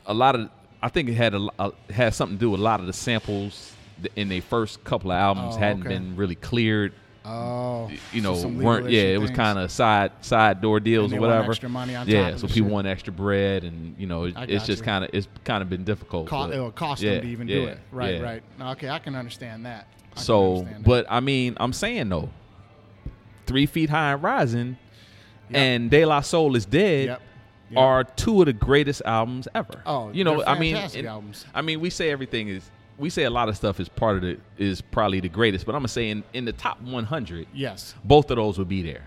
Speaker 2: A lot of I think it had a, lo- uh had something to do with a lot of the samples th- in their first couple of albums
Speaker 1: Oh,
Speaker 2: hadn't
Speaker 1: okay.
Speaker 2: been really cleared.
Speaker 1: Oh,
Speaker 2: you
Speaker 1: so
Speaker 2: know,
Speaker 1: some legal
Speaker 2: weren't yeah,
Speaker 1: issue
Speaker 2: it was
Speaker 1: things.
Speaker 2: kind of side side door deals
Speaker 1: And they
Speaker 2: or
Speaker 1: want
Speaker 2: whatever.
Speaker 1: extra money on
Speaker 2: yeah,
Speaker 1: top of
Speaker 2: so
Speaker 1: the
Speaker 2: people
Speaker 1: shit.
Speaker 2: want extra bread, and you know, it,
Speaker 1: I
Speaker 2: it's
Speaker 1: got
Speaker 2: just
Speaker 1: you.
Speaker 2: kind of it's kind of been difficult.
Speaker 1: Co-
Speaker 2: but-
Speaker 1: it'll cost
Speaker 2: uh, yeah,
Speaker 1: them to even do
Speaker 2: yeah,
Speaker 1: it. Right,
Speaker 2: yeah.
Speaker 1: right. Okay, I can understand that. I can
Speaker 2: So,
Speaker 1: understand that.
Speaker 2: but I mean, I'm saying though, three feet high and rising,
Speaker 1: Yep.
Speaker 2: and De La Soul is dead.
Speaker 1: Yep. Yep.
Speaker 2: Are two of the greatest albums ever.
Speaker 1: Oh,
Speaker 2: you know,
Speaker 1: they're
Speaker 2: I mean,
Speaker 1: fantastic
Speaker 2: and-
Speaker 1: albums.
Speaker 2: I mean, we say everything is. We say a lot of stuff is part of the is probably the greatest, but I'm gonna say in, in the top 100,
Speaker 1: yes.
Speaker 2: both of those would be there.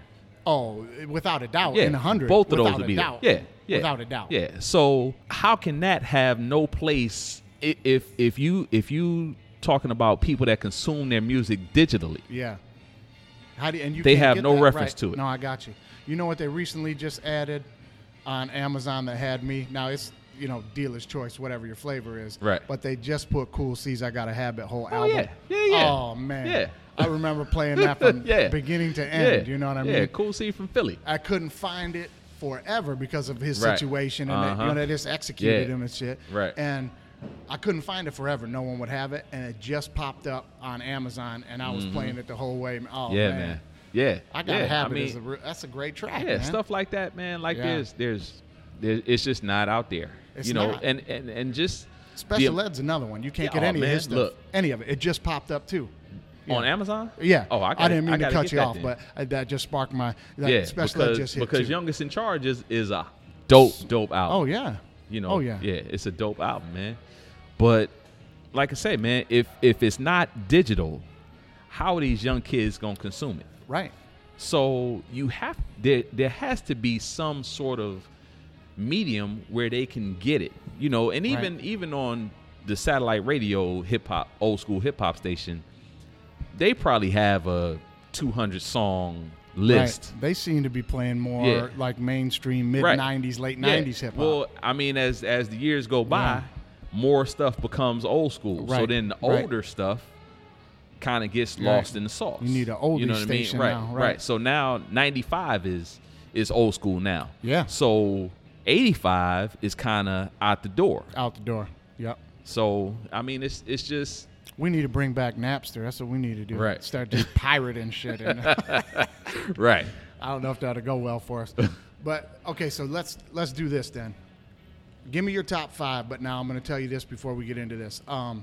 Speaker 1: Oh, without a doubt, in a hundred,
Speaker 2: Both of
Speaker 1: without
Speaker 2: those would
Speaker 1: a
Speaker 2: be there.
Speaker 1: doubt,
Speaker 2: Yeah, yeah,
Speaker 1: without a doubt.
Speaker 2: Yeah. So how can that have no place i- if if you if you talking about people that consume their music digitally?
Speaker 1: Yeah. How do you, and you
Speaker 2: They
Speaker 1: can't
Speaker 2: have
Speaker 1: get
Speaker 2: no
Speaker 1: that
Speaker 2: reference
Speaker 1: right.
Speaker 2: to it.
Speaker 1: No, I got you. You know what they recently just added on Amazon that had me? Now it's you know dealer's choice, whatever your flavor is.
Speaker 2: Right.
Speaker 1: But they just put Cool C's "I Got a Habit" whole
Speaker 2: Oh,
Speaker 1: album.
Speaker 2: yeah. Yeah, yeah.
Speaker 1: Oh man.
Speaker 2: Yeah.
Speaker 1: I remember
Speaker 2: [LAUGHS]
Speaker 1: playing that from
Speaker 2: Yeah.
Speaker 1: beginning to end. You know what I mean?
Speaker 2: Yeah. Cool C from Philly.
Speaker 1: I couldn't find it forever because of his
Speaker 2: Right.
Speaker 1: situation and they,
Speaker 2: Uh-huh.
Speaker 1: you know they just executed
Speaker 2: Yeah.
Speaker 1: him and shit.
Speaker 2: Right.
Speaker 1: And I couldn't find it forever. No one would have it, and it just popped up on Amazon, and I was playing it the whole way. Oh
Speaker 2: Mm-hmm. yeah,
Speaker 1: man.
Speaker 2: man. Yeah.
Speaker 1: I got
Speaker 2: yeah.
Speaker 1: a habit.
Speaker 2: I mean,
Speaker 1: is a re- that's a great track.
Speaker 2: yeah,
Speaker 1: man.
Speaker 2: stuff like that, man. Like
Speaker 1: Yeah.
Speaker 2: there's there's There- It's just not out there.
Speaker 1: It's
Speaker 2: you know,
Speaker 1: not.
Speaker 2: and, and and just
Speaker 1: Special
Speaker 2: the-
Speaker 1: Ed's another one. You can't
Speaker 2: Yeah,
Speaker 1: get
Speaker 2: aw,
Speaker 1: any of
Speaker 2: man,
Speaker 1: his stuff.
Speaker 2: look.
Speaker 1: Any of it. It just popped up too.
Speaker 2: on Amazon.
Speaker 1: Yeah.
Speaker 2: Oh, I,
Speaker 1: didn't mean to
Speaker 2: gotta
Speaker 1: cut
Speaker 2: get
Speaker 1: you
Speaker 2: that
Speaker 1: off,
Speaker 2: then.
Speaker 1: but I, that just sparked my. That
Speaker 2: yeah,
Speaker 1: Special
Speaker 2: because,
Speaker 1: Ed just hit
Speaker 2: because
Speaker 1: too.
Speaker 2: youngest in charge is is a dope dope album.
Speaker 1: Oh yeah.
Speaker 2: You know.
Speaker 1: Oh yeah.
Speaker 2: Yeah, it's a dope album, man. But like I say, man, if if it's not digital, how are these young kids gonna consume it?
Speaker 1: Right.
Speaker 2: So you have there there has to be some sort of medium where they can get it. You know, and even even on the satellite radio hip hop old school hip hop station, they probably have a 200 song list.
Speaker 1: Right. They seem to be playing more
Speaker 2: Yeah.
Speaker 1: like mainstream mid
Speaker 2: Right.
Speaker 1: '90s, late
Speaker 2: Yeah.
Speaker 1: '90s hip hop.
Speaker 2: Well, I mean, as as the years go by, more stuff becomes old school. So
Speaker 1: Right.
Speaker 2: then the
Speaker 1: Right.
Speaker 2: older stuff kind of gets
Speaker 1: Right.
Speaker 2: lost in the sauce.
Speaker 1: You need an
Speaker 2: old
Speaker 1: oldies station
Speaker 2: Right,
Speaker 1: now,
Speaker 2: right.
Speaker 1: right.
Speaker 2: So now ninety five is is old school now.
Speaker 1: Yeah.
Speaker 2: So eighty five is kind of out the door.
Speaker 1: Out the door. Yep.
Speaker 2: So I mean, it's it's just
Speaker 1: We need to bring back Napster. That's what we need to do.
Speaker 2: Right.
Speaker 1: Start
Speaker 2: [LAUGHS]
Speaker 1: just pirating shit. And [LAUGHS]
Speaker 2: right.
Speaker 1: I don't know if that'll go well for us. But okay, so let's let's do this then. Give me your top five. But now I'm going to tell you this before we get into this. Um,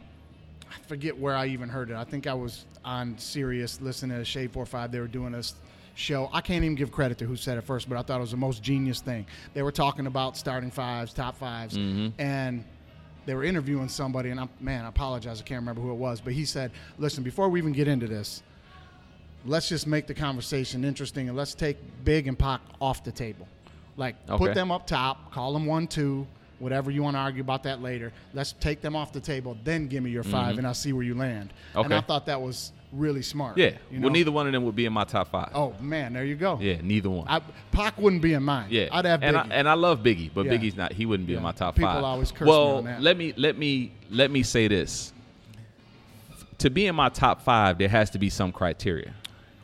Speaker 1: I forget where I even heard it. I think I was on Sirius listening to Shade Four Five. They were doing a s- show. I can't even give credit to who said it first, but I thought it was the most genius thing. They were talking about starting fives, top 5s and they were interviewing somebody. And I'm man, I apologize, I can't remember who it was, but he said, "Listen, before we even get into this, let's just make the conversation interesting and let's take Big and Pac off the table. Like
Speaker 2: Okay.
Speaker 1: put them up top, call them one, two, whatever you want to argue about that later. Let's take them off the table, then give me your 5 and I'll see where you land. And
Speaker 2: Mm-hmm. Okay.
Speaker 1: I thought that was really smart.
Speaker 2: Yeah.
Speaker 1: you know?
Speaker 2: Well, neither one of them would be in my top five.
Speaker 1: Oh man, there you go.
Speaker 2: Yeah, neither one.
Speaker 1: I, Pac wouldn't be in mine.
Speaker 2: Yeah,
Speaker 1: I'd have Biggie.
Speaker 2: and I, and I love Biggie, but
Speaker 1: Yeah.
Speaker 2: Biggie's not. He wouldn't be in
Speaker 1: Yeah.
Speaker 2: my top
Speaker 1: People
Speaker 2: five.
Speaker 1: always curse me
Speaker 2: well,
Speaker 1: on that.
Speaker 2: let me let me let me say this. To be in my top five, there has to be some criteria,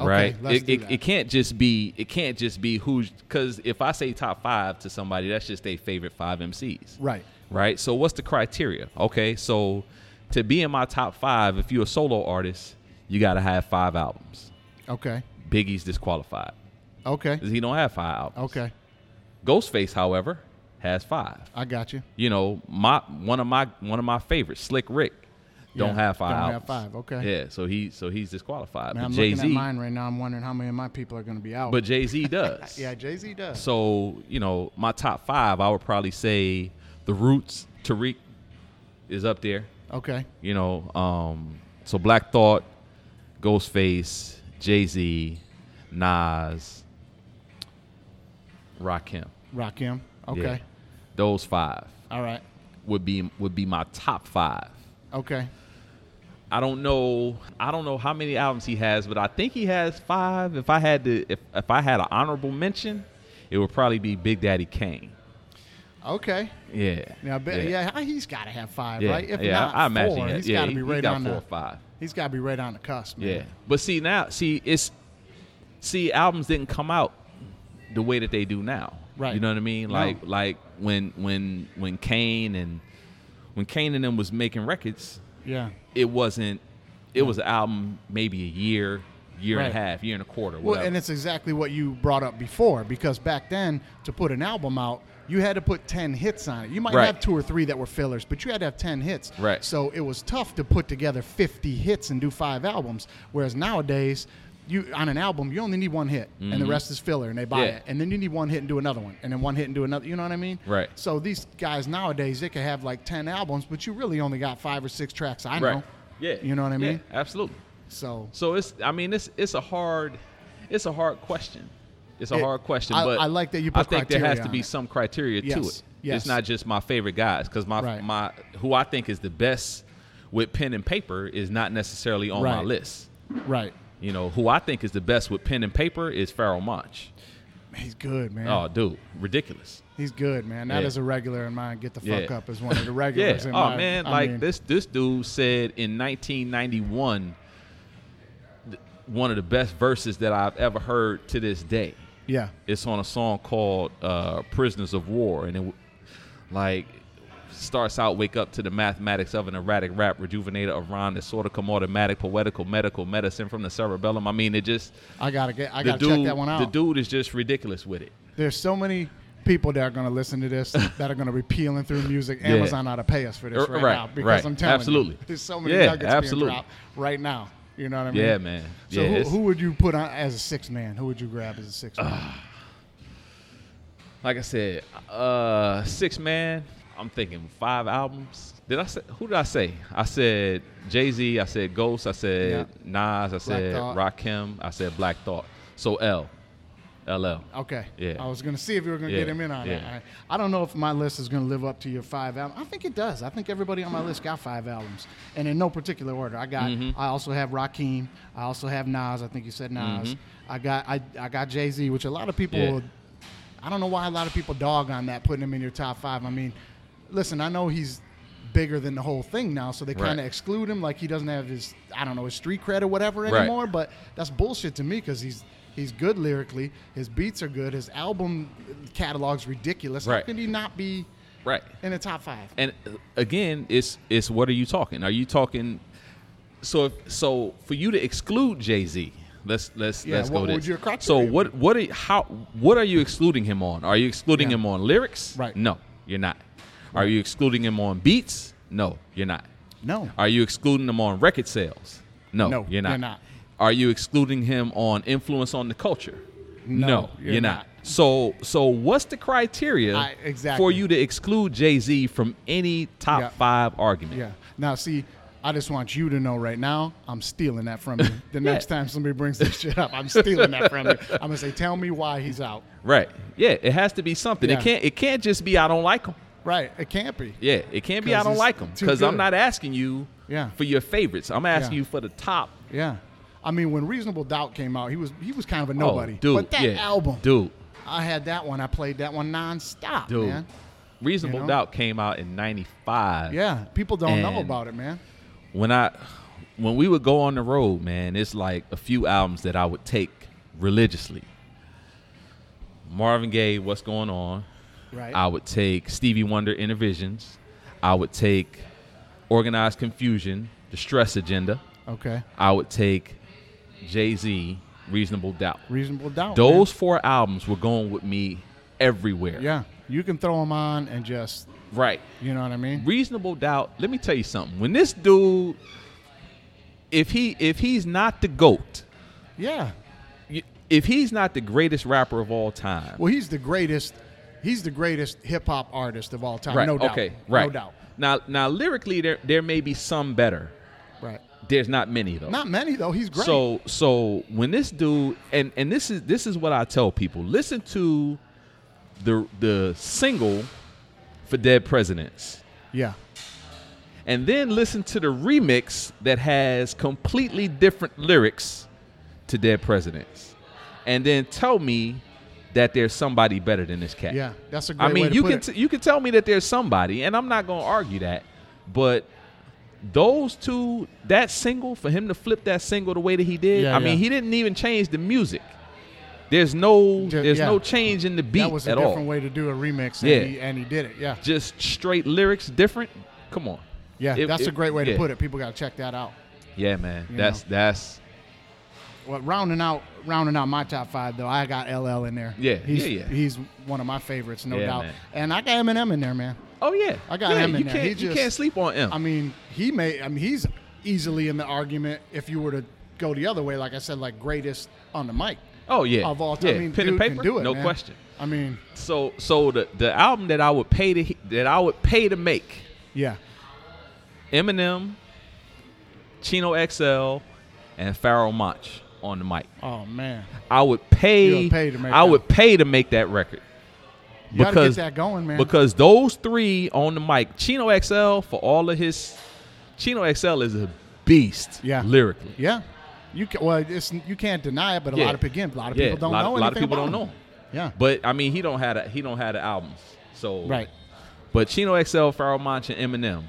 Speaker 1: Okay,
Speaker 2: right?
Speaker 1: let's
Speaker 2: it,
Speaker 1: do
Speaker 2: it,
Speaker 1: that.
Speaker 2: it can't just be it can't just be who's because if I say top five to somebody, that's just their favorite five MCs,
Speaker 1: right.
Speaker 2: right? So what's the criteria? Okay, so to be in my top five, if you're a solo artist, you got to have five albums.
Speaker 1: Okay.
Speaker 2: Biggie's disqualified
Speaker 1: Okay.
Speaker 2: 'cause he don't have five albums.
Speaker 1: Okay.
Speaker 2: Ghostface, however, has five.
Speaker 1: I got you.
Speaker 2: You know, my one of my one of my favorites, Slick Rick,
Speaker 1: Yeah,
Speaker 2: don't have five.
Speaker 1: don't have
Speaker 2: albums.
Speaker 1: five, okay.
Speaker 2: Yeah, so he so he's disqualified.
Speaker 1: Man, I'm
Speaker 2: but Jay
Speaker 1: looking at
Speaker 2: Z,
Speaker 1: mine right now. I'm wondering how many of my people are going to be out.
Speaker 2: but
Speaker 1: [LAUGHS]
Speaker 2: Jay Z does.
Speaker 1: yeah, Jay Z does.
Speaker 2: So you know, my top five, I would probably say the Roots, Tariq, is up there.
Speaker 1: Okay.
Speaker 2: You know, um, so Black Thought, Ghostface, Jay Z, Nas, Rakim.
Speaker 1: Rakim. Okay.
Speaker 2: Yeah. those five.
Speaker 1: All right.
Speaker 2: would be would be my top five.
Speaker 1: Okay.
Speaker 2: I don't know. I don't know how many albums he has, but I think he has five. If I had to, if if I had an honorable mention, it would probably be Big Daddy Kane.
Speaker 1: Okay.
Speaker 2: Yeah.
Speaker 1: Now, but- yeah, he's got to have five,
Speaker 2: Yeah.
Speaker 1: right? If
Speaker 2: Yeah,
Speaker 1: not
Speaker 2: I, I imagine.
Speaker 1: four,
Speaker 2: yeah,
Speaker 1: he's
Speaker 2: yeah,
Speaker 1: got to
Speaker 2: he-
Speaker 1: be
Speaker 2: he
Speaker 1: right
Speaker 2: got
Speaker 1: on
Speaker 2: four or
Speaker 1: the.
Speaker 2: five.
Speaker 1: He's got to be right on the cusp. Man.
Speaker 2: Yeah. But see now, see it's see albums didn't come out the way that they do now.
Speaker 1: Right.
Speaker 2: You know what I mean?
Speaker 1: No.
Speaker 2: Like like when when when Kane and when Kane and them was making records,
Speaker 1: Yeah.
Speaker 2: it wasn't it was an album maybe a year year and a
Speaker 1: Right.
Speaker 2: half year and a quarter
Speaker 1: Well,
Speaker 2: whatever.
Speaker 1: and it's exactly what you brought up before, because back then to put an album out, you had to put ten hits on it. You might
Speaker 2: Right.
Speaker 1: have two or three that were fillers, but you had to have ten hits.
Speaker 2: Right.
Speaker 1: So it was tough to put together fifty hits and do five albums. Whereas nowadays, you on an album you only need one hit, and the rest is filler, and they buy
Speaker 2: Mm-hmm. Yeah.
Speaker 1: it. And then you need one hit and do another one, and then one hit and do another. You know what I mean?
Speaker 2: Right.
Speaker 1: So these guys nowadays they could have like ten albums, but you really only got five or six tracks. I
Speaker 2: right
Speaker 1: know.
Speaker 2: yeah
Speaker 1: You know what I
Speaker 2: Yeah,
Speaker 1: mean?
Speaker 2: absolutely
Speaker 1: So
Speaker 2: so it's i mean it's it's a hard it's a hard question it's a
Speaker 1: It-
Speaker 2: hard question
Speaker 1: I-
Speaker 2: but
Speaker 1: I like that you
Speaker 2: i
Speaker 1: put
Speaker 2: think there
Speaker 1: criteria
Speaker 2: has to
Speaker 1: on
Speaker 2: be
Speaker 1: it.
Speaker 2: some criteria to
Speaker 1: Yes,
Speaker 2: it it's
Speaker 1: yes.
Speaker 2: not just my favorite guys because my
Speaker 1: Right.
Speaker 2: my who i think is the best with pen and paper is not necessarily on my
Speaker 1: Right.
Speaker 2: list
Speaker 1: right.
Speaker 2: you know who i think is the best with pen and paper is Farrell Monch.
Speaker 1: He's good, man.
Speaker 2: oh dude ridiculous
Speaker 1: He's good, man. That is
Speaker 2: Yeah.
Speaker 1: a regular in mine. Get the fuck
Speaker 2: Yeah.
Speaker 1: up is one of the
Speaker 2: [LAUGHS] Yeah.
Speaker 1: regulars.
Speaker 2: Oh
Speaker 1: in mine.
Speaker 2: man,
Speaker 1: I
Speaker 2: like
Speaker 1: mean,
Speaker 2: this this dude said in 1991 th- one of the best verses that I've ever heard to this day.
Speaker 1: Yeah,
Speaker 2: It's on a song called uh, "Prisoners of War," and it w- like starts out "Wake up to the mathematics of an erratic rap, rejuvenator of rhyme that sort of come automatic, poetical, medical medicine from the cerebellum." I mean, it just
Speaker 1: I gotta get. I
Speaker 2: the
Speaker 1: gotta
Speaker 2: dude
Speaker 1: check that one out.
Speaker 2: the dude is just ridiculous with it.
Speaker 1: There's so many people that are going to listen to
Speaker 2: [LAUGHS]
Speaker 1: this that are going to be peeling through music.
Speaker 2: Yeah.
Speaker 1: Amazon ought to pay us for this
Speaker 2: R-
Speaker 1: right,
Speaker 2: right,
Speaker 1: now because
Speaker 2: right.
Speaker 1: I'm telling
Speaker 2: Absolutely.
Speaker 1: you, [LAUGHS] there's so many
Speaker 2: Yeah,
Speaker 1: nuggets
Speaker 2: absolutely.
Speaker 1: being dropped right now. You know what I mean?
Speaker 2: Yeah, man.
Speaker 1: So
Speaker 2: yeah,
Speaker 1: who,
Speaker 2: it's-
Speaker 1: who would you put on as a six man? Who would you grab as a six man?
Speaker 2: like I said, uh, six man. I'm thinking five albums. Did I say who did I say? I said Jay Z. I said Ghost. I said Nas. I said
Speaker 1: Thought.
Speaker 2: Rakim. I said Black Thought. So L, LL.
Speaker 1: Okay.
Speaker 2: Yeah.
Speaker 1: I was gonna see if you were gonna
Speaker 2: Yeah,
Speaker 1: get him in on
Speaker 2: yeah.
Speaker 1: that. I, I don't know if my list is gonna live up to your five albums. I think it does. I think everybody on my list got five albums, and in no particular order. I got.
Speaker 2: Mm-hmm.
Speaker 1: I also have Rakim. I also have Nas. I think you said Nas. I got. I, I got Jay Z, which a lot of people.
Speaker 2: Mm-hmm. Yeah.
Speaker 1: I don't know why a lot of people dog on that, putting him in your top five. I mean, listen, I know he's bigger than the whole thing now, so they
Speaker 2: Right.
Speaker 1: kind of exclude him, like he doesn't have his, I don't know, his street cred or whatever
Speaker 2: Right.
Speaker 1: anymore. But that's bullshit to me because he's he's good lyrically, his beats are good, his album catalog's ridiculous. How
Speaker 2: Right.
Speaker 1: could he not be
Speaker 2: Right.
Speaker 1: in the top five?
Speaker 2: And uh, again, it's it's what are you talking? Are you talking? So if, so for you to exclude Jay Z, let's let's
Speaker 1: Yeah,
Speaker 2: let's
Speaker 1: what
Speaker 2: go
Speaker 1: would
Speaker 2: there.
Speaker 1: your
Speaker 2: so
Speaker 1: criteria
Speaker 2: what what are, how what are you excluding him on? Are you excluding
Speaker 1: Yeah.
Speaker 2: him on lyrics?
Speaker 1: Right.
Speaker 2: No, you're not. Are you excluding him on beats? No, you're not.
Speaker 1: No.
Speaker 2: Are you excluding him on record sales? No,
Speaker 1: No,
Speaker 2: you're not.
Speaker 1: you're not.
Speaker 2: Are you excluding him on influence on the culture?
Speaker 1: No,
Speaker 2: you're,
Speaker 1: you're
Speaker 2: not.
Speaker 1: not.
Speaker 2: So, so what's the criteria
Speaker 1: I-
Speaker 2: for
Speaker 1: exactly.
Speaker 2: you to exclude Jay Z from any top
Speaker 1: Yeah.
Speaker 2: five argument?
Speaker 1: Yeah. Now, see, I just want you to know right now, I'm stealing that
Speaker 2: [LAUGHS]
Speaker 1: from you. The next time somebody brings this shit up, I'm stealing that from you. I'm gonna say, tell me why he's out.
Speaker 2: Right. Yeah. It has to be something. It
Speaker 1: Yeah.
Speaker 2: can't. It can't just be I don't like him.
Speaker 1: Right. It can't be.
Speaker 2: Yeah. It can't be I
Speaker 1: 'Cause
Speaker 2: don't
Speaker 1: it's
Speaker 2: like him
Speaker 1: too
Speaker 2: because I'm
Speaker 1: good.
Speaker 2: not asking you
Speaker 1: Yeah.
Speaker 2: for your favorites. I'm asking
Speaker 1: Yeah.
Speaker 2: you for the top.
Speaker 1: Yeah. I mean, when Reasonable Doubt came out, he was he was kind of a nobody.
Speaker 2: Oh, dude.
Speaker 1: but that
Speaker 2: yeah.
Speaker 1: album,
Speaker 2: dude.
Speaker 1: I had that one. I played that one nonstop,
Speaker 2: Dude.
Speaker 1: man.
Speaker 2: Reasonable
Speaker 1: You know?
Speaker 2: Doubt came out in '95.
Speaker 1: Yeah, people don't know
Speaker 2: And-
Speaker 1: about it, man.
Speaker 2: when I when we would go on the road, man, it's like a few albums that I would take religiously. Marvin Gaye, What's Going On.
Speaker 1: Right.
Speaker 2: I would take Stevie Wonder Inner Visions. I would take Organized Confusion, The Stress Agenda.
Speaker 1: Okay.
Speaker 2: I would take Jay Z, Reasonable Doubt.
Speaker 1: Reasonable Doubt.
Speaker 2: Those four albums were going with me everywhere.
Speaker 1: man. Yeah, you can throw them on and just,
Speaker 2: Right.
Speaker 1: you know what I mean?
Speaker 2: reasonable doubt. Let me tell you something. When this dude, if he if he's not the goat,
Speaker 1: Yeah.
Speaker 2: y- if he's not the greatest rapper of all time,
Speaker 1: Well, he's the greatest. He's the greatest hip hop artist of all time.
Speaker 2: right?
Speaker 1: No doubt.
Speaker 2: Okay, right.
Speaker 1: No doubt.
Speaker 2: Now, now lyrically, there there may be some better.
Speaker 1: Right.
Speaker 2: There's not many though.
Speaker 1: Not many though. He's great.
Speaker 2: So so when this dude and and this is this is what I tell people: listen to the the single for Dead Presidents.
Speaker 1: yeah.
Speaker 2: and then listen to the remix that has completely different lyrics to Dead Presidents, and then tell me that there's somebody better than this cat.
Speaker 1: Yeah. That's a great
Speaker 2: I mean,
Speaker 1: way to
Speaker 2: you
Speaker 1: put
Speaker 2: can
Speaker 1: it.
Speaker 2: t- you can tell me that there's somebody, and I'm not gonna argue that, but those two, that single for him to flip that single the way that he did,
Speaker 1: Yeah,
Speaker 2: I mean,
Speaker 1: yeah.
Speaker 2: he didn't even change the music. There's no
Speaker 1: Ju-
Speaker 2: there's
Speaker 1: yeah.
Speaker 2: no change in the beat
Speaker 1: that was a
Speaker 2: at
Speaker 1: different
Speaker 2: all.
Speaker 1: way to do a remix. And
Speaker 2: Yeah.
Speaker 1: He, and he did it. Yeah.
Speaker 2: Just straight lyrics, different. Come on.
Speaker 1: Yeah.
Speaker 2: It-
Speaker 1: that's
Speaker 2: it-
Speaker 1: a great way
Speaker 2: yeah.
Speaker 1: to put it. People got to check that out.
Speaker 2: Yeah, man.
Speaker 1: You
Speaker 2: That's that's
Speaker 1: Well, rounding out rounding out my top five though, I got LL in there.
Speaker 2: Yeah,
Speaker 1: he's,
Speaker 2: yeah, yeah.
Speaker 1: He's one of my favorites, no
Speaker 2: Yeah,
Speaker 1: doubt.
Speaker 2: man.
Speaker 1: And I got Eminem in there, man.
Speaker 2: Oh yeah,
Speaker 1: I got
Speaker 2: yeah,
Speaker 1: him in
Speaker 2: you
Speaker 1: there.
Speaker 2: Can't,
Speaker 1: He
Speaker 2: you
Speaker 1: just-
Speaker 2: can't sleep on him.
Speaker 1: I mean, he may. I mean, he's easily in the argument if you were to go the other way. Like I said, like greatest on the mic
Speaker 2: oh yeah,
Speaker 1: of all time.
Speaker 2: Yeah,
Speaker 1: I mean,
Speaker 2: pen
Speaker 1: dude
Speaker 2: and paper,
Speaker 1: can do it.
Speaker 2: no
Speaker 1: man.
Speaker 2: question.
Speaker 1: I mean,
Speaker 2: So so the the album that I would pay to he- that I would pay to make
Speaker 1: yeah,
Speaker 2: Eminem, Chino XL, and Pharoah Monch on the mic.
Speaker 1: Oh man,
Speaker 2: I would pay.
Speaker 1: You would pay to make
Speaker 2: I
Speaker 1: that.
Speaker 2: would pay to make that record.
Speaker 1: you gotta get that going, man.
Speaker 2: Because those three on the mic, Chino XL for all of his, Chino XL is a beast.
Speaker 1: Yeah.
Speaker 2: lyrically.
Speaker 1: yeah, you can, well, it's, you can't deny it. But a
Speaker 2: Yeah.
Speaker 1: lot of again, a lot of
Speaker 2: Yeah,
Speaker 1: people don't
Speaker 2: a lot,
Speaker 1: know.
Speaker 2: a lot of
Speaker 1: anything
Speaker 2: people
Speaker 1: about
Speaker 2: don't know.
Speaker 1: him.
Speaker 2: him.
Speaker 1: Yeah,
Speaker 2: But I mean, he don't had a, he don't had an album. So
Speaker 1: right.
Speaker 2: But Chino XL, Pharrell Monch, and Eminem.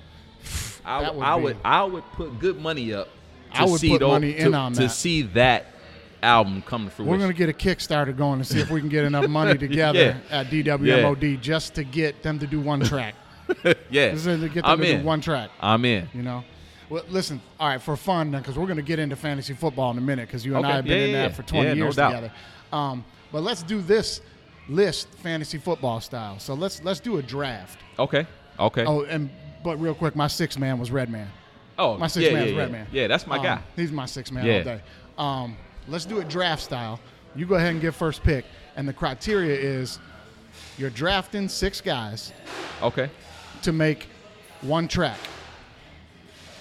Speaker 2: I,
Speaker 1: That would
Speaker 2: I
Speaker 1: be-
Speaker 2: would I would put good money up. To
Speaker 1: I would
Speaker 2: see
Speaker 1: put
Speaker 2: tho-
Speaker 1: money
Speaker 2: to,
Speaker 1: in on
Speaker 2: to
Speaker 1: that.
Speaker 2: see that album come to fruition.
Speaker 1: We're going to get a Kickstarter going and see if we can get enough
Speaker 2: [LAUGHS]
Speaker 1: money together
Speaker 2: Yeah.
Speaker 1: at DWMOD just to get them to do one track.
Speaker 2: yeah,
Speaker 1: Just to get them
Speaker 2: I'm
Speaker 1: to
Speaker 2: in.
Speaker 1: do one track,
Speaker 2: I'm in.
Speaker 1: you know? Well, listen, all right, for fun, because we're going to get into fantasy football in a minute because you and
Speaker 2: Okay.
Speaker 1: I have been
Speaker 2: Yeah,
Speaker 1: in
Speaker 2: yeah,
Speaker 1: that
Speaker 2: yeah.
Speaker 1: for 20
Speaker 2: Yeah, no
Speaker 1: years
Speaker 2: doubt.
Speaker 1: together. Um, but let's do this. list fantasy football style. So let's let's do a draft.
Speaker 2: Okay. Okay. Oh,
Speaker 1: Oh, and but real quick, my sixth man was Redman. My sixth
Speaker 2: yeah,
Speaker 1: man
Speaker 2: yeah,
Speaker 1: is
Speaker 2: yeah.
Speaker 1: Redman.
Speaker 2: Yeah, that's my
Speaker 1: Um,
Speaker 2: guy.
Speaker 1: He's my sixth man
Speaker 2: Yeah.
Speaker 1: all day. Um, let's do it draft style. You go ahead and get first pick, and the criteria is you're drafting six guys
Speaker 2: Okay.
Speaker 1: to make one track.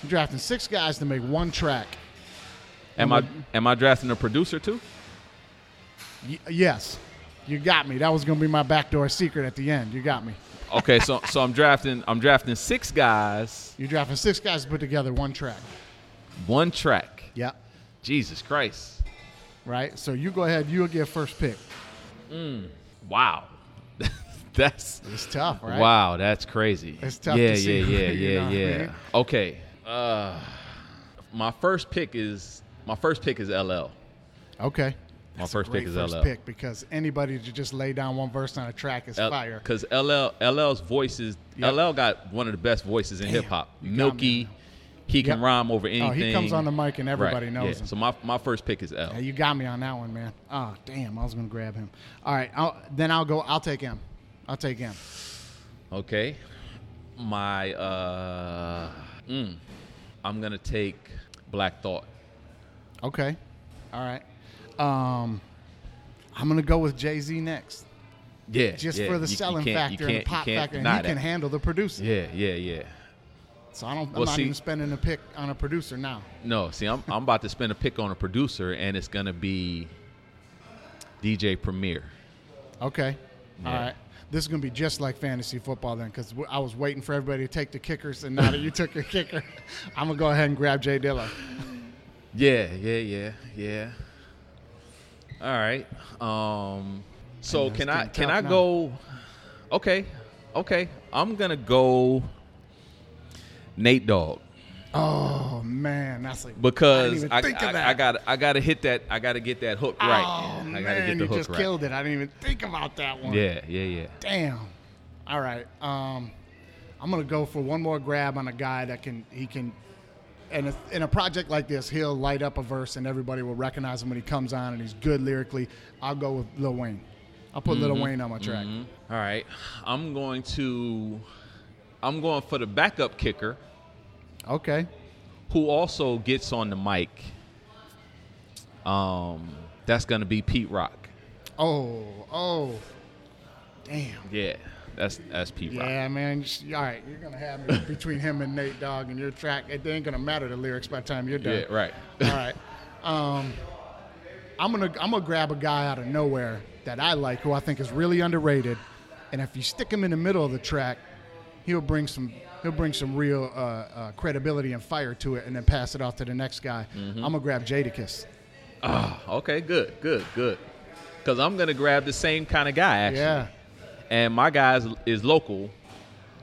Speaker 1: You're drafting six guys to make one track.
Speaker 2: Am I am I drafting a producer too?
Speaker 1: Y- yes, you got me. That was going to be my backdoor secret at the end. You got me. [LAUGHS]
Speaker 2: Okay, so so I'm drafting I'm drafting six guys,
Speaker 1: You're drafting six guys to put together one track.
Speaker 2: one track.
Speaker 1: Yeah.
Speaker 2: Jesus Christ.
Speaker 1: Right? So you go ahead, you'll get first pick.
Speaker 2: Wow. [LAUGHS] that's
Speaker 1: It's tough, right?
Speaker 2: wow, that's crazy.
Speaker 1: It's tough to
Speaker 2: yeah,
Speaker 1: see,
Speaker 2: yeah,
Speaker 1: [LAUGHS]
Speaker 2: yeah,
Speaker 1: you know
Speaker 2: yeah,
Speaker 1: what I
Speaker 2: yeah.
Speaker 1: mean?
Speaker 2: Okay. Uh my first pick is my first pick is LL.
Speaker 1: Okay.
Speaker 2: My first
Speaker 1: Great
Speaker 2: pick is
Speaker 1: first
Speaker 2: LL.
Speaker 1: pick because anybody to just lay down one verse on a track is fire.
Speaker 2: Because LL LL's voice is
Speaker 1: Yep.
Speaker 2: LL got one of the best voices in hip hop. Milky, he can
Speaker 1: Yep.
Speaker 2: rhyme over anything.
Speaker 1: Oh, he comes on the mic and everybody
Speaker 2: Right,
Speaker 1: knows
Speaker 2: yeah.
Speaker 1: him.
Speaker 2: So my, my first pick is L.
Speaker 1: Yeah, you got me on that one, man. Oh, damn, I was gonna grab him. All right, I'll, then I'll go. I'll take him. I'll take him.
Speaker 2: Okay, my uh, mm, I'm gonna take Black Thought.
Speaker 1: Okay. All right. Um, I'm gonna go with Jay Z next,
Speaker 2: Yeah,
Speaker 1: just
Speaker 2: yeah,
Speaker 1: for the
Speaker 2: you- you
Speaker 1: selling
Speaker 2: can't-
Speaker 1: factor and
Speaker 2: you
Speaker 1: the
Speaker 2: can't- you
Speaker 1: pop
Speaker 2: can't
Speaker 1: factor, and
Speaker 2: deny
Speaker 1: he can
Speaker 2: that.
Speaker 1: handle the producer.
Speaker 2: Yeah, yeah, yeah.
Speaker 1: So I don't. I'm
Speaker 2: Well,
Speaker 1: not
Speaker 2: see-
Speaker 1: even spending a pick on a producer now.
Speaker 2: No, see, I'm I'm about to spend a pick on a producer, and it's gonna be DJ Premier.
Speaker 1: Okay. All
Speaker 2: Yeah.
Speaker 1: right. This is going to be just like fantasy football then, because I was waiting for everybody to take the kickers, and now that you took your kicker, [LAUGHS] I'm gonna go ahead and grab Jay Dilla.
Speaker 2: Yeah, yeah, yeah, yeah. All right. Um so
Speaker 1: it's
Speaker 2: can I
Speaker 1: getting
Speaker 2: can
Speaker 1: tough
Speaker 2: I
Speaker 1: now.
Speaker 2: go Okay. Okay. I'm going to go Nate Dogg
Speaker 1: Oh man, that's like
Speaker 2: because
Speaker 1: I
Speaker 2: I
Speaker 1: didn't even think of that.
Speaker 2: I, got I got to hit that I got to get that hook
Speaker 1: oh,
Speaker 2: right. I
Speaker 1: man,
Speaker 2: got to get the
Speaker 1: you
Speaker 2: hook
Speaker 1: just
Speaker 2: right.
Speaker 1: killed it. I didn't even think about that one.
Speaker 2: Yeah, yeah, yeah.
Speaker 1: Damn. All right. Um, I'm gonna go for one more grab on a guy that can he can. And if- in a project like this, he'll light up a verse and everybody will recognize him when he comes on and he's good lyrically. I'll go with Lil Wayne. I'll put Lil Wayne on my track.
Speaker 2: All right. I'm going to I'm going for the backup kicker
Speaker 1: Mm-hmm. Okay.
Speaker 2: who also gets on the mic. Um that's going to be Pete Rock.
Speaker 1: Oh, oh, damn.
Speaker 2: Yeah, that's that's Pete Rock.
Speaker 1: Yeah, man. Just- All right, you're gonna have me between him and Nate Dogg and your track. It ain't gonna matter the lyrics by the time you're done.
Speaker 2: Yeah, right.
Speaker 1: All right. Um, I'm gonna I'm gonna grab a guy out of nowhere that I like, who I think is really underrated, and if you stick him in the middle of the track, he'll bring some he'll bring some real uh, uh, credibility and fire to it, and then pass it off to the next guy.
Speaker 2: Mm-hmm.
Speaker 1: I'm gonna grab Jadakiss.
Speaker 2: Ah, okay, good, good, good. Because I'm gonna grab the same kind of guy actually,
Speaker 1: Yeah.
Speaker 2: and my guy is, is local,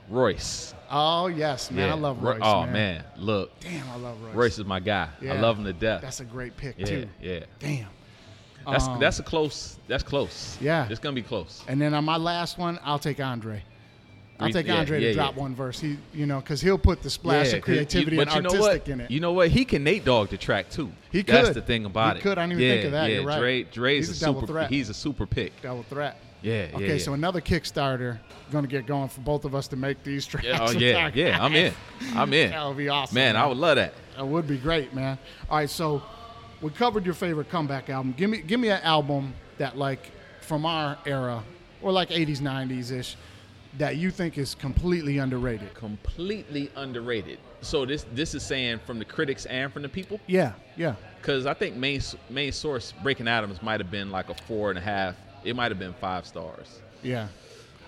Speaker 2: Royce.
Speaker 1: Oh yes, man.
Speaker 2: Yeah,
Speaker 1: I love
Speaker 2: Roy-
Speaker 1: Royce.
Speaker 2: Oh man, look,
Speaker 1: Damn, I love Royce.
Speaker 2: Royce is my guy. I
Speaker 1: Yeah.
Speaker 2: love him to death.
Speaker 1: That's a great pick
Speaker 2: yeah,
Speaker 1: too.
Speaker 2: yeah.
Speaker 1: Damn.
Speaker 2: That's
Speaker 1: Um,
Speaker 2: that's a close. That's close.
Speaker 1: Yeah.
Speaker 2: it's gonna be close.
Speaker 1: And then on my last one, I'll take Andre. I'll
Speaker 2: Re-
Speaker 1: take
Speaker 2: yeah,
Speaker 1: Andre
Speaker 2: yeah,
Speaker 1: to drop
Speaker 2: yeah.
Speaker 1: one verse. He, you know, because he'll put the splash
Speaker 2: Yeah,
Speaker 1: of
Speaker 2: 'cause you-
Speaker 1: creativity
Speaker 2: but
Speaker 1: and
Speaker 2: you know
Speaker 1: artistic
Speaker 2: what?
Speaker 1: in it.
Speaker 2: You know what? He can Nate Dogg the track too.
Speaker 1: He
Speaker 2: That's
Speaker 1: could.
Speaker 2: the thing about
Speaker 1: He
Speaker 2: it.
Speaker 1: could. I didn't even
Speaker 2: yeah,
Speaker 1: think of that.
Speaker 2: Yeah,
Speaker 1: You're right.
Speaker 2: Dre, Dre's
Speaker 1: He's
Speaker 2: a
Speaker 1: a double
Speaker 2: super.
Speaker 1: threat.
Speaker 2: He's a super pick.
Speaker 1: double threat.
Speaker 2: Yeah, yeah,
Speaker 1: Okay,
Speaker 2: yeah.
Speaker 1: so another Kickstarter going to get going for both of us to make these [LAUGHS] tracks.
Speaker 2: Yeah, oh yeah, yeah. I'm in. I'm in.
Speaker 1: That would be awesome,
Speaker 2: man. I
Speaker 1: man.
Speaker 2: would love that.
Speaker 1: That would be great, man. All right, so we covered your favorite comeback album. Give me give me an album that like from our era or like 80s 90s ish that you think is completely underrated.
Speaker 2: completely underrated. So this this is saying from the critics and from the people,
Speaker 1: Yeah, yeah.
Speaker 2: because I think main main source Breaking Adams might have been like a four and a half. It might have been five stars.
Speaker 1: Yeah.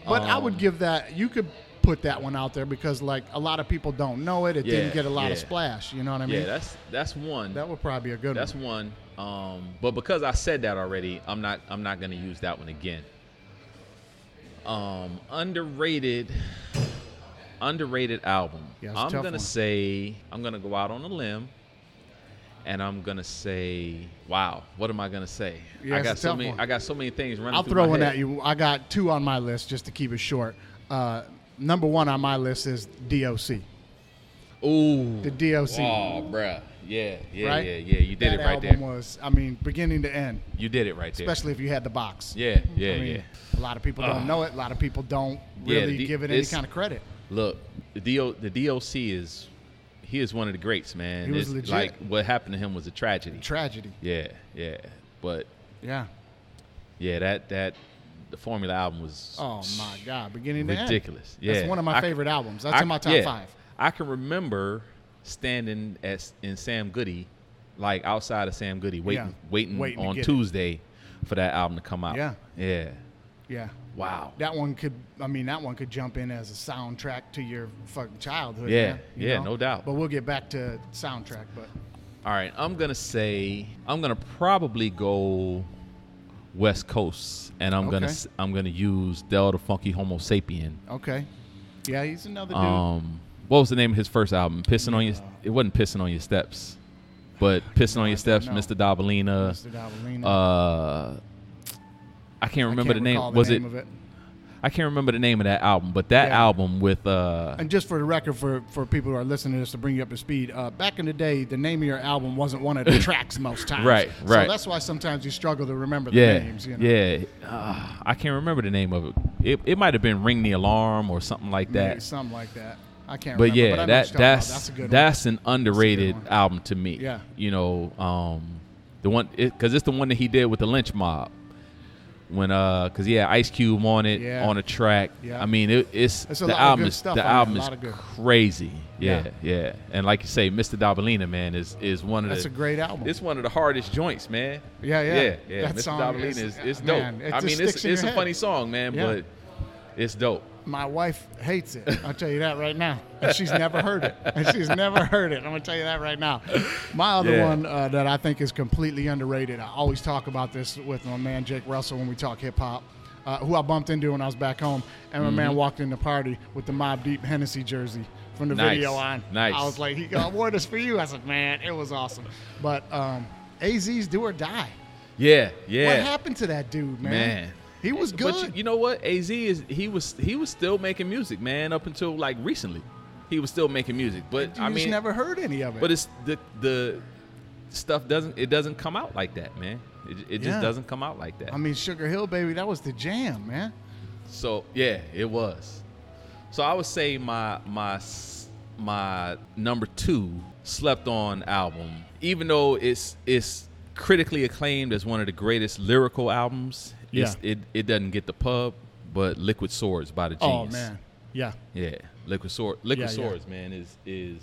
Speaker 1: But I
Speaker 2: Um,
Speaker 1: would give that you could put that one out there because like a lot of people don't know it. It
Speaker 2: Yeah,
Speaker 1: didn't get a lot of
Speaker 2: yeah.
Speaker 1: splash. You know what I mean?
Speaker 2: yeah, that's that's one.
Speaker 1: that would probably be a good
Speaker 2: that's
Speaker 1: one.
Speaker 2: one. Um, but because I said that already, I'm not I'm not gonna use that one again. Um, underrated, underrated album.
Speaker 1: Yeah, it's a
Speaker 2: I'm
Speaker 1: tough
Speaker 2: gonna
Speaker 1: one.
Speaker 2: say I'm gonna go out on a limb, and I'm gonna say, wow, what am I gonna say?
Speaker 1: Yeah,
Speaker 2: I
Speaker 1: it's
Speaker 2: got
Speaker 1: a
Speaker 2: so
Speaker 1: tough
Speaker 2: many.
Speaker 1: one.
Speaker 2: I got so many things running.
Speaker 1: I'll
Speaker 2: through
Speaker 1: throw
Speaker 2: my
Speaker 1: one
Speaker 2: head.
Speaker 1: at you. I got two on my list just to keep it short. Uh, number one on my list is DOC.
Speaker 2: Ooh.
Speaker 1: The DLC.
Speaker 2: Oh, bruh. Yeah, yeah,
Speaker 1: right?
Speaker 2: yeah, yeah. You did
Speaker 1: That
Speaker 2: it right
Speaker 1: album
Speaker 2: there.
Speaker 1: was, I mean, beginning to end,
Speaker 2: you did it right there.
Speaker 1: especially if you had the box.
Speaker 2: yeah, yeah,
Speaker 1: I mean,
Speaker 2: yeah. Uh,
Speaker 1: A lot of people don't know it. A lot of people don't
Speaker 2: Yeah,
Speaker 1: really
Speaker 2: the-
Speaker 1: give it any
Speaker 2: this-
Speaker 1: kind of credit.
Speaker 2: Look, the DO, the DOC is he is one of the greats, man.
Speaker 1: He was
Speaker 2: It's
Speaker 1: legit.
Speaker 2: Like what happened to him was a tragedy.
Speaker 1: Tragedy.
Speaker 2: yeah, yeah. But
Speaker 1: Yeah.
Speaker 2: yeah, that that the Formula album was
Speaker 1: Oh my God, beginning to end.
Speaker 2: ridiculous. Yeah,
Speaker 1: That's one of my
Speaker 2: I c-
Speaker 1: favorite albums. That's
Speaker 2: I
Speaker 1: in my
Speaker 2: c-
Speaker 1: top
Speaker 2: yeah.
Speaker 1: five.
Speaker 2: I can remember standing at in Sam Goody, like outside of Sam Goody, waiting
Speaker 1: Yeah.
Speaker 2: waiting,
Speaker 1: Waiting to
Speaker 2: on
Speaker 1: get it.
Speaker 2: Tuesday for that album to come out.
Speaker 1: Yeah.
Speaker 2: yeah.
Speaker 1: Yeah.
Speaker 2: Wow.
Speaker 1: That one could, I mean, that one could jump in as a soundtrack to your fucking childhood.
Speaker 2: Yeah,
Speaker 1: man, you
Speaker 2: yeah,
Speaker 1: know?
Speaker 2: no doubt.
Speaker 1: But we'll get back to soundtrack. But
Speaker 2: All right, I'm gonna say I'm gonna probably go West Coast, and I'm
Speaker 1: Okay.
Speaker 2: gonna s- I'm gonna use Del the Funky Homo Sapien.
Speaker 1: okay, yeah, he's another dude.
Speaker 2: Um, what was the name of his first album? Pissing on your it wasn't pissing on your steps, but pissing on your steps,
Speaker 1: know.
Speaker 2: Mr. Dabalina.
Speaker 1: Mr. Davolino.
Speaker 2: Uh, I can't remember the name.
Speaker 1: recall
Speaker 2: was
Speaker 1: name
Speaker 2: it?
Speaker 1: of
Speaker 2: I can't remember the name of that album, but that
Speaker 1: Yeah.
Speaker 2: album with uh,
Speaker 1: And just for the record, for, for people who are listening to this to bring you up to speed, uh, back in the day, the name of your album wasn't one of
Speaker 2: [LAUGHS]
Speaker 1: the tracks most times.
Speaker 2: Right, right.
Speaker 1: So that's why sometimes you struggle to remember the
Speaker 2: yeah,
Speaker 1: names. You know?
Speaker 2: yeah, uh, I can't remember the name of it. It, it might have been Ring the Alarm or something like that.
Speaker 1: Maybe something like that. I can't
Speaker 2: but
Speaker 1: remember.
Speaker 2: yeah,
Speaker 1: but I know
Speaker 2: that
Speaker 1: what you're talking about.
Speaker 2: that's
Speaker 1: that's
Speaker 2: that's,
Speaker 1: a good
Speaker 2: an underrated
Speaker 1: one.
Speaker 2: album to me.
Speaker 1: Yeah.
Speaker 2: you know, um, the one because it's the one that he did with the Lynch Mob when uh, because yeah, Ice Cube on it
Speaker 1: Yeah.
Speaker 2: on a track.
Speaker 1: Yeah.
Speaker 2: I mean, it, it's
Speaker 1: It's a
Speaker 2: the
Speaker 1: lot of
Speaker 2: album
Speaker 1: good
Speaker 2: is
Speaker 1: stuff
Speaker 2: the
Speaker 1: on there, a
Speaker 2: album is
Speaker 1: lot of good.
Speaker 2: crazy. Yeah,
Speaker 1: Yeah.
Speaker 2: yeah, and like you say, Mr. Dabalina, man, is is one of
Speaker 1: That's
Speaker 2: the
Speaker 1: a great album.
Speaker 2: It's one of the hardest joints, man.
Speaker 1: Yeah, yeah.
Speaker 2: yeah, yeah.
Speaker 1: That
Speaker 2: Mr.
Speaker 1: song
Speaker 2: Dabalina
Speaker 1: is-
Speaker 2: is, is,
Speaker 1: uh,
Speaker 2: dope.
Speaker 1: man, it
Speaker 2: I
Speaker 1: just
Speaker 2: mean,
Speaker 1: sticks
Speaker 2: it's
Speaker 1: in
Speaker 2: it's a
Speaker 1: your head.
Speaker 2: funny song, man,
Speaker 1: Yeah.
Speaker 2: but it's dope.
Speaker 1: My wife hates it. I'll tell you that right now. And she's never heard it. And she's never heard it. I'm going to tell you that right now. My other
Speaker 2: Yeah.
Speaker 1: one uh, that I think is completely underrated, I always talk about this with my man Jake Russell when we talk hip hop, uh, who I bumped into when I was back home. And my
Speaker 2: Mm-hmm.
Speaker 1: man walked in the party with the Mob Deep Hennessy jersey from the
Speaker 2: Nice.
Speaker 1: video on.
Speaker 2: Nice.
Speaker 1: I was like, he go, I wore this for you. I said, man, it was awesome. But um, AZ's Do or Die.
Speaker 2: Yeah, yeah.
Speaker 1: What happened to that dude, man?
Speaker 2: Man.
Speaker 1: He was good.
Speaker 2: But you, you know what? Az is he was he was still making music, man, up until like recently. He was still making music, but
Speaker 1: You
Speaker 2: I
Speaker 1: just
Speaker 2: mean,
Speaker 1: never heard any of it.
Speaker 2: but it's the the stuff doesn't it doesn't come out like that, man. It, it just
Speaker 1: Yeah.
Speaker 2: doesn't come out like that.
Speaker 1: I mean, Sugar Hill Baby, that was the jam, man.
Speaker 2: so yeah, it was. So I would say my my s- my number two slept on album, even though it's it's critically acclaimed as one of the greatest lyrical albums. It's, it it doesn't get the pub, but Liquid Swords by the Genius.
Speaker 1: Oh man, yeah,
Speaker 2: Yeah, liquid sword, liquid
Speaker 1: Yeah, yeah.
Speaker 2: swords, man, is is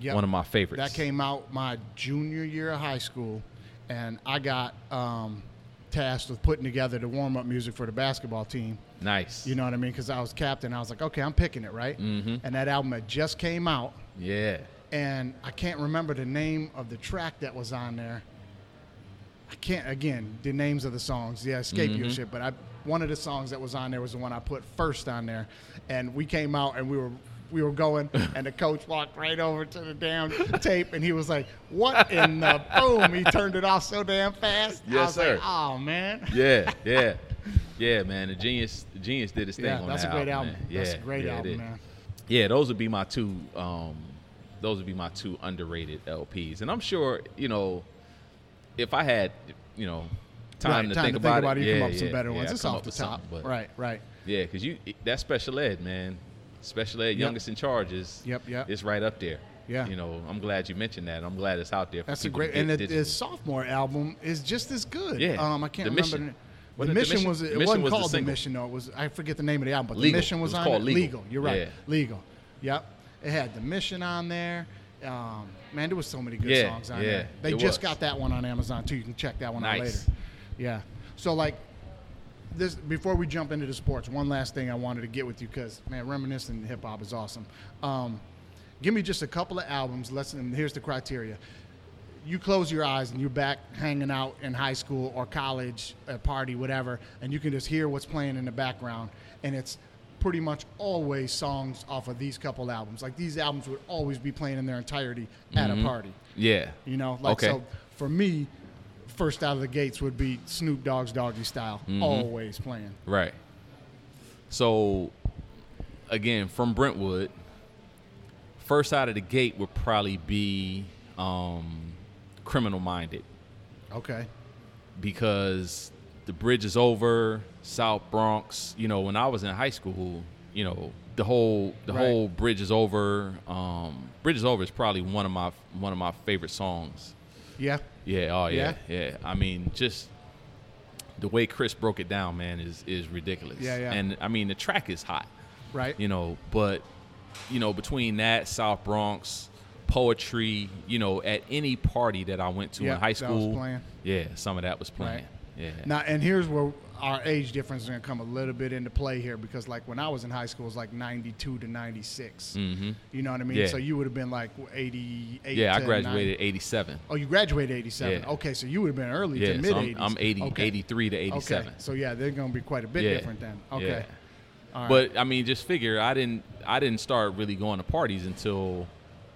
Speaker 1: yeah.
Speaker 2: one of my favorites.
Speaker 1: that came out my junior year of high school, and I got um, tasked with putting together the warm up music for the basketball team.
Speaker 2: nice.
Speaker 1: You know what I mean? Because I was captain, I was like, okay, I'm picking it, right? Mm-hmm. And that album had just came out,
Speaker 2: yeah,
Speaker 1: and I can't remember the name of the track that was on there. I can't again the names of the songs. Yeah, escape
Speaker 2: Mm-hmm.
Speaker 1: you and shit. But I one of the songs that was on there was the one I put first on there, and we came out and we were we were going,
Speaker 2: [LAUGHS]
Speaker 1: and the coach walked right over to the damn tape, and he was like, "What in
Speaker 2: [LAUGHS]
Speaker 1: the boom?" He turned it off so damn fast. I
Speaker 2: Yes,
Speaker 1: was
Speaker 2: sir.
Speaker 1: like, "Oh man." [LAUGHS]
Speaker 2: yeah, yeah, yeah, man. The genius, the genius did his thing.
Speaker 1: Yeah,
Speaker 2: on
Speaker 1: that's a
Speaker 2: that
Speaker 1: great album.
Speaker 2: man.
Speaker 1: That's a
Speaker 2: Yeah,
Speaker 1: great
Speaker 2: yeah, it
Speaker 1: album,
Speaker 2: is.
Speaker 1: man.
Speaker 2: Yeah, those would be my two. Um, those would be my two underrated LPs, and I'm sure you know, if I had you know time,
Speaker 1: Right,
Speaker 2: to,
Speaker 1: time
Speaker 2: think
Speaker 1: to think about
Speaker 2: it,
Speaker 1: it. You
Speaker 2: yeah,
Speaker 1: come up with some
Speaker 2: yeah,
Speaker 1: better
Speaker 2: yeah,
Speaker 1: ones.
Speaker 2: I
Speaker 1: It's
Speaker 2: come
Speaker 1: off
Speaker 2: up
Speaker 1: the
Speaker 2: with
Speaker 1: top,
Speaker 2: something, but-
Speaker 1: right? Right.
Speaker 2: Yeah, because you that special ed man, special ed youngest in charge is
Speaker 1: Yep, yep.
Speaker 2: is right up there.
Speaker 1: Yeah.
Speaker 2: you know, I'm glad you mentioned that. I'm glad it's out there. For
Speaker 1: That's a
Speaker 2: people
Speaker 1: great,
Speaker 2: to
Speaker 1: and
Speaker 2: get
Speaker 1: the, the
Speaker 2: digitally.
Speaker 1: sophomore album is just as good.
Speaker 2: Yeah.
Speaker 1: um, I can't
Speaker 2: The
Speaker 1: remember.
Speaker 2: Mission.
Speaker 1: the- The,
Speaker 2: Wasn't it The
Speaker 1: mission
Speaker 2: Mission?
Speaker 1: was it
Speaker 2: Mission
Speaker 1: wasn't
Speaker 2: was the
Speaker 1: called the,
Speaker 2: single.
Speaker 1: mission though. It was I forget the name of the album, but
Speaker 2: Legal.
Speaker 1: the mission
Speaker 2: It
Speaker 1: was,
Speaker 2: was
Speaker 1: on
Speaker 2: called
Speaker 1: it.
Speaker 2: Legal.
Speaker 1: You're right.
Speaker 2: Yeah.
Speaker 1: Legal. Yep. It had the mission on there. Um, man, there was so many good
Speaker 2: Yeah,
Speaker 1: songs on
Speaker 2: yeah,
Speaker 1: there. They
Speaker 2: it
Speaker 1: just
Speaker 2: was.
Speaker 1: got that one on Amazon too. You can check that one out
Speaker 2: Nice.
Speaker 1: later. Yeah. So like this before we jump into the sports, one last thing I wanted to get with you because man, reminiscing hip hop is awesome. Um, give me just a couple of albums. Let's and here's the criteria: you close your eyes and you're back hanging out in high school or college, a party, whatever, and you can just hear what's playing in the background, and it's pretty much always songs off of these couple albums. Like these albums would always be playing in their entirety at a party.
Speaker 2: Yeah.
Speaker 1: You know, like
Speaker 2: Okay.
Speaker 1: so for me, first out of the gates would be Snoop Dogg's Doggy Style,
Speaker 2: Mm-hmm.
Speaker 1: always playing.
Speaker 2: Right. So, again, from Brentwood, first out of the gate would probably be um, criminal minded
Speaker 1: Okay.
Speaker 2: because the bridge is over south bronx you know when i was in high school you know the whole the
Speaker 1: Right.
Speaker 2: whole bridge is over um, bridge is over is probably one of my one of my favorite songs
Speaker 1: Yeah.
Speaker 2: yeah oh yeah yeah, i mean just the way chris broke it down man is is ridiculous
Speaker 1: Yeah, yeah.
Speaker 2: and i mean the track is hot
Speaker 1: Right.
Speaker 2: you know but you know between that south bronx poetry you know at any party that i went to
Speaker 1: Yeah,
Speaker 2: in high
Speaker 1: that was
Speaker 2: school
Speaker 1: playing.
Speaker 2: yeah some of that was playing
Speaker 1: Right.
Speaker 2: yeah
Speaker 1: Now, and here's where our age difference is going to come a little bit into play here because, like, when I was in high school, it was like 92 to 96. Mm-hmm. You know what I mean?
Speaker 2: Yeah.
Speaker 1: So you would have been like 88.
Speaker 2: yeah i
Speaker 1: to
Speaker 2: graduated
Speaker 1: 90.
Speaker 2: 87
Speaker 1: Oh, you graduated 87.
Speaker 2: Yeah.
Speaker 1: Okay, so you would have been early to
Speaker 2: yeah so
Speaker 1: mid 80s.
Speaker 2: I'm, I'm 80
Speaker 1: okay.
Speaker 2: 83 to 87
Speaker 1: Okay. So, yeah, they're going to be quite a bit
Speaker 2: Yeah.
Speaker 1: different then. Okay. All right.
Speaker 2: but i mean just figure i didn't i didn't start really going to parties until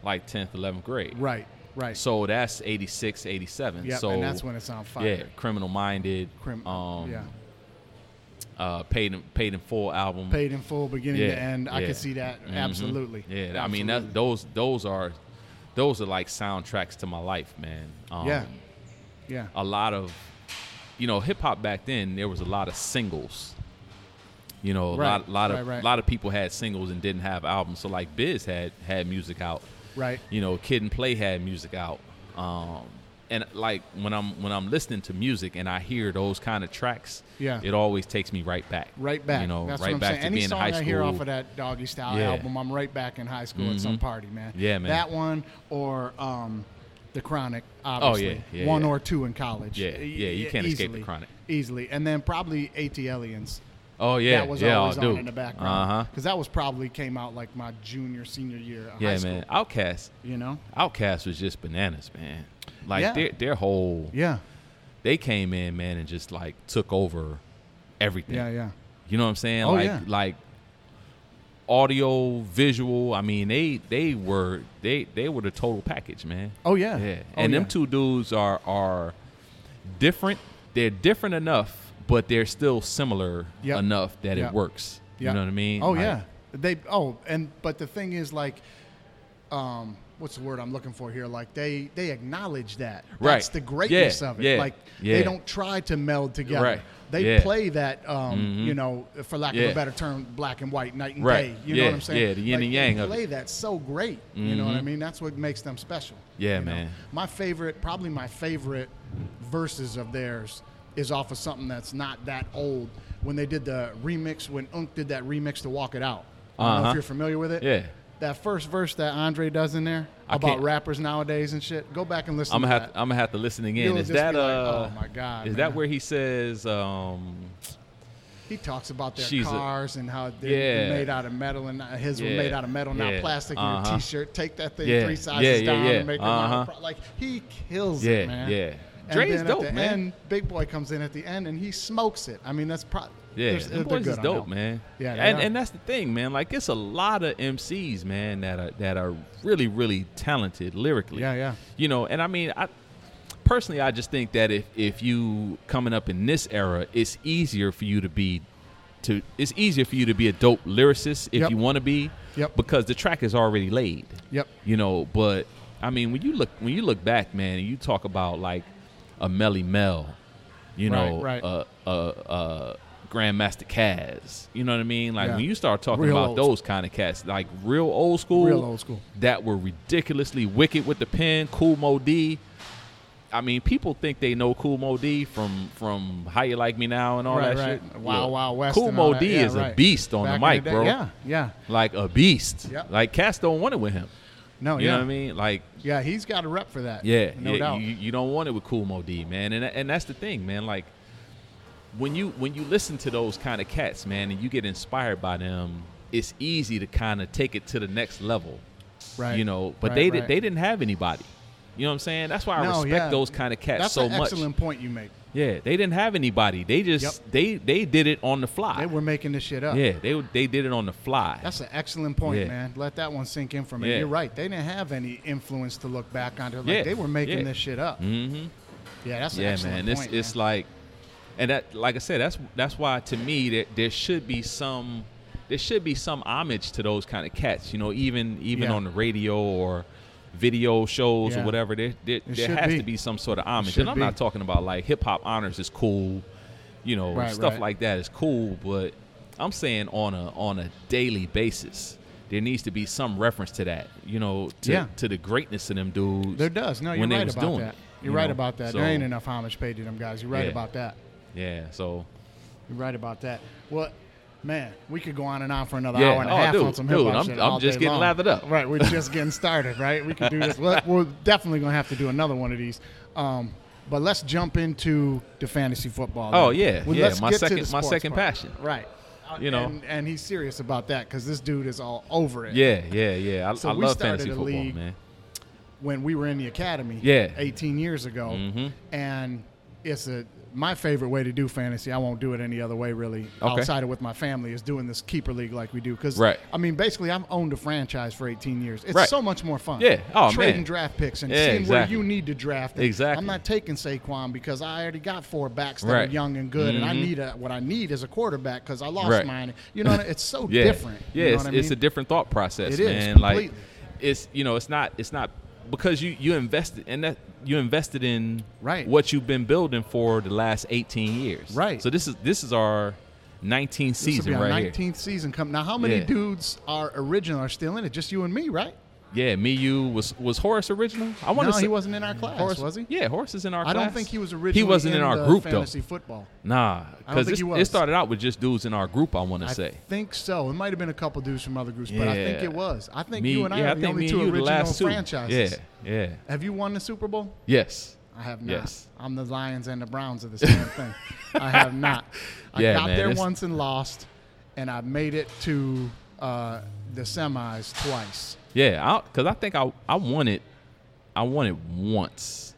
Speaker 2: like 10th 11th grade
Speaker 1: Right, right.
Speaker 2: so that's 86 87
Speaker 1: yep,
Speaker 2: so
Speaker 1: and that's when it's on fire.
Speaker 2: yeah criminal minded
Speaker 1: Crim-
Speaker 2: um
Speaker 1: yeah.
Speaker 2: uh paid in, paid in full album
Speaker 1: Paid in full beginning to end. I
Speaker 2: yeah.
Speaker 1: could see that.
Speaker 2: Mhm.
Speaker 1: Absolutely.
Speaker 2: Yeah, I
Speaker 1: Absolutely.
Speaker 2: mean that those those are those are like soundtracks to my life, man. Um,
Speaker 1: Yeah. Yeah.
Speaker 2: a lot of you know hip hop back then. There was a lot of singles. You know, a
Speaker 1: Right,
Speaker 2: lot, lot of
Speaker 1: right, right.
Speaker 2: lot of people had singles and didn't have albums. So like Biz had had music out.
Speaker 1: Right.
Speaker 2: You know, Kid and Play had music out. Um, and like when I'm when I'm listening to music and I hear those kind of tracks,
Speaker 1: Yeah.
Speaker 2: it always takes me right back.
Speaker 1: Right back.
Speaker 2: You know,
Speaker 1: That's
Speaker 2: right
Speaker 1: what I'm
Speaker 2: back
Speaker 1: saying.
Speaker 2: to
Speaker 1: Any
Speaker 2: being in
Speaker 1: song
Speaker 2: high
Speaker 1: I
Speaker 2: school.
Speaker 1: hear off of that Doggy Style
Speaker 2: Yeah. Mm-hmm.
Speaker 1: album, I'm right back in high school at some party, man.
Speaker 2: Yeah, man.
Speaker 1: That one or um, the Chronic, obviously.
Speaker 2: Oh, yeah, yeah,
Speaker 1: one
Speaker 2: yeah.
Speaker 1: or two in college.
Speaker 2: Yeah,
Speaker 1: E-
Speaker 2: yeah, you can't escape the
Speaker 1: easily,
Speaker 2: Chronic.
Speaker 1: Easily, and then probably ATLians.
Speaker 2: Oh yeah,
Speaker 1: that was
Speaker 2: yeah,
Speaker 1: always
Speaker 2: I do.
Speaker 1: on in the background.
Speaker 2: Uh huh.
Speaker 1: Because that was probably came out like my junior, senior year of high
Speaker 2: Yeah,
Speaker 1: school.
Speaker 2: man. Outcast,
Speaker 1: You know?
Speaker 2: Outcast was just bananas, man. Like
Speaker 1: Yeah.
Speaker 2: their their whole,
Speaker 1: Yeah,
Speaker 2: they came in, man, and just like took over everything.
Speaker 1: yeah, yeah.
Speaker 2: You know what I'm saying?
Speaker 1: Oh,
Speaker 2: like
Speaker 1: yeah.
Speaker 2: like audio, visual. I mean, they they were they they were the total package, man.
Speaker 1: Oh yeah.
Speaker 2: Yeah.
Speaker 1: Oh,
Speaker 2: And them
Speaker 1: yeah.
Speaker 2: two dudes are are different. They're different enough, but they're still similar
Speaker 1: Yep.
Speaker 2: enough that
Speaker 1: Yep.
Speaker 2: it works.
Speaker 1: Yeah.
Speaker 2: You know what I mean?
Speaker 1: Oh
Speaker 2: Like,
Speaker 1: yeah. They oh and but the thing is like um what's the word I'm looking for here? Like they they acknowledge that.
Speaker 2: Right.
Speaker 1: That's the greatness
Speaker 2: Yeah,
Speaker 1: of it.
Speaker 2: yeah,
Speaker 1: Like
Speaker 2: yeah.
Speaker 1: they don't try to meld together.
Speaker 2: Right,
Speaker 1: They
Speaker 2: yeah. Mm-hmm.
Speaker 1: play that um, you know, for lack of
Speaker 2: Yeah.
Speaker 1: a better term, black and white, night and
Speaker 2: Right,
Speaker 1: day. You
Speaker 2: yeah,
Speaker 1: know what I'm saying?
Speaker 2: yeah, the yin
Speaker 1: Like,
Speaker 2: and yang
Speaker 1: They
Speaker 2: of it. Mm-hmm.
Speaker 1: play that so great. You know what I mean? That's what makes them special.
Speaker 2: Yeah,
Speaker 1: you know?
Speaker 2: man.
Speaker 1: My favorite probably my favorite verses of theirs is off of something that's not that old. When they did the remix, when Unk did that remix to Walk It Out. I don't know
Speaker 2: Uh-huh.
Speaker 1: if you're familiar with it.
Speaker 2: Yeah.
Speaker 1: That first verse that Andre does in there
Speaker 2: I
Speaker 1: about
Speaker 2: can't-
Speaker 1: rappers nowadays and shit. Go back and listen
Speaker 2: I'm
Speaker 1: to
Speaker 2: gonna have
Speaker 1: that.
Speaker 2: to, I'm gonna have to listen again.
Speaker 1: You'll
Speaker 2: is
Speaker 1: just
Speaker 2: that
Speaker 1: be like,
Speaker 2: uh?
Speaker 1: "Oh my God,
Speaker 2: Is
Speaker 1: man."
Speaker 2: that where he says um?
Speaker 1: he talks about their
Speaker 2: She's a-
Speaker 1: cars and how they're
Speaker 2: Yeah.
Speaker 1: made out of metal and not- his were
Speaker 2: Yeah.
Speaker 1: made out of metal, not
Speaker 2: Yeah.
Speaker 1: plastic. And your
Speaker 2: Uh-huh.
Speaker 1: T-shirt, take that thing
Speaker 2: Yeah.
Speaker 1: three
Speaker 2: Yeah,
Speaker 1: sizes
Speaker 2: yeah,
Speaker 1: down
Speaker 2: yeah.
Speaker 1: and make them out of
Speaker 2: Uh-huh.
Speaker 1: pro- like he kills
Speaker 2: Yeah,
Speaker 1: it, man.
Speaker 2: yeah.
Speaker 1: And
Speaker 2: Dre's
Speaker 1: then at
Speaker 2: dope,
Speaker 1: the
Speaker 2: man.
Speaker 1: End, Big Boy comes in at the end and he smokes it. I mean, that's probably
Speaker 2: Yeah,
Speaker 1: uh,
Speaker 2: them boys is dope, man.
Speaker 1: Yeah, they
Speaker 2: and
Speaker 1: are.
Speaker 2: and that's the thing, man. Like it's a lot of MCs, man, that are that are really really talented lyrically.
Speaker 1: Yeah, yeah.
Speaker 2: You know, and I mean, I personally, I just think that if if you coming up in this era, it's easier for you to be to it's easier for you to be a dope lyricist if
Speaker 1: Yep.
Speaker 2: you want to be.
Speaker 1: Yep.
Speaker 2: Because the track is already laid.
Speaker 1: Yep.
Speaker 2: You know, but I mean, when you look when you look back, man, and you talk about like a Melly Mel, you
Speaker 1: Right,
Speaker 2: know,
Speaker 1: right.
Speaker 2: uh, uh, uh, Grandmaster Caz. You know what I mean? Like
Speaker 1: Yeah.
Speaker 2: when you start talking
Speaker 1: Real
Speaker 2: about
Speaker 1: old
Speaker 2: those kind of cats, like real old school,
Speaker 1: Real old school.
Speaker 2: that were ridiculously wicked with the pen, Cool Mo D. I mean, people think they know Cool Mo D from from How You Like Me Now and all
Speaker 1: Right,
Speaker 2: that
Speaker 1: right.
Speaker 2: shit.
Speaker 1: Wow,
Speaker 2: Look,
Speaker 1: wow, West.
Speaker 2: Cool
Speaker 1: and all
Speaker 2: Mo
Speaker 1: that.
Speaker 2: D
Speaker 1: Yeah,
Speaker 2: is a
Speaker 1: right.
Speaker 2: beast on the
Speaker 1: Back in
Speaker 2: mic,
Speaker 1: day-
Speaker 2: bro.
Speaker 1: Yeah, yeah.
Speaker 2: Like a beast.
Speaker 1: Yep.
Speaker 2: Like cats don't want it with him.
Speaker 1: No,
Speaker 2: You
Speaker 1: yeah.
Speaker 2: know what I mean? Like
Speaker 1: Yeah, he's got a rep for that.
Speaker 2: yeah,
Speaker 1: no
Speaker 2: yeah,
Speaker 1: doubt.
Speaker 2: You, you don't want it with Cool Mo D, man, and and that's the thing, man. Like when you when you listen to those kind of cats, man, and you get inspired by them, it's easy to kind of take it to the next level,
Speaker 1: right.
Speaker 2: you know. But
Speaker 1: Right,
Speaker 2: they
Speaker 1: right.
Speaker 2: did they didn't have anybody. You know what I'm saying? That's why I
Speaker 1: No,
Speaker 2: respect
Speaker 1: yeah.
Speaker 2: those kind of cats
Speaker 1: That's
Speaker 2: so
Speaker 1: an
Speaker 2: much.
Speaker 1: excellent point you make.
Speaker 2: Yeah, they didn't have anybody. They just
Speaker 1: Yep.
Speaker 2: they they did it on the fly.
Speaker 1: They were making this shit up.
Speaker 2: yeah, they they did it on the fly.
Speaker 1: That's an excellent point,
Speaker 2: Yeah.
Speaker 1: man. Let that one sink in for me.
Speaker 2: Yeah.
Speaker 1: You're right. They didn't have any influence to look back on. Like
Speaker 2: Yeah,
Speaker 1: they were making
Speaker 2: yeah.
Speaker 1: this shit up. Mm-hmm. Yeah, that's an
Speaker 2: yeah,
Speaker 1: excellent
Speaker 2: man. It's
Speaker 1: point.
Speaker 2: it's like, and that like I said, that's that's why to me that there should be some there should be some homage to those kind of cats. You know, even even
Speaker 1: Yeah.
Speaker 2: on the radio or video shows
Speaker 1: Yeah.
Speaker 2: or whatever, there there, there
Speaker 1: should
Speaker 2: has
Speaker 1: be.
Speaker 2: to be some sort of homage.
Speaker 1: should
Speaker 2: And I'm
Speaker 1: be.
Speaker 2: not talking about like hip hop honors is cool, you know,
Speaker 1: Right,
Speaker 2: stuff
Speaker 1: right.
Speaker 2: like that is cool, but I'm saying on a on a daily basis. There needs to be some reference to that, you know, to,
Speaker 1: Yeah.
Speaker 2: to the greatness of them dudes.
Speaker 1: There does. No, you're
Speaker 2: when they
Speaker 1: right
Speaker 2: was
Speaker 1: about
Speaker 2: doing
Speaker 1: that.
Speaker 2: it,
Speaker 1: You're
Speaker 2: you
Speaker 1: right
Speaker 2: know?
Speaker 1: about that.
Speaker 2: So,
Speaker 1: there ain't enough homage paid to them guys. You're right
Speaker 2: Yeah.
Speaker 1: about that.
Speaker 2: Yeah, so
Speaker 1: You're right about that. Well, man, we could go on and on for another
Speaker 2: Yeah.
Speaker 1: hour and a
Speaker 2: Oh,
Speaker 1: half on
Speaker 2: dude,
Speaker 1: some hip hop
Speaker 2: dude, I'm-
Speaker 1: shit
Speaker 2: I'm
Speaker 1: all
Speaker 2: just
Speaker 1: day
Speaker 2: getting
Speaker 1: long.
Speaker 2: lathered up.
Speaker 1: Right, we're
Speaker 2: [LAUGHS]
Speaker 1: just getting started. Right, we could do this. We're, we're definitely gonna have to do another one of these. Um, but let's jump into the fantasy football.
Speaker 2: Oh,
Speaker 1: then.
Speaker 2: yeah,
Speaker 1: Well,
Speaker 2: yeah,
Speaker 1: let's
Speaker 2: my
Speaker 1: get to
Speaker 2: second-
Speaker 1: the
Speaker 2: my
Speaker 1: sports
Speaker 2: second
Speaker 1: part.
Speaker 2: passion.
Speaker 1: Right. Uh,
Speaker 2: You know.
Speaker 1: and, and he's serious about that because this dude is all over it.
Speaker 2: yeah, yeah, yeah. I,
Speaker 1: So
Speaker 2: I
Speaker 1: we
Speaker 2: love
Speaker 1: started
Speaker 2: fantasy
Speaker 1: a
Speaker 2: football,
Speaker 1: league.
Speaker 2: man.
Speaker 1: when we were in the academy
Speaker 2: Yeah. Mm-hmm.
Speaker 1: 18 years ago and it's a my favorite way to do fantasy i won't do it any other way really
Speaker 2: Okay.
Speaker 1: outside of with my family is doing this keeper league like we do because
Speaker 2: Right.
Speaker 1: i mean basically i've owned a franchise for 18 years it's
Speaker 2: Right.
Speaker 1: so much more fun
Speaker 2: Yeah. Oh,
Speaker 1: trading
Speaker 2: man.
Speaker 1: draft picks and
Speaker 2: Yeah,
Speaker 1: seeing
Speaker 2: exactly.
Speaker 1: where you need to draft And
Speaker 2: Exactly.
Speaker 1: i'm not taking saquon because i already got four backs that
Speaker 2: Right. Mm-hmm.
Speaker 1: are young and good and i need a, what i need is a quarterback because i lost
Speaker 2: Right.
Speaker 1: mine you know it's so
Speaker 2: [LAUGHS] yeah.
Speaker 1: different you
Speaker 2: Yeah,
Speaker 1: know
Speaker 2: it's,
Speaker 1: what I
Speaker 2: it's a
Speaker 1: mean?
Speaker 2: different thought process,
Speaker 1: It is,
Speaker 2: man. like
Speaker 1: completely.
Speaker 2: it's you know, it's not it's not because you you invested and that you invested in
Speaker 1: Right.
Speaker 2: what you've been building for the last 18 years.
Speaker 1: Right.
Speaker 2: So this is this is our 19th
Speaker 1: This will
Speaker 2: season
Speaker 1: be our
Speaker 2: right
Speaker 1: 19th season coming. Now, how many
Speaker 2: Yeah.
Speaker 1: dudes are original are still in it? Just you and me, right?
Speaker 2: here. Yeah, me you was was Horace original? I want
Speaker 1: No,
Speaker 2: to
Speaker 1: he wasn't in our class, was he?
Speaker 2: Yeah, Horace is in our
Speaker 1: I
Speaker 2: class.
Speaker 1: don't think he was originally.
Speaker 2: He wasn't in,
Speaker 1: the
Speaker 2: our group
Speaker 1: fantasy
Speaker 2: though.
Speaker 1: football. I
Speaker 2: Nah,
Speaker 1: don't
Speaker 2: because
Speaker 1: think he
Speaker 2: it
Speaker 1: was.
Speaker 2: started out with just dudes in our group. I want to
Speaker 1: I
Speaker 2: say.
Speaker 1: think so. It might have been a couple dudes from other groups, but I think
Speaker 2: Yeah.
Speaker 1: it was. I think
Speaker 2: Me-
Speaker 1: you and I
Speaker 2: yeah,
Speaker 1: are the
Speaker 2: think
Speaker 1: only
Speaker 2: me
Speaker 1: two
Speaker 2: and you the
Speaker 1: original
Speaker 2: last two.
Speaker 1: franchises.
Speaker 2: Yeah, yeah,
Speaker 1: Have you won the Super Bowl?
Speaker 2: yes.
Speaker 1: I have not.
Speaker 2: Yes.
Speaker 1: I'm the Lions and the Browns of this
Speaker 2: [LAUGHS]
Speaker 1: damn thing. I have not. I
Speaker 2: Yeah,
Speaker 1: got
Speaker 2: man,
Speaker 1: there
Speaker 2: it's-
Speaker 1: once and lost, and I made it to uh, the semis twice.
Speaker 2: Yeah, because I, think I I won it, I won it once.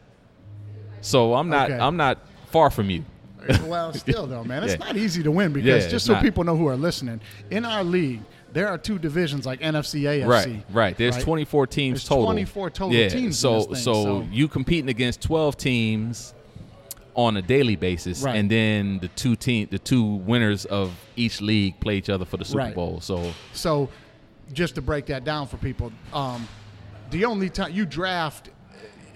Speaker 2: So I'm not
Speaker 1: Okay.
Speaker 2: I'm not far from you. [LAUGHS]
Speaker 1: well, still though, man, it's
Speaker 2: Yeah.
Speaker 1: not easy to win because
Speaker 2: Yeah, it's
Speaker 1: just so
Speaker 2: not.
Speaker 1: people know who are listening, in our league there are two divisions like NFC, AFC.
Speaker 2: Right, right. There's
Speaker 1: right?
Speaker 2: 24 teams
Speaker 1: There's
Speaker 2: total.
Speaker 1: 24 total
Speaker 2: yeah,
Speaker 1: teams in
Speaker 2: So
Speaker 1: this thing,
Speaker 2: so,
Speaker 1: so-
Speaker 2: you competing against 12 teams on a daily basis,
Speaker 1: Right.
Speaker 2: and then the two team the two winners of each league play each other for the Super
Speaker 1: Right.
Speaker 2: Bowl. So
Speaker 1: So, just to break that down for people, um, the only time you draft,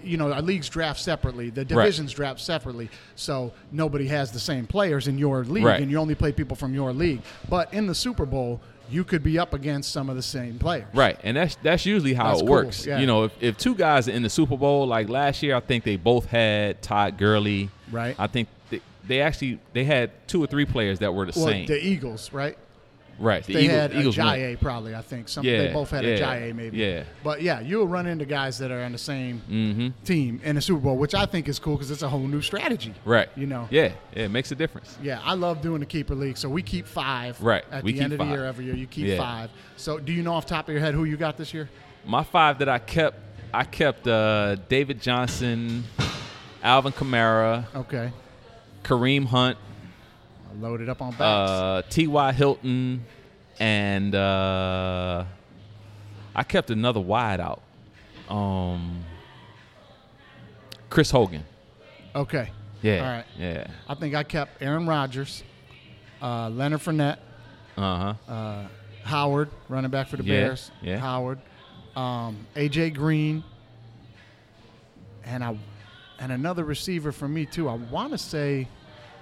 Speaker 1: you know, our leagues draft separately, the divisions draft separately, so nobody has the same players in your league,
Speaker 2: Right.
Speaker 1: and you only play people from your league. But in the Super Bowl, you could be up against some of the same players.
Speaker 2: Right, and that's that's usually how
Speaker 1: That's
Speaker 2: it
Speaker 1: cool,
Speaker 2: works.
Speaker 1: yeah.
Speaker 2: You know, if, if two guys are in the Super Bowl, like last year, I think they both had Todd Gurley.
Speaker 1: Right.
Speaker 2: I think they, they actually they had two or three players that were the
Speaker 1: Well,
Speaker 2: same.
Speaker 1: the Eagles, right?
Speaker 2: right. The
Speaker 1: they
Speaker 2: Eagle-
Speaker 1: had
Speaker 2: Eagles
Speaker 1: a
Speaker 2: won.
Speaker 1: Jaye probably. I think some they
Speaker 2: Yeah,
Speaker 1: both had a
Speaker 2: yeah,
Speaker 1: Jaye maybe.
Speaker 2: yeah. Mm-hmm.
Speaker 1: But yeah, you'll run into guys that are on the same team in the Super Bowl, which I think is cool because it's a whole new strategy.
Speaker 2: Right.
Speaker 1: You know.
Speaker 2: Yeah. Yeah. It makes a difference.
Speaker 1: Yeah, I love doing the keeper league. So we keep five.
Speaker 2: Right,
Speaker 1: At
Speaker 2: we
Speaker 1: the
Speaker 2: keep
Speaker 1: end of the
Speaker 2: five.
Speaker 1: year every year, you keep
Speaker 2: Yeah.
Speaker 1: five. So do you know off the top of your head who you got this year?
Speaker 2: My five that I kept, I kept uh, David Johnson, Alvin Kamara,
Speaker 1: Okay,
Speaker 2: Kareem Hunt,
Speaker 1: I loaded up on backs.
Speaker 2: uh, T.Y. Hilton, and uh, I kept another wide out. Um, Chris Hogan.
Speaker 1: okay.
Speaker 2: Yeah.
Speaker 1: All right.
Speaker 2: Yeah.
Speaker 1: I think I kept Aaron Rodgers, uh, Leonard Fournette,
Speaker 2: Uh huh.
Speaker 1: Howard, running back for the
Speaker 2: Yeah,
Speaker 1: Bears.
Speaker 2: yeah.
Speaker 1: Howard, um, AJ Green, and I, and another receiver for me too. I want to say,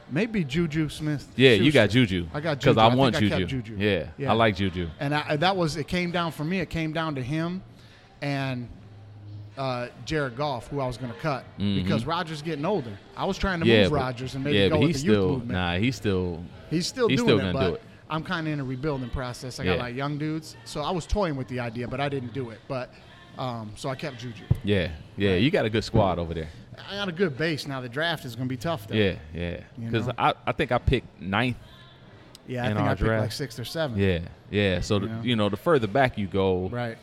Speaker 1: maybe Juju Smith.
Speaker 2: yeah, you got Juju.
Speaker 1: I got
Speaker 2: Because
Speaker 1: Juju. I
Speaker 2: I
Speaker 1: think
Speaker 2: want
Speaker 1: I
Speaker 2: Juju.
Speaker 1: kept Juju.
Speaker 2: Yeah,
Speaker 1: Yeah.
Speaker 2: I like Juju.
Speaker 1: And I, that was it. Came down for me. It came down to him, and. Uh, Jared Goff, who I was going to cut because Rogers getting older. I was trying to
Speaker 2: Mm-hmm. yeah,
Speaker 1: move
Speaker 2: but-
Speaker 1: Rogers and maybe
Speaker 2: yeah,
Speaker 1: go
Speaker 2: but
Speaker 1: with
Speaker 2: he's
Speaker 1: the youth
Speaker 2: still
Speaker 1: movement.
Speaker 2: nah. He's still
Speaker 1: He's still
Speaker 2: He's
Speaker 1: doing
Speaker 2: still
Speaker 1: it,
Speaker 2: gonna
Speaker 1: but
Speaker 2: do it.
Speaker 1: I'm kind of in a rebuilding process. I got
Speaker 2: Yeah.
Speaker 1: like young dudes, so I was toying with the idea, but I didn't do it. But um, so I kept Juju.
Speaker 2: yeah yeah. You got a good squad over there.
Speaker 1: I got a good base. Now the draft is going to be tough, though.
Speaker 2: Yeah yeah.
Speaker 1: You
Speaker 2: Because
Speaker 1: know?
Speaker 2: I, I think I picked ninth.
Speaker 1: yeah. I
Speaker 2: In
Speaker 1: think I
Speaker 2: our
Speaker 1: picked
Speaker 2: draft.
Speaker 1: like sixth or seventh.
Speaker 2: Yeah yeah. So the,
Speaker 1: Yeah.
Speaker 2: you know the further back you go,
Speaker 1: Right.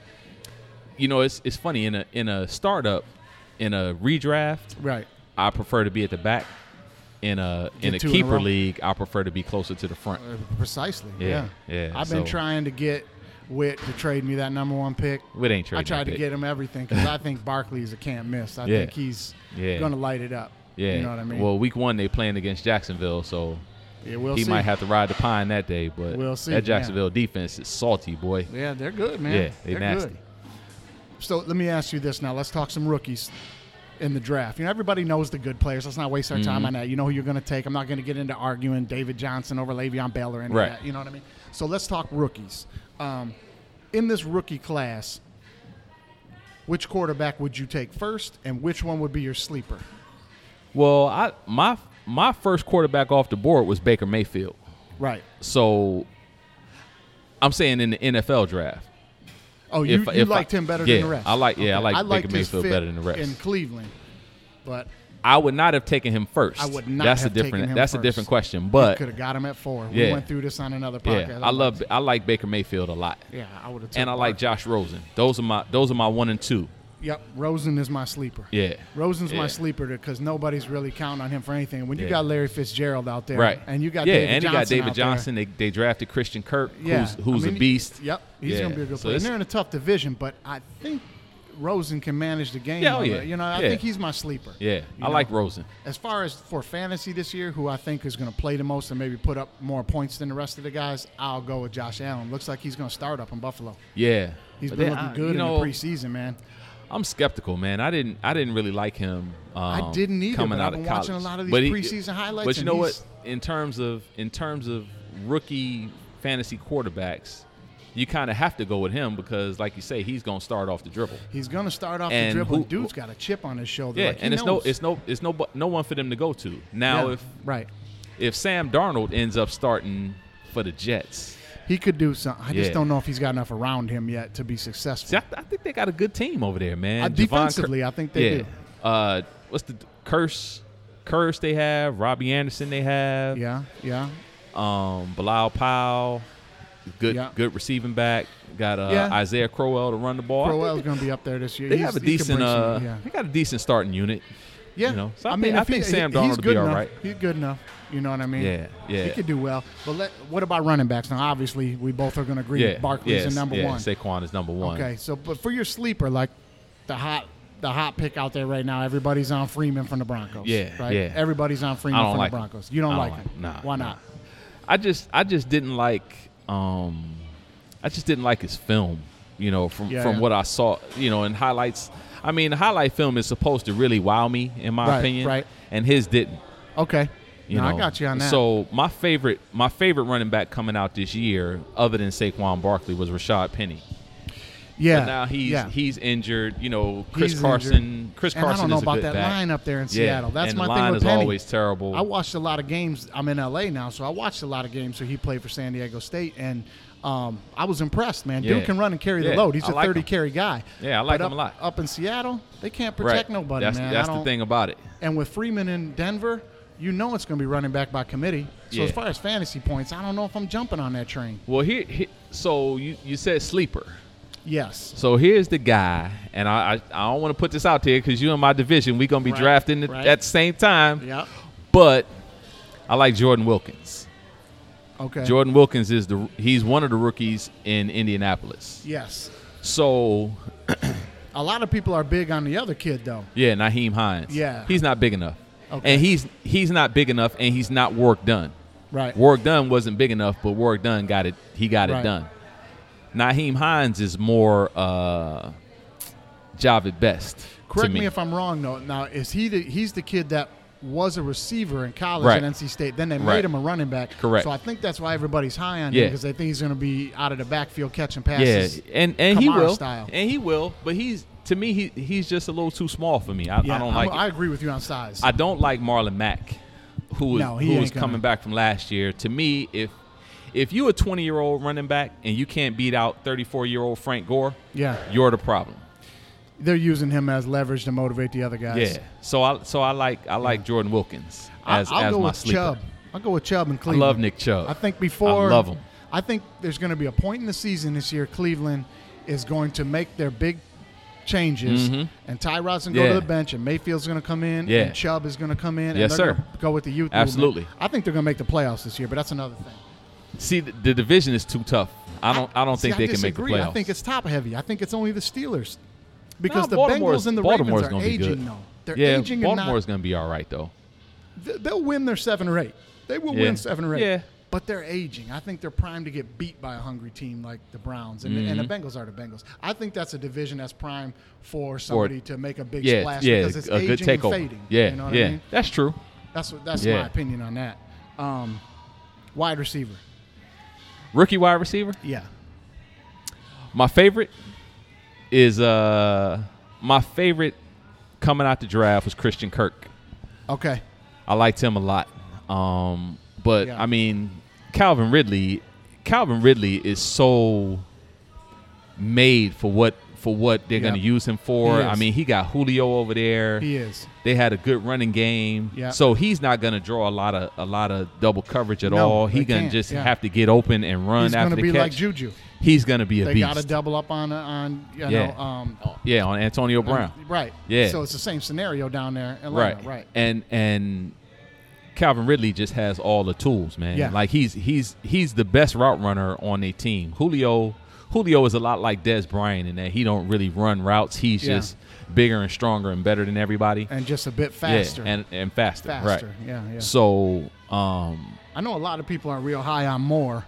Speaker 2: you know it's it's funny in a in a startup in a redraft.
Speaker 1: Right.
Speaker 2: I prefer to be at the back. In a in
Speaker 1: Get
Speaker 2: a
Speaker 1: two in a
Speaker 2: keeper
Speaker 1: row.
Speaker 2: league, I prefer to be closer to the front.
Speaker 1: Uh, Precisely. Yeah.
Speaker 2: Yeah, yeah,
Speaker 1: I've been
Speaker 2: so-
Speaker 1: trying to get Witt to trade me that number one pick.
Speaker 2: It ain't
Speaker 1: I tried
Speaker 2: trading. that
Speaker 1: to
Speaker 2: pick.
Speaker 1: get him everything because I think Barkley is a can't miss. I
Speaker 2: [LAUGHS] Yeah.
Speaker 1: think he's
Speaker 2: Yeah.
Speaker 1: going to light it up.
Speaker 2: Yeah.
Speaker 1: You know what I mean?
Speaker 2: Well, week one they playing against Jacksonville, so
Speaker 1: Yeah, we'll
Speaker 2: he
Speaker 1: see.
Speaker 2: might have to ride the pine that day. But
Speaker 1: We'll see,
Speaker 2: that
Speaker 1: yeah.
Speaker 2: Jacksonville defense is salty, boy.
Speaker 1: Yeah, they're good, man.
Speaker 2: Yeah, they
Speaker 1: are
Speaker 2: nasty.
Speaker 1: Good. So let me ask you this now. Let's talk some rookies in the draft. You know, everybody knows the good players. Let's not waste our
Speaker 2: Mm-hmm.
Speaker 1: time on that. You know who you're going to take. I'm not going to get into arguing David Johnson over Le'Veon Bell or any
Speaker 2: Right.
Speaker 1: of that. You know what I mean? So let's talk rookies. Um, in this rookie class, which quarterback would you take first, and which one would be your sleeper?
Speaker 2: Well, I my my first quarterback off the board was Baker Mayfield.
Speaker 1: Right.
Speaker 2: So I'm saying in the NFL draft.
Speaker 1: Oh, you,
Speaker 2: If-
Speaker 1: you
Speaker 2: if I-
Speaker 1: liked him better
Speaker 2: yeah,
Speaker 1: than the rest.
Speaker 2: I like- yeah, I like
Speaker 1: I
Speaker 2: Baker
Speaker 1: liked his
Speaker 2: Mayfield
Speaker 1: fit
Speaker 2: better than the rest.
Speaker 1: in Cleveland, but
Speaker 2: I would not have taken him first.
Speaker 1: I would not
Speaker 2: That's
Speaker 1: have
Speaker 2: a
Speaker 1: taken
Speaker 2: different.
Speaker 1: him
Speaker 2: that's
Speaker 1: first.
Speaker 2: a different question. But
Speaker 1: could have got him at four. We
Speaker 2: Yeah.
Speaker 1: went through this on another podcast.
Speaker 2: yeah, I love. I like Baker Mayfield a lot,
Speaker 1: Yeah, I would have.
Speaker 2: and I like Josh Rosen. Those are my. Those are my one and two.
Speaker 1: Yep, Rosen is my sleeper.
Speaker 2: Yeah.
Speaker 1: Rosen's
Speaker 2: Yeah.
Speaker 1: my sleeper because nobody's really counting on him for anything. And When you
Speaker 2: Yeah.
Speaker 1: got Larry Fitzgerald out there,
Speaker 2: Right.
Speaker 1: and you got
Speaker 2: yeah,
Speaker 1: David
Speaker 2: and
Speaker 1: Johnson
Speaker 2: you got David
Speaker 1: out there,
Speaker 2: Johnson. They, they drafted Christian Kirk,
Speaker 1: yeah,
Speaker 2: who's who's
Speaker 1: I mean,
Speaker 2: a beast.
Speaker 1: Yep, he's
Speaker 2: Yeah.
Speaker 1: gonna be a good
Speaker 2: So
Speaker 1: player. And
Speaker 2: it's-
Speaker 1: they're in a tough division, but I think Rosen can manage the game.
Speaker 2: Yeah, oh
Speaker 1: a
Speaker 2: yeah.
Speaker 1: bit. you know, I
Speaker 2: Yeah.
Speaker 1: think he's my sleeper.
Speaker 2: Yeah,
Speaker 1: You
Speaker 2: I
Speaker 1: know?
Speaker 2: like Rosen.
Speaker 1: As far as for fantasy this year, who I think is going to play the most and maybe put up more points than the rest of the guys, I'll go with Josh Allen. Looks like he's going to start up in Buffalo.
Speaker 2: Yeah,
Speaker 1: He's
Speaker 2: But
Speaker 1: been
Speaker 2: then
Speaker 1: looking
Speaker 2: I-
Speaker 1: good
Speaker 2: you
Speaker 1: in
Speaker 2: know,
Speaker 1: the preseason, man.
Speaker 2: I'm skeptical, man. I didn't. I didn't really like him. Um,
Speaker 1: I didn't either,
Speaker 2: Coming
Speaker 1: but
Speaker 2: out
Speaker 1: I've been
Speaker 2: of college.
Speaker 1: watching a lot of these
Speaker 2: But he-
Speaker 1: preseason highlights,
Speaker 2: But you
Speaker 1: and
Speaker 2: know what?
Speaker 1: he's-
Speaker 2: In terms of in terms of rookie fantasy quarterbacks, you kind of have to go with him because, like you say, he's gonna start off the dribble.
Speaker 1: He's going to start off the
Speaker 2: And
Speaker 1: dribble.
Speaker 2: who-
Speaker 1: and Dude's got a chip on his shoulder.
Speaker 2: Yeah,
Speaker 1: like, he
Speaker 2: and it's
Speaker 1: knows.
Speaker 2: no, it's no, it's no, bu- no one for them to go to now.
Speaker 1: Yeah,
Speaker 2: If
Speaker 1: right,
Speaker 2: if Sam Darnold ends up starting for the Jets,
Speaker 1: he could do something. I just
Speaker 2: Yeah.
Speaker 1: don't know if he's got enough around him yet to be
Speaker 2: See,
Speaker 1: successful.
Speaker 2: I, I think they got a good team over there, man.
Speaker 1: Uh,
Speaker 2: Javon
Speaker 1: defensively, I think they
Speaker 2: yeah.
Speaker 1: do.
Speaker 2: Uh, what's the curse? Curse they have. Robbie Anderson they have.
Speaker 1: Yeah, yeah,
Speaker 2: Um, Bilal Powell, good
Speaker 1: Yeah.
Speaker 2: good receiving back. Got uh,
Speaker 1: Yeah.
Speaker 2: Isaiah Crowell to run the ball. I think
Speaker 1: Crowell's going to be up there this year.
Speaker 2: They
Speaker 1: He's-
Speaker 2: have a
Speaker 1: he can
Speaker 2: decent.
Speaker 1: bring some-
Speaker 2: Uh,
Speaker 1: yeah.
Speaker 2: They got a decent starting unit.
Speaker 1: Yeah,
Speaker 2: you know, so I think- I
Speaker 1: if
Speaker 2: think Sam
Speaker 1: he's
Speaker 2: Darnold will be
Speaker 1: good
Speaker 2: all
Speaker 1: enough.
Speaker 2: right.
Speaker 1: He's good enough. You know what I mean?
Speaker 2: Yeah, yeah.
Speaker 1: He could do well. But let, what about running backs? Now, obviously, we both are going to agree.
Speaker 2: Yeah,
Speaker 1: Barkley's
Speaker 2: yes,
Speaker 1: the number
Speaker 2: yeah,
Speaker 1: one.
Speaker 2: Saquon is number one.
Speaker 1: Okay, so but for your sleeper, like the hot the hot pick out there right now, everybody's on Freeman from the Broncos.
Speaker 2: Yeah,
Speaker 1: right.
Speaker 2: yeah.
Speaker 1: Everybody's on Freeman
Speaker 2: I don't
Speaker 1: from
Speaker 2: like
Speaker 1: the
Speaker 2: him.
Speaker 1: Broncos. You don't,
Speaker 2: I don't
Speaker 1: like
Speaker 2: like
Speaker 1: him?
Speaker 2: him. Nah,
Speaker 1: Why
Speaker 2: nah.
Speaker 1: not?
Speaker 2: I just I just didn't like um I just didn't like his film, you know, from
Speaker 1: Yeah,
Speaker 2: from
Speaker 1: yeah.
Speaker 2: what I saw, you know, in highlights. I mean, the highlight film is supposed to really wow me in my
Speaker 1: Right,
Speaker 2: opinion,
Speaker 1: right.
Speaker 2: and his didn't,
Speaker 1: Okay.
Speaker 2: you
Speaker 1: no,
Speaker 2: know.
Speaker 1: I got you on that.
Speaker 2: So, my favorite my favorite running back coming out this year other than Saquon Barkley was Rashad Penny.
Speaker 1: yeah.
Speaker 2: But now he's
Speaker 1: yeah.
Speaker 2: he's injured, you know, Chris
Speaker 1: He's
Speaker 2: Carson,
Speaker 1: injured.
Speaker 2: Chris
Speaker 1: And I
Speaker 2: Carson
Speaker 1: don't know
Speaker 2: is a
Speaker 1: about
Speaker 2: good
Speaker 1: that
Speaker 2: back.
Speaker 1: line up there in
Speaker 2: Yeah,
Speaker 1: Seattle. That's
Speaker 2: and
Speaker 1: my
Speaker 2: the
Speaker 1: thing
Speaker 2: line
Speaker 1: with
Speaker 2: is
Speaker 1: Penny.
Speaker 2: always terrible.
Speaker 1: I watched a lot of games. I'm in LA now, so I watched a lot of games. So he played for San Diego State, and um, I was impressed, man.
Speaker 2: Yeah.
Speaker 1: Dude can run and carry the
Speaker 2: Yeah,
Speaker 1: load. He's
Speaker 2: I
Speaker 1: a
Speaker 2: like
Speaker 1: 30
Speaker 2: him.
Speaker 1: carry guy.
Speaker 2: Yeah, I like
Speaker 1: But
Speaker 2: him a
Speaker 1: up-
Speaker 2: lot.
Speaker 1: Up in Seattle, they can't
Speaker 2: right.
Speaker 1: protect nobody,
Speaker 2: that's
Speaker 1: man. I
Speaker 2: that's the
Speaker 1: don't-
Speaker 2: thing about it.
Speaker 1: And with Freeman in Denver, you know it's going to be running back by committee. So as
Speaker 2: Yeah.
Speaker 1: far as fantasy points, I don't know if I'm jumping on that train.
Speaker 2: Well, here, here so you you said sleeper.
Speaker 1: Yes.
Speaker 2: So here's the guy, and I I, I don't want to put this out there because you in my division, we gonna be
Speaker 1: Right,
Speaker 2: drafting it
Speaker 1: right.
Speaker 2: at the same time.
Speaker 1: Yep.
Speaker 2: But I like Jordan Wilkins.
Speaker 1: Okay.
Speaker 2: Jordan Wilkins is the he's one of the rookies in Indianapolis.
Speaker 1: Yes.
Speaker 2: So
Speaker 1: A lot of people are big on the other kid though.
Speaker 2: yeah, Naheem Hines.
Speaker 1: Yeah.
Speaker 2: he's not big enough,
Speaker 1: Okay.
Speaker 2: and he's he's not big enough, and he's not work done.
Speaker 1: Right.
Speaker 2: Work done wasn't big enough, but work done got it. He got
Speaker 1: Right.
Speaker 2: it done. Naheem Hines is more uh, job at best. to
Speaker 1: Correct me.
Speaker 2: me
Speaker 1: if I'm wrong though. Now is he the he's the kid that was a receiver in college
Speaker 2: Right.
Speaker 1: at NC State. Then they made
Speaker 2: Right.
Speaker 1: him a running back.
Speaker 2: Correct.
Speaker 1: So I think that's why everybody's high on him
Speaker 2: Yeah.
Speaker 1: because they think he's going to be out of the backfield catching
Speaker 2: Yeah,
Speaker 1: passes.
Speaker 2: and and he
Speaker 1: Kamara
Speaker 2: will,
Speaker 1: style.
Speaker 2: and he will, but he's to me he he's just a little too small for me. I, I don't
Speaker 1: I'm-
Speaker 2: like.
Speaker 1: I
Speaker 2: it.
Speaker 1: agree with you on size.
Speaker 2: I don't like Marlon Mack, who is
Speaker 1: No, he
Speaker 2: who
Speaker 1: ain't
Speaker 2: is
Speaker 1: gonna.
Speaker 2: coming back from last year. To me, if if you a twenty year old running back and you can't beat out thirty four year old Frank Gore,
Speaker 1: yeah.
Speaker 2: you're the problem.
Speaker 1: They're using him as leverage to motivate the other guys.
Speaker 2: Yeah. So I so I like I like Jordan Wilkins as
Speaker 1: I, will
Speaker 2: as
Speaker 1: go
Speaker 2: my
Speaker 1: with
Speaker 2: sleeper.
Speaker 1: Chubb. I'll go with Chubb and
Speaker 2: I
Speaker 1: Cleveland.
Speaker 2: love Nick Chubb.
Speaker 1: I think before
Speaker 2: I love him.
Speaker 1: I think there's going to be a point in the season this year. Cleveland is going to make their big changes, and Tyrod can go
Speaker 2: Mm-hmm. Yeah.
Speaker 1: to the bench, and Mayfield's going to come in,
Speaker 2: Yeah.
Speaker 1: and Chubb is going to come in. and
Speaker 2: Yes,
Speaker 1: they're
Speaker 2: sir.
Speaker 1: gonna Go with the youth. movement.
Speaker 2: Absolutely.
Speaker 1: I think they're going to make the playoffs this year, but that's another thing.
Speaker 2: See, the, the division is too tough. I don't I, don't
Speaker 1: See,
Speaker 2: think they can make the
Speaker 1: disagree.
Speaker 2: playoffs.
Speaker 1: I think it's top heavy. I think it's only the Steelers because the
Speaker 2: Baltimore's-
Speaker 1: Bengals and the
Speaker 2: Baltimore's
Speaker 1: Ravens
Speaker 2: gonna
Speaker 1: are
Speaker 2: be
Speaker 1: aging
Speaker 2: good.
Speaker 1: though. They're
Speaker 2: yeah,
Speaker 1: aging and not-
Speaker 2: Baltimore's gonna be all right though.
Speaker 1: th- they'll win their seven or eight. They will
Speaker 2: Yeah.
Speaker 1: win seven or eight.
Speaker 2: Yeah.
Speaker 1: But they're aging. I think they're primed to get beat by a hungry team like the Browns and, and the
Speaker 2: Mm-hmm.
Speaker 1: Bengals are the Bengals. I think that's a division that's prime for somebody to make a big
Speaker 2: yeah,
Speaker 1: splash
Speaker 2: yeah,
Speaker 1: because it's
Speaker 2: a
Speaker 1: aging
Speaker 2: good takeover.
Speaker 1: and fading.
Speaker 2: yeah,
Speaker 1: you know what
Speaker 2: yeah,
Speaker 1: I mean?
Speaker 2: that's true.
Speaker 1: That's what that's
Speaker 2: Yeah.
Speaker 1: my opinion on that. Um, wide receiver,
Speaker 2: Rookie wide receiver.
Speaker 1: yeah.
Speaker 2: My favorite is uh my favorite coming out the draft was Christian Kirk.
Speaker 1: Okay,
Speaker 2: I liked him a lot. Um, but
Speaker 1: Yeah.
Speaker 2: I mean, Calvin Ridley, Calvin Ridley is so made for what for what they're going
Speaker 1: Yeah.
Speaker 2: to use him for.
Speaker 1: He
Speaker 2: I
Speaker 1: is.
Speaker 2: mean, he got Julio over there.
Speaker 1: he is.
Speaker 2: They had a good running game,
Speaker 1: Yeah.
Speaker 2: so he's not going to draw a lot of a lot of double coverage at
Speaker 1: No,
Speaker 2: all.
Speaker 1: they
Speaker 2: He gonna
Speaker 1: can't,
Speaker 2: just
Speaker 1: yeah.
Speaker 2: have to get open and run
Speaker 1: He's going
Speaker 2: after
Speaker 1: to
Speaker 2: the
Speaker 1: be
Speaker 2: catch.
Speaker 1: like Juju.
Speaker 2: he's going to be a
Speaker 1: They
Speaker 2: beast.
Speaker 1: got to double up on on you
Speaker 2: Yeah.
Speaker 1: know um,
Speaker 2: yeah, on Antonio Brown.
Speaker 1: right.
Speaker 2: Yeah.
Speaker 1: So it's the same scenario down there. In Atlanta, right. Right.
Speaker 2: And and Calvin Ridley just has all the tools, man.
Speaker 1: Yeah.
Speaker 2: Like he's he's he's the best route runner on a team. Julio Julio is a lot like Des Bryant in that he don't really run routes. He's
Speaker 1: Yeah.
Speaker 2: just bigger and stronger and better than everybody.
Speaker 1: And just a bit faster.
Speaker 2: Yeah, and and faster.
Speaker 1: faster.
Speaker 2: Right.
Speaker 1: Yeah. Yeah.
Speaker 2: So um
Speaker 1: I know a lot of people aren't real high on Moore,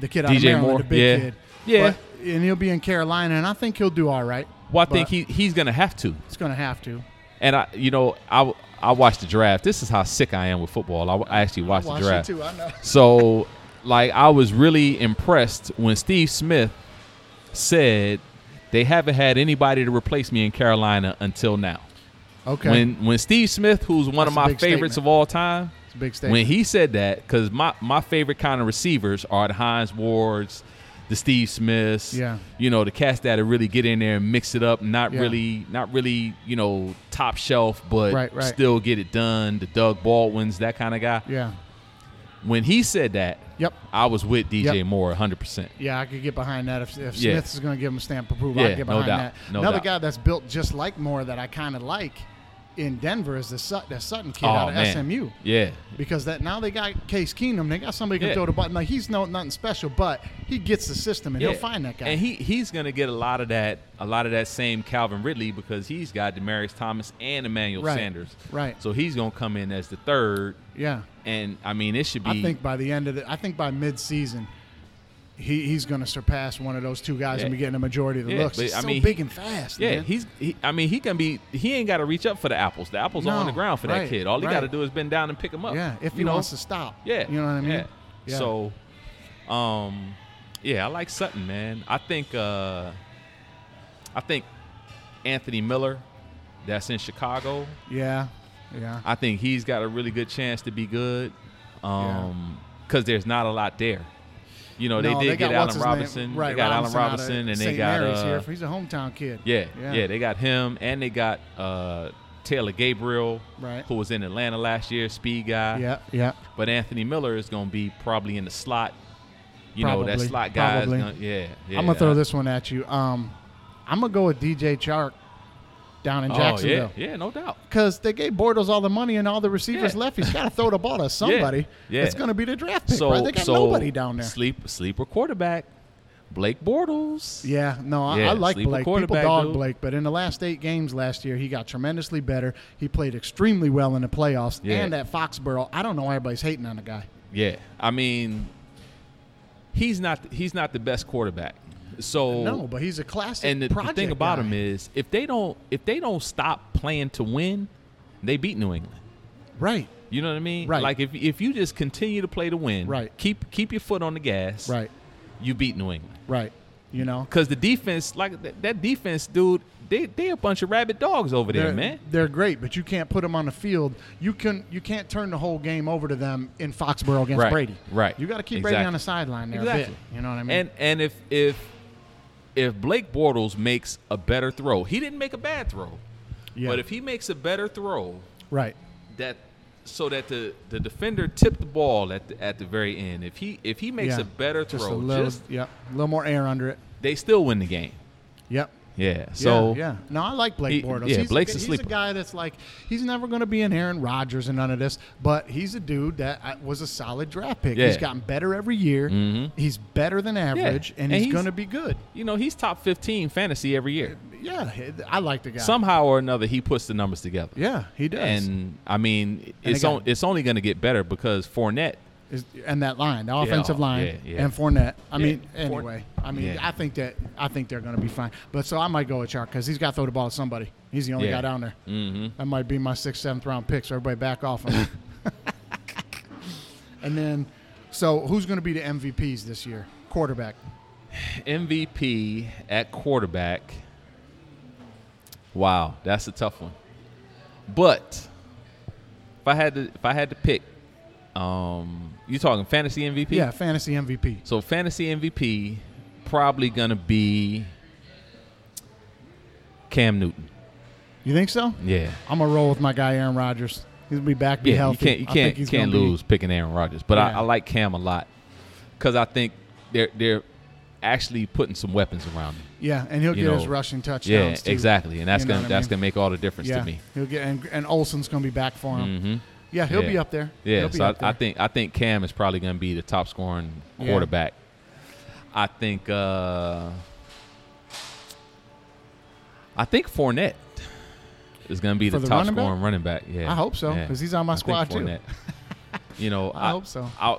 Speaker 1: the kid out of
Speaker 2: DJ
Speaker 1: Maryland,
Speaker 2: Moore,
Speaker 1: the big
Speaker 2: yeah.
Speaker 1: kid.
Speaker 2: Yeah.
Speaker 1: But, and he'll be in Carolina, and I think he'll do all right.
Speaker 2: well, I think
Speaker 1: But-
Speaker 2: he he's gonna have to.
Speaker 1: He's going to have to.
Speaker 2: And I, you know, I I watched the draft. This is how sick I am with football. I, I actually watched
Speaker 1: Watch
Speaker 2: the draft.
Speaker 1: too. I know.
Speaker 2: So, like, I was really impressed when Steve Smith said they haven't had anybody to replace me in Carolina until now.
Speaker 1: Okay.
Speaker 2: When when Steve Smith, who's one
Speaker 1: That's
Speaker 2: of
Speaker 1: a
Speaker 2: my
Speaker 1: big
Speaker 2: favorites
Speaker 1: statement.
Speaker 2: of all time,
Speaker 1: it's a big statement.
Speaker 2: when he said that, because my my favorite kind of receivers are the Heinz Wards, the Steve Smiths,
Speaker 1: Yeah.
Speaker 2: you know, the cats that really get in there and mix it up, not
Speaker 1: Yeah.
Speaker 2: really, not really, you know, top shelf, but
Speaker 1: Right, right.
Speaker 2: still get it done. The Doug Baldwin's, that kind of guy.
Speaker 1: yeah.
Speaker 2: When he said that,
Speaker 1: Yep.
Speaker 2: I was with DJ
Speaker 1: Yep.
Speaker 2: Moore 100%.
Speaker 1: Yeah, I could get behind that. If, if
Speaker 2: Yeah.
Speaker 1: Smith is going to give him a stamp of approval, I
Speaker 2: Yeah,
Speaker 1: could get
Speaker 2: no
Speaker 1: behind
Speaker 2: doubt,
Speaker 1: that.
Speaker 2: no
Speaker 1: Another
Speaker 2: doubt.
Speaker 1: guy that's built just like Moore that I kind of like in Denver is the Sut- that Sutton kid out of SMU.
Speaker 2: Oh, Yeah.
Speaker 1: Because that now they got Case Keenum, they got somebody who can
Speaker 2: Yeah.
Speaker 1: throw the button. Like he's no nothing special, but he gets the system and
Speaker 2: Yeah.
Speaker 1: he'll find that guy.
Speaker 2: And he he's going to get a lot of that a lot of that same Calvin Ridley because he's got Demarius Thomas and Emmanuel
Speaker 1: Right,
Speaker 2: Sanders.
Speaker 1: right.
Speaker 2: So he's going to come in as the third
Speaker 1: yeah,
Speaker 2: and I mean it should be
Speaker 1: I think by the end of the, I think by mid-season, he, he's going to surpass one of those two guys and be
Speaker 2: Yeah.
Speaker 1: getting a majority of the
Speaker 2: Yeah,
Speaker 1: looks.
Speaker 2: but,
Speaker 1: He's
Speaker 2: I
Speaker 1: so
Speaker 2: mean,
Speaker 1: big and fast.
Speaker 2: yeah,
Speaker 1: man.
Speaker 2: he's. He, I mean, he can be. He ain't got to reach up for the apples. The apples are on the
Speaker 1: No,
Speaker 2: ground for
Speaker 1: right,
Speaker 2: that kid. All he
Speaker 1: right.
Speaker 2: got to do is bend down and pick them up.
Speaker 1: yeah. If he
Speaker 2: you know?
Speaker 1: wants to stop,
Speaker 2: Yeah.
Speaker 1: you know what I mean.
Speaker 2: Yeah.
Speaker 1: Yeah.
Speaker 2: So, um, yeah, I like Sutton, man. I think, uh, I think Anthony Miller, that's in Chicago.
Speaker 1: yeah, yeah.
Speaker 2: I think he's got a really good chance to be good, um, because there's not a lot there. You know,
Speaker 1: No,
Speaker 2: they did
Speaker 1: got what's
Speaker 2: get Allen
Speaker 1: his name-
Speaker 2: Robinson.
Speaker 1: Right,
Speaker 2: they got
Speaker 1: Robinson
Speaker 2: Allen
Speaker 1: out of
Speaker 2: Robinson, and they
Speaker 1: St.
Speaker 2: got
Speaker 1: Mary's
Speaker 2: uh,
Speaker 1: here. He's a hometown kid.
Speaker 2: yeah,
Speaker 1: Yeah.
Speaker 2: yeah, They got him, and they got uh, Taylor Gabriel,
Speaker 1: Right.
Speaker 2: who was in Atlanta last year, speed guy.
Speaker 1: yeah, yeah.
Speaker 2: But Anthony Miller is going to be probably in the slot. You know, that
Speaker 1: Probably.
Speaker 2: slot guy
Speaker 1: Probably.
Speaker 2: is going to, yeah, yeah.
Speaker 1: I'm gonna throw this one at you. Um, I'm gonna go with DJ Chark down in
Speaker 2: Oh,
Speaker 1: Jacksonville.
Speaker 2: yeah, yeah, no doubt.
Speaker 1: because they gave Bortles all the money and all the receivers
Speaker 2: Yeah.
Speaker 1: left. He's got to throw the ball
Speaker 2: [LAUGHS]
Speaker 1: to somebody.
Speaker 2: yeah.
Speaker 1: It's going to be the draft pick.
Speaker 2: So,
Speaker 1: right? They got
Speaker 2: so
Speaker 1: nobody down there.
Speaker 2: Sleep, sleeper quarterback, Blake Bortles.
Speaker 1: Yeah, no, I,
Speaker 2: Yeah,
Speaker 1: I like
Speaker 2: sleeper
Speaker 1: Blake. People
Speaker 2: quarterback,
Speaker 1: dog
Speaker 2: dude.
Speaker 1: Blake, but in the last eight games last year, he got tremendously better. He played extremely well in the playoffs
Speaker 2: Yeah.
Speaker 1: and at Foxborough. I don't know why everybody's hating on the guy.
Speaker 2: Yeah, I mean, he's not he's not the best quarterback. So
Speaker 1: No, but he's a classic
Speaker 2: and the, the
Speaker 1: project
Speaker 2: thing about
Speaker 1: guy.
Speaker 2: him is if they don't if they don't stop playing to win, they beat New England.
Speaker 1: right,
Speaker 2: You know what I mean?
Speaker 1: Right.
Speaker 2: Like if if you just continue to play to win,
Speaker 1: Right.
Speaker 2: Keep keep your foot on the gas,
Speaker 1: right,
Speaker 2: You beat New England
Speaker 1: right. You know,
Speaker 2: because the defense, like that, that defense, dude, they they a bunch of rabid dogs over there,
Speaker 1: they're,
Speaker 2: man.
Speaker 1: they're great, but you can't put them on the field. You can you can't turn the whole game over to them in Foxborough against
Speaker 2: Right,
Speaker 1: Brady.
Speaker 2: right,
Speaker 1: You got to keep Brady on
Speaker 2: exactly.
Speaker 1: the sideline there. A
Speaker 2: Exactly.
Speaker 1: bit, you know what I mean?
Speaker 2: And and if if if Blake Bortles makes a better throw, he didn't make a bad throw,
Speaker 1: yeah.
Speaker 2: but if he makes a better throw,
Speaker 1: right.
Speaker 2: that so that the, the defender tipped the ball at the, at the very end. If he if he makes
Speaker 1: Yeah.
Speaker 2: a better
Speaker 1: Just a
Speaker 2: throw,
Speaker 1: little,
Speaker 2: just
Speaker 1: yep, a little more air under it.
Speaker 2: they still win the game.
Speaker 1: Yep.
Speaker 2: Yeah. So
Speaker 1: yeah, yeah. no, I like Blake
Speaker 2: He-
Speaker 1: Bortles.
Speaker 2: yeah,
Speaker 1: he's
Speaker 2: Blake's
Speaker 1: a,
Speaker 2: a
Speaker 1: he's
Speaker 2: sleeper.
Speaker 1: a guy that's like he's never going to be an Aaron Rodgers and none of this, but he's a dude that uh, was a solid draft pick. He's
Speaker 2: Yeah. Mm-hmm.
Speaker 1: gotten better every year. He's better than average, and,
Speaker 2: And
Speaker 1: he's,
Speaker 2: he's-
Speaker 1: going to be good.
Speaker 2: you know he's top fifteen fantasy every year.
Speaker 1: yeah, he- I like the guy.
Speaker 2: Somehow or another, he puts the numbers together.
Speaker 1: yeah, he does.
Speaker 2: And I mean, it's
Speaker 1: again-
Speaker 2: on, it's only going to get better because Fournette.
Speaker 1: is, and that line, the offensive
Speaker 2: oh,
Speaker 1: line,
Speaker 2: yeah, yeah.
Speaker 1: and Fournette. I
Speaker 2: Yeah,
Speaker 1: mean,
Speaker 2: Fourn-
Speaker 1: anyway, I mean,
Speaker 2: yeah.
Speaker 1: I think that I think they're going to be fine. But so I might go with Chark because he's got to throw the ball to somebody. He's the only
Speaker 2: Yeah.
Speaker 1: guy down there. Mm-hmm. That might be my sixth, seventh round pick. So everybody back off
Speaker 2: [LAUGHS]
Speaker 1: him. and then, so who's going to be the MVPs this year? Quarterback.
Speaker 2: MVP at quarterback. Wow, that's a tough one. But if I had to, if I had to pick, um, you talking fantasy MVP?
Speaker 1: Yeah, fantasy MVP.
Speaker 2: So fantasy MVP probably gonna be Cam Newton.
Speaker 1: You think so?
Speaker 2: Yeah.
Speaker 1: I'm gonna roll with my guy Aaron Rodgers. He'll be back, be
Speaker 2: Yeah,
Speaker 1: healthy.
Speaker 2: you can't you
Speaker 1: I
Speaker 2: can't
Speaker 1: think he's
Speaker 2: you can't
Speaker 1: gonna be-
Speaker 2: lose picking Aaron Rodgers, but I,
Speaker 1: Yeah.
Speaker 2: I like Cam a lot because I think they're they're actually putting some weapons around him.
Speaker 1: yeah, and he'll
Speaker 2: you
Speaker 1: get his
Speaker 2: know,
Speaker 1: rushing touchdowns.
Speaker 2: Yeah,
Speaker 1: too.
Speaker 2: exactly, and that's
Speaker 1: You know
Speaker 2: gonna
Speaker 1: what I
Speaker 2: that's
Speaker 1: mean?
Speaker 2: gonna make all the difference
Speaker 1: Yeah,
Speaker 2: to me.
Speaker 1: he'll get and, and Olson's gonna be back for him.
Speaker 2: hmm
Speaker 1: Yeah, he'll
Speaker 2: Yeah.
Speaker 1: be up there.
Speaker 2: Yeah,
Speaker 1: he'll be
Speaker 2: so
Speaker 1: up
Speaker 2: I, I
Speaker 1: there.
Speaker 2: think I think Cam is probably gonna be the top scoring
Speaker 1: Yeah.
Speaker 2: quarterback. I think uh, I think Fournette is gonna be
Speaker 1: For
Speaker 2: the,
Speaker 1: the
Speaker 2: top
Speaker 1: running back?
Speaker 2: scoring running back. Yeah,
Speaker 1: I hope so, 'cause he's on my
Speaker 2: I think
Speaker 1: squad, too.
Speaker 2: Fournette. you know,
Speaker 1: [LAUGHS] I hope so.
Speaker 2: I-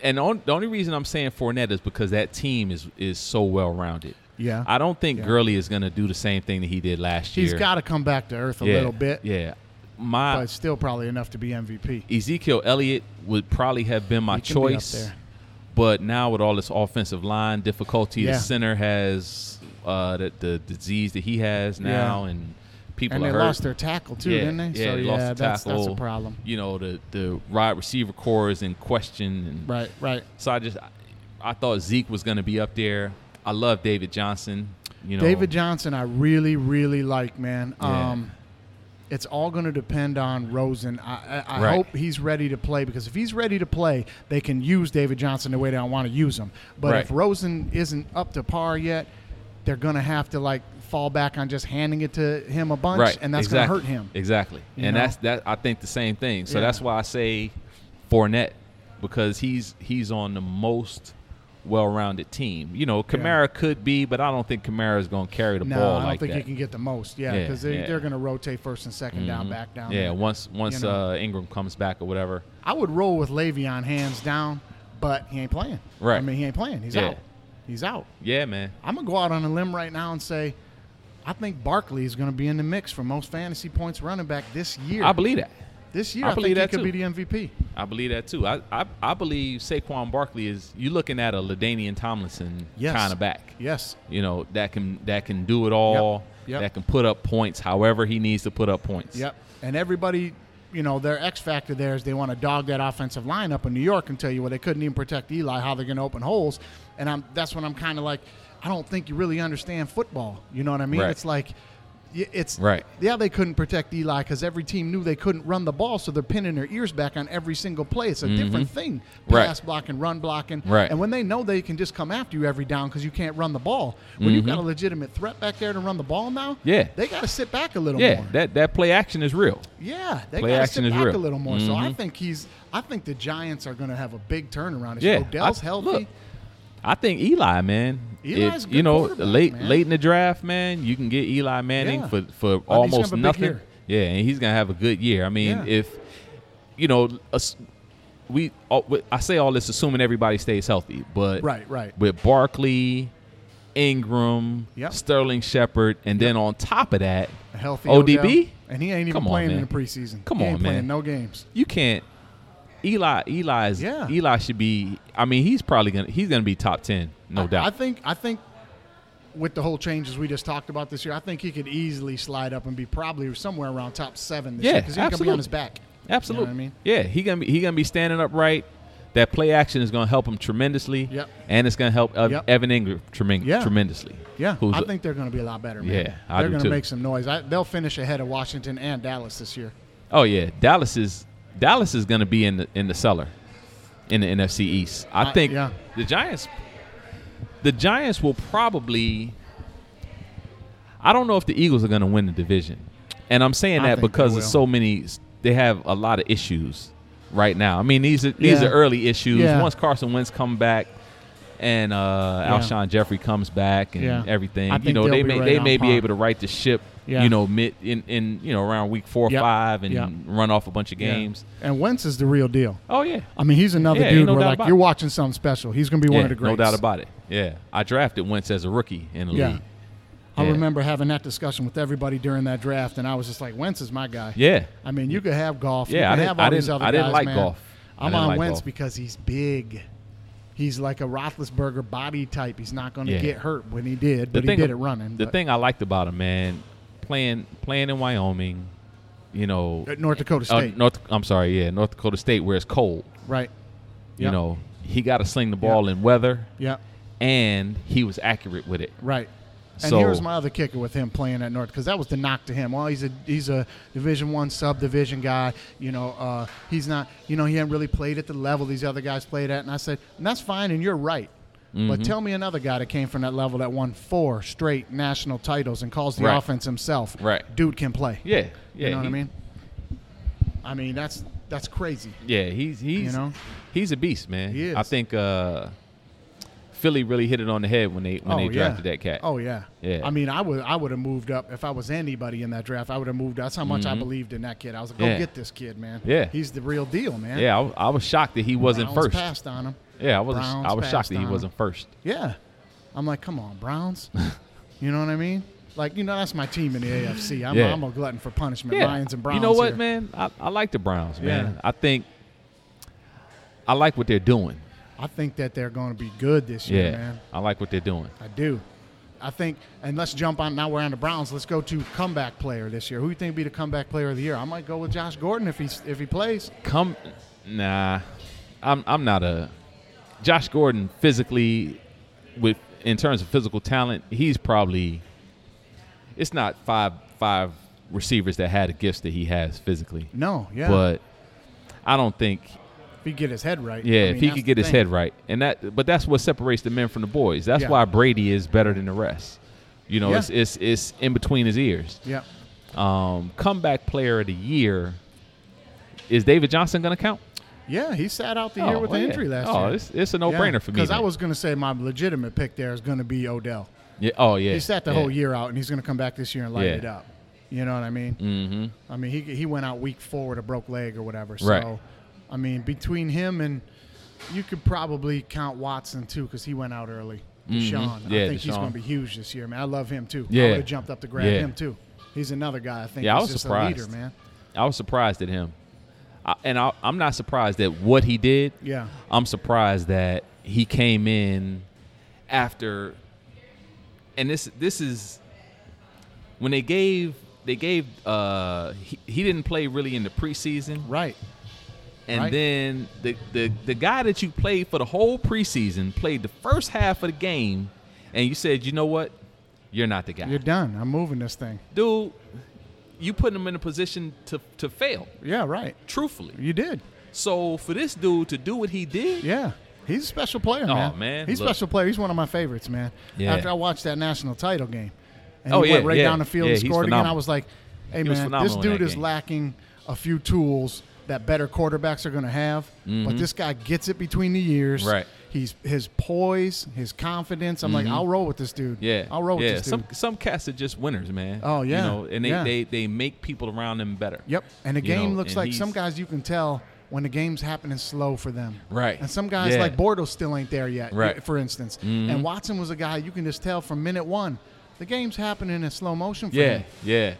Speaker 2: and on, the only reason I'm saying Fournette is because that team is is so well rounded.
Speaker 1: yeah,
Speaker 2: I don't think
Speaker 1: Yeah.
Speaker 2: Gurley is gonna do the same thing that he did last year.
Speaker 1: he's got to come back to earth a
Speaker 2: Yeah,
Speaker 1: little bit,
Speaker 2: Yeah, my
Speaker 1: but still probably enough to be MVP.
Speaker 2: Ezekiel Elliott would probably have been my
Speaker 1: He can be up
Speaker 2: choice.
Speaker 1: there.
Speaker 2: But now with all this offensive line difficulty,
Speaker 1: Yeah.
Speaker 2: the center has uh, the, the disease that he has now, and people
Speaker 1: And they
Speaker 2: are hurt.
Speaker 1: lost their tackle too,
Speaker 2: yeah,
Speaker 1: didn't they?
Speaker 2: Yeah,
Speaker 1: so
Speaker 2: they
Speaker 1: yeah,
Speaker 2: lost the
Speaker 1: that's
Speaker 2: tackle.
Speaker 1: that's a problem.
Speaker 2: You know, the the wide receiver core is in question, and
Speaker 1: Right, right.
Speaker 2: so I just I thought Zeke was going to be up there. I love David Johnson. You know,
Speaker 1: David Johnson, I really, really like, man.
Speaker 2: Yeah.
Speaker 1: Um, it's all going to depend on Rosen. I, I, I
Speaker 2: Right.
Speaker 1: hope he's ready to play because if he's ready to play, they can use David Johnson the way they don't want to use him. But if
Speaker 2: Right.
Speaker 1: Rosen isn't up to par yet, they're going to have to like fall back on just handing it to him a bunch,
Speaker 2: right?
Speaker 1: and that's
Speaker 2: exactly.
Speaker 1: going to hurt him.
Speaker 2: Exactly,
Speaker 1: You
Speaker 2: and
Speaker 1: know?
Speaker 2: that's that. I think the same thing. So
Speaker 1: Yeah.
Speaker 2: that's why I say Fournette because he's he's on the most well-rounded team. You know, Kamara could be, but I don't think Kamara is going to carry the
Speaker 1: No, I
Speaker 2: ball
Speaker 1: don't
Speaker 2: like
Speaker 1: think
Speaker 2: that.
Speaker 1: he can get the most. Yeah,
Speaker 2: Yeah,
Speaker 1: because they,
Speaker 2: yeah. Mm-hmm.
Speaker 1: they're going to rotate first and 2nd down, back down.
Speaker 2: yeah,
Speaker 1: there.
Speaker 2: once once
Speaker 1: know.
Speaker 2: uh, Ingram comes back or whatever.
Speaker 1: I would roll with Le'Veon hands down, but he ain't playing. I
Speaker 2: Right.
Speaker 1: mean, he ain't playing. He's
Speaker 2: Yeah.
Speaker 1: out. He's out.
Speaker 2: Yeah, man.
Speaker 1: I'm gonna go out on a limb right now and say, I think Barkley is gonna be in the mix for most fantasy points running back this year.
Speaker 2: I believe that.
Speaker 1: this year.
Speaker 2: I
Speaker 1: I,
Speaker 2: believe
Speaker 1: think
Speaker 2: that
Speaker 1: he could
Speaker 2: too.
Speaker 1: be the MVP.
Speaker 2: I believe that too. I I, I believe Saquon Barkley is you looking at a Ladainian Tomlinson
Speaker 1: Yes.
Speaker 2: kind of back.
Speaker 1: Yes,
Speaker 2: You know, that can that can do it all.
Speaker 1: Yep.
Speaker 2: That can put up points however he needs to put up points.
Speaker 1: Yep. And everybody, you know, their X factor there is they want to dog that offensive line up in New York and tell you, well, they couldn't even protect Eli, how they're going to open holes. And I'm, that's when I'm kind of like, I don't think you really understand football. You know what I mean?
Speaker 2: Right.
Speaker 1: It's like, y- it's
Speaker 2: Right.
Speaker 1: Yeah, they couldn't protect Eli because every team knew they couldn't run the ball, so they're pinning their ears back on every single play. It's a different thing,
Speaker 2: Mm-hmm. Right.
Speaker 1: pass blocking, run blocking,
Speaker 2: Right.
Speaker 1: And when they know they can just come after you every down because you can't run the ball, when you've got a legitimate threat back there to run the ball now,
Speaker 2: Mm-hmm. Yeah.
Speaker 1: they got to sit back a little
Speaker 2: Yeah,
Speaker 1: more.
Speaker 2: that, that play action is real.
Speaker 1: Yeah, they
Speaker 2: Play
Speaker 1: got to
Speaker 2: action
Speaker 1: sit
Speaker 2: is
Speaker 1: back
Speaker 2: real. Mm-hmm.
Speaker 1: a little more. So I think he's. I think the Giants are going to have a big turnaround. If
Speaker 2: Yeah,
Speaker 1: Odell's
Speaker 2: I-
Speaker 1: healthy.
Speaker 2: look, I think Eli, man.
Speaker 1: Eli's a good
Speaker 2: you know,
Speaker 1: quarterback,
Speaker 2: late
Speaker 1: man.
Speaker 2: late in the draft, man, you can get Eli Manning
Speaker 1: Yeah.
Speaker 2: for for
Speaker 1: gonna have
Speaker 2: almost
Speaker 1: a big
Speaker 2: nothing.
Speaker 1: year.
Speaker 2: Yeah, and he's gonna have a good year. I mean,
Speaker 1: Yeah.
Speaker 2: if you know, us- we all, we- I say all this assuming everybody stays healthy, but
Speaker 1: Right, right.
Speaker 2: with Barkley, Ingram,
Speaker 1: Yep.
Speaker 2: Sterling Shepard, and then on top of that,
Speaker 1: a healthy
Speaker 2: ODB?
Speaker 1: Odell, and he ain't even
Speaker 2: Come on,
Speaker 1: playing in
Speaker 2: man.
Speaker 1: the preseason.
Speaker 2: Come
Speaker 1: he
Speaker 2: on,
Speaker 1: ain't playing
Speaker 2: man.
Speaker 1: no games.
Speaker 2: you can't. Eli, Eli is
Speaker 1: Yeah.
Speaker 2: Eli should be. I mean, he's probably gonna he's gonna be top ten, no doubt.
Speaker 1: I think. I think. With the whole changes we just talked about this year, I think he could easily slide up and be probably somewhere around top seven this
Speaker 2: Yeah,
Speaker 1: year because he's going to be
Speaker 2: absolutely.
Speaker 1: on his back.
Speaker 2: Absolutely.
Speaker 1: I mean?
Speaker 2: Yeah, he gonna be he gonna be standing upright. That play action is gonna help him tremendously.
Speaker 1: Yep.
Speaker 2: And it's gonna help Ev-
Speaker 1: Yep.
Speaker 2: Evan Ingram tremen-
Speaker 1: Yeah.
Speaker 2: tremendously.
Speaker 1: Yeah,
Speaker 2: Who's
Speaker 1: I
Speaker 2: a-
Speaker 1: think they're going to be a lot better. Man.
Speaker 2: Yeah, I
Speaker 1: they're
Speaker 2: do
Speaker 1: gonna
Speaker 2: too.
Speaker 1: make some noise. I, they'll finish ahead of Washington and Dallas this year.
Speaker 2: oh yeah, Dallas is Dallas is gonna be in the in the cellar in the NFC East. I
Speaker 1: I-
Speaker 2: think
Speaker 1: yeah.
Speaker 2: the Giants the Giants will probably I don't know if the Eagles are gonna win the division. And I'm saying
Speaker 1: I
Speaker 2: that
Speaker 1: think they
Speaker 2: because
Speaker 1: will.
Speaker 2: of so many they have a lot of issues right now. I mean these are these
Speaker 1: Yeah.
Speaker 2: are early issues.
Speaker 1: Yeah.
Speaker 2: Once Carson Wentz come back, and uh,
Speaker 1: Yeah.
Speaker 2: Alshon Jeffrey comes back and
Speaker 1: Yeah.
Speaker 2: everything.
Speaker 1: I
Speaker 2: you
Speaker 1: think
Speaker 2: know,
Speaker 1: they'll
Speaker 2: they
Speaker 1: be
Speaker 2: may
Speaker 1: right
Speaker 2: they
Speaker 1: on
Speaker 2: may be
Speaker 1: par.
Speaker 2: able to right the ship.
Speaker 1: Yeah.
Speaker 2: You know, mid in, in you know around week four or
Speaker 1: Yep.
Speaker 2: five and
Speaker 1: Yep.
Speaker 2: run off a bunch of
Speaker 1: Yeah.
Speaker 2: games.
Speaker 1: And Wentz is the real deal.
Speaker 2: Oh yeah,
Speaker 1: I mean, he's another
Speaker 2: Yeah, ain't
Speaker 1: dude
Speaker 2: no
Speaker 1: where
Speaker 2: doubt
Speaker 1: like
Speaker 2: about
Speaker 1: you're
Speaker 2: it.
Speaker 1: watching something special. He's going to be one
Speaker 2: Yeah,
Speaker 1: of the
Speaker 2: no
Speaker 1: greats.
Speaker 2: doubt about it. Yeah, I drafted Wentz as a rookie in the
Speaker 1: Yeah.
Speaker 2: league.
Speaker 1: I
Speaker 2: Yeah.
Speaker 1: remember having that discussion with everybody during that draft, and I was just like, Wentz is my guy.
Speaker 2: Yeah,
Speaker 1: I mean, you could have golf.
Speaker 2: Yeah,
Speaker 1: you
Speaker 2: I
Speaker 1: could
Speaker 2: didn't-
Speaker 1: have all
Speaker 2: I
Speaker 1: these
Speaker 2: didn't-
Speaker 1: other
Speaker 2: I didn't
Speaker 1: guys,
Speaker 2: like
Speaker 1: man.
Speaker 2: Golf. I
Speaker 1: I'm
Speaker 2: didn't
Speaker 1: on
Speaker 2: like
Speaker 1: Wentz
Speaker 2: golf.
Speaker 1: because he's big. He's like a Roethlisberger body type. He's not going to
Speaker 2: Yeah.
Speaker 1: get hurt when he did, but he did it running.
Speaker 2: The
Speaker 1: but-
Speaker 2: thing I liked about him, man, playing playing in Wyoming, you know,
Speaker 1: at North Dakota
Speaker 2: uh,
Speaker 1: State,
Speaker 2: North. I'm sorry, yeah, North Dakota State, where it's cold.
Speaker 1: right?
Speaker 2: You
Speaker 1: Yep.
Speaker 2: know, he got to sling the ball in weather,
Speaker 1: Yeah,
Speaker 2: and he was accurate with it.
Speaker 1: right. And
Speaker 2: So-
Speaker 1: here's my other kicker with him playing at North, because that was the knock to him. Well, he's a he's a Division One subdivision guy. You know, uh, he's not. You know, he hadn't really played at the level these other guys played at. And I said, and that's fine, and you're right.
Speaker 2: Mm-hmm.
Speaker 1: But tell me another guy that came from that level that won four straight national titles and calls the
Speaker 2: Right.
Speaker 1: offense himself.
Speaker 2: Right.
Speaker 1: dude can play.
Speaker 2: Yeah, yeah.
Speaker 1: you know what I
Speaker 2: he-
Speaker 1: mean. I mean that's that's crazy.
Speaker 2: Yeah, he's
Speaker 1: You
Speaker 2: he's
Speaker 1: know?
Speaker 2: he's a beast, man.
Speaker 1: He
Speaker 2: I
Speaker 1: is.
Speaker 2: think uh, Philly really hit it on the head when they when they drafted
Speaker 1: Oh, yeah.
Speaker 2: that cat.
Speaker 1: Oh yeah.
Speaker 2: Yeah.
Speaker 1: I mean, I would I would have moved up if I was anybody in that draft. I would have moved. up. That's how much I believed in that kid. I was like, go
Speaker 2: Mm-hmm. Yeah.
Speaker 1: get this kid, man.
Speaker 2: Yeah.
Speaker 1: He's the real deal, man.
Speaker 2: yeah. I, was- I was shocked that he wasn't
Speaker 1: Browns
Speaker 2: first.
Speaker 1: passed on him.
Speaker 2: Yeah, I was not
Speaker 1: Browns
Speaker 2: I was shocked
Speaker 1: passed
Speaker 2: that he
Speaker 1: on him.
Speaker 2: wasn't first.
Speaker 1: Yeah. I'm like, come on,
Speaker 2: [LAUGHS]
Speaker 1: Browns. you know what I mean? Like, you know, that's my team in the AFC. I'm,
Speaker 2: Yeah.
Speaker 1: I'm a glutton for punishment. Lions and Browns.
Speaker 2: You know what,
Speaker 1: here.
Speaker 2: man? I, I like the Browns, man.
Speaker 1: Yeah.
Speaker 2: I think I like what they're doing.
Speaker 1: I think that they're going to be good this
Speaker 2: Yeah,
Speaker 1: year, man.
Speaker 2: I like what they're doing.
Speaker 1: I do. I think, and let's jump on. Now we're on the Browns. Let's go to comeback player this year. Who do you think would be the comeback player of the year? I might go with Josh Gordon if he's if he plays.
Speaker 2: Come, nah, I'm I'm not a Josh Gordon physically with in terms of physical talent. He's probably it's not five five receivers that had the gifts that he has physically,
Speaker 1: No, yeah.
Speaker 2: but I don't think
Speaker 1: if he get his head right.
Speaker 2: Yeah,
Speaker 1: I mean,
Speaker 2: if he
Speaker 1: that's
Speaker 2: could
Speaker 1: the
Speaker 2: get his
Speaker 1: thing.
Speaker 2: head right, and that, but that's what separates the men from the boys. That's
Speaker 1: Yeah.
Speaker 2: why Brady is better than the rest. You know,
Speaker 1: Yeah.
Speaker 2: it's, it's it's in between his ears.
Speaker 1: Yeah.
Speaker 2: Um, comeback player of the year is David Johnson going to count?
Speaker 1: Yeah, he sat out the year with
Speaker 2: oh,
Speaker 1: an
Speaker 2: yeah.
Speaker 1: injury last
Speaker 2: oh,
Speaker 1: year.
Speaker 2: it's, it's a no-brainer for me.
Speaker 1: Because I
Speaker 2: then.
Speaker 1: was going to say my legitimate pick there is going to be Odell.
Speaker 2: yeah, oh yeah,
Speaker 1: He sat the
Speaker 2: yeah.
Speaker 1: whole year out, and he's going to come back this year and light
Speaker 2: Yeah.
Speaker 1: it up. You know what I mean?
Speaker 2: hmm
Speaker 1: I mean, he he went out week four with a broke leg or whatever. So,
Speaker 2: Right.
Speaker 1: I mean, between him and you could probably count Watson too because he went out early. Deshaun,
Speaker 2: Mm-hmm. Yeah,
Speaker 1: I think he's
Speaker 2: Deshaun.
Speaker 1: going to be huge this year, man. I love him too. I
Speaker 2: Yeah.
Speaker 1: would have jumped up to grab
Speaker 2: Yeah.
Speaker 1: him too. He's another guy I think.
Speaker 2: Yeah, I
Speaker 1: is
Speaker 2: was
Speaker 1: just A
Speaker 2: surprised.
Speaker 1: leader, man.
Speaker 2: I was surprised at him, I, and I, I'm not surprised at what he did.
Speaker 1: Yeah,
Speaker 2: I'm surprised that he came in after and this this is when they gave they gave uh he, he didn't play really in the preseason
Speaker 1: right.
Speaker 2: and
Speaker 1: right.
Speaker 2: then the, the the guy that you played for the whole preseason played the first half of the game and you said you know what you're not the guy
Speaker 1: You're done. I'm moving this thing.
Speaker 2: dude you putting him in a position to to fail
Speaker 1: Yeah, right.
Speaker 2: truthfully
Speaker 1: You did.
Speaker 2: so for this dude to do what he did
Speaker 1: Yeah. He's a special player,
Speaker 2: Oh,
Speaker 1: man.
Speaker 2: man,
Speaker 1: He's a
Speaker 2: look.
Speaker 1: special player. He's one of my favorites, man.
Speaker 2: Yeah.
Speaker 1: After I watched that national title game, and
Speaker 2: Oh,
Speaker 1: he went
Speaker 2: yeah,
Speaker 1: right
Speaker 2: yeah,
Speaker 1: down the field
Speaker 2: yeah,
Speaker 1: and
Speaker 2: he's
Speaker 1: scored again, I
Speaker 2: phenomenal.
Speaker 1: was like, hey,
Speaker 2: was
Speaker 1: man, this
Speaker 2: phenomenal in
Speaker 1: dude
Speaker 2: that
Speaker 1: is
Speaker 2: game.
Speaker 1: lacking a few tools that better quarterbacks are going to have, but this guy gets it between the years.
Speaker 2: Mm-hmm. Right. Mm-hmm.
Speaker 1: He's his poise, his confidence. I'm like, I'll roll with this dude.
Speaker 2: Yeah,
Speaker 1: I'll roll
Speaker 2: yeah.
Speaker 1: with this dude.
Speaker 2: Some some cats are just winners, man.
Speaker 1: Oh, yeah.
Speaker 2: you know, and they,
Speaker 1: Yeah.
Speaker 2: they they make people around them better.
Speaker 1: Yep. And the
Speaker 2: You
Speaker 1: game
Speaker 2: know,
Speaker 1: looks
Speaker 2: and
Speaker 1: like some
Speaker 2: he's-
Speaker 1: guys you can tell when the game's happening slow for them.
Speaker 2: Right.
Speaker 1: And some guys
Speaker 2: Yeah.
Speaker 1: like Bortles still ain't there yet,
Speaker 2: Right. Mm-hmm.
Speaker 1: for instance. And Watson was a guy you can just tell from minute one, the game's happening in slow motion for
Speaker 2: Yeah,
Speaker 1: him.
Speaker 2: yeah,
Speaker 1: You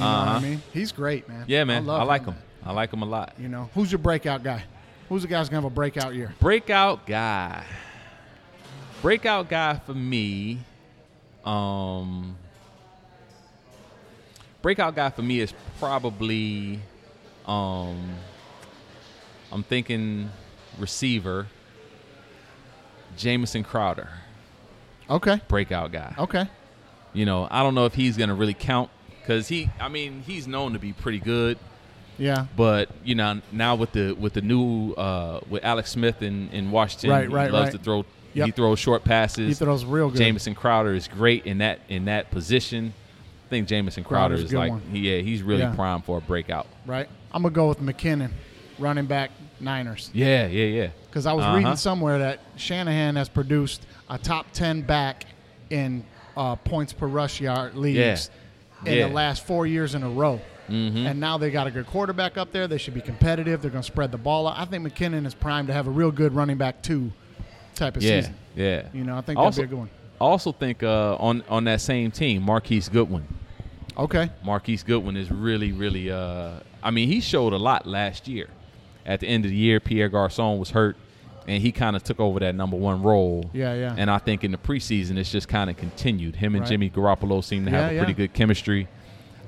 Speaker 1: know
Speaker 2: Uh-huh.
Speaker 1: what I mean? He's great, man.
Speaker 2: yeah, man. I,
Speaker 1: love
Speaker 2: like him.
Speaker 1: man.
Speaker 2: I like him a lot.
Speaker 1: You know, who's your breakout guy? Who's the guy's going to have a breakout year?
Speaker 2: Breakout guy. Breakout guy for me. Um. Breakout guy for me is probably, um, I'm thinking receiver. Jamison Crowder,
Speaker 1: Okay.
Speaker 2: breakout guy.
Speaker 1: Okay.
Speaker 2: You know, I don't know if he's going to really count because he, I mean, he's known to be pretty good,
Speaker 1: Yeah.
Speaker 2: but you know, now with the with the new uh, with Alex Smith in in Washington,
Speaker 1: Right,
Speaker 2: he
Speaker 1: right, right.
Speaker 2: loves to throw. He
Speaker 1: Yep.
Speaker 2: throws short passes.
Speaker 1: He throws real good.
Speaker 2: Jamison Crowder is great in that in that position. I think Jamison Crowder
Speaker 1: Crowder's a
Speaker 2: is
Speaker 1: good
Speaker 2: like,
Speaker 1: one.
Speaker 2: he- yeah, he's really
Speaker 1: Yeah.
Speaker 2: prime for a breakout.
Speaker 1: Right. I'm going to go with McKinnon, running back, Niners.
Speaker 2: Yeah, yeah, yeah.
Speaker 1: because I was
Speaker 2: Uh-huh.
Speaker 1: reading somewhere that Shanahan has produced a top ten back in uh, points per rush yard leagues in
Speaker 2: Yeah. Mm-hmm.
Speaker 1: the last four years in a row. And now they got a good quarterback up there. They should be competitive. They're going to spread the ball out. I think McKinnon is primed to have a real good running back two type of
Speaker 2: yeah,
Speaker 1: season.
Speaker 2: yeah.
Speaker 1: You know, I think that'd
Speaker 2: also,
Speaker 1: be a good one.
Speaker 2: I also think uh, on on that same team, Marquise Goodwin.
Speaker 1: Okay.
Speaker 2: Marquise Goodwin is really, really. Uh, I mean, he showed a lot last year. At the end of the year, Pierre Garcon was hurt, and he kind of took over that number one role.
Speaker 1: Yeah, yeah.
Speaker 2: And I think in the preseason, it's just kind of continued. Him and
Speaker 1: Right.
Speaker 2: Jimmy Garoppolo seem to have
Speaker 1: Yeah,
Speaker 2: a pretty
Speaker 1: yeah.
Speaker 2: good chemistry.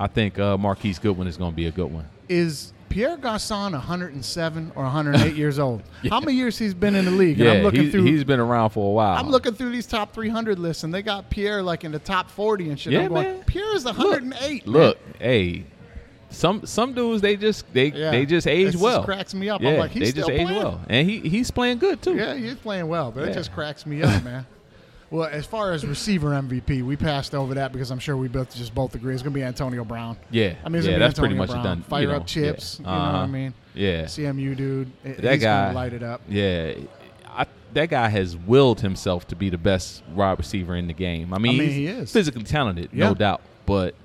Speaker 2: I think uh, Marquise Goodwin is going to be a good one.
Speaker 1: Is Pierre Garcon 107 or
Speaker 2: [LAUGHS]
Speaker 1: 108 years old? How many years he's been in the league?
Speaker 2: yeah,
Speaker 1: and I'm looking
Speaker 2: he,
Speaker 1: through.
Speaker 2: he's been around for a while.
Speaker 1: I'm looking through these top 300 lists, and they got Pierre like in the top 40 and shit.
Speaker 2: Yeah,
Speaker 1: I'm going,
Speaker 2: man.
Speaker 1: Pierre is 108. man.
Speaker 2: Look, hey, some some dudes they just they
Speaker 1: Yeah.
Speaker 2: they just
Speaker 1: It
Speaker 2: age
Speaker 1: just
Speaker 2: well.
Speaker 1: cracks me up. I'm
Speaker 2: Yeah,
Speaker 1: like, he's
Speaker 2: they
Speaker 1: still
Speaker 2: just age
Speaker 1: playing?
Speaker 2: well, and he he's playing good too.
Speaker 1: Yeah, he's playing well, but it
Speaker 2: Yeah.
Speaker 1: just cracks me up, man. Well, as far as receiver MVP, we passed over that because I'm sure we both just both agree it's going to be Antonio Brown.
Speaker 2: Yeah,
Speaker 1: I mean, it's
Speaker 2: yeah,
Speaker 1: gonna be Antonio
Speaker 2: that's pretty much
Speaker 1: Brown.
Speaker 2: done.
Speaker 1: Fire
Speaker 2: you know,
Speaker 1: up chips,
Speaker 2: yeah.
Speaker 1: you know what I
Speaker 2: Uh-huh.
Speaker 1: mean?
Speaker 2: Yeah,
Speaker 1: CMU dude, that he's
Speaker 2: that
Speaker 1: gonna
Speaker 2: guy
Speaker 1: light it up.
Speaker 2: Yeah, I, that guy has willed himself to be the best wide receiver in the game. I mean,
Speaker 1: mean,
Speaker 2: he's
Speaker 1: he is.
Speaker 2: physically talented,
Speaker 1: Yeah.
Speaker 2: no doubt. But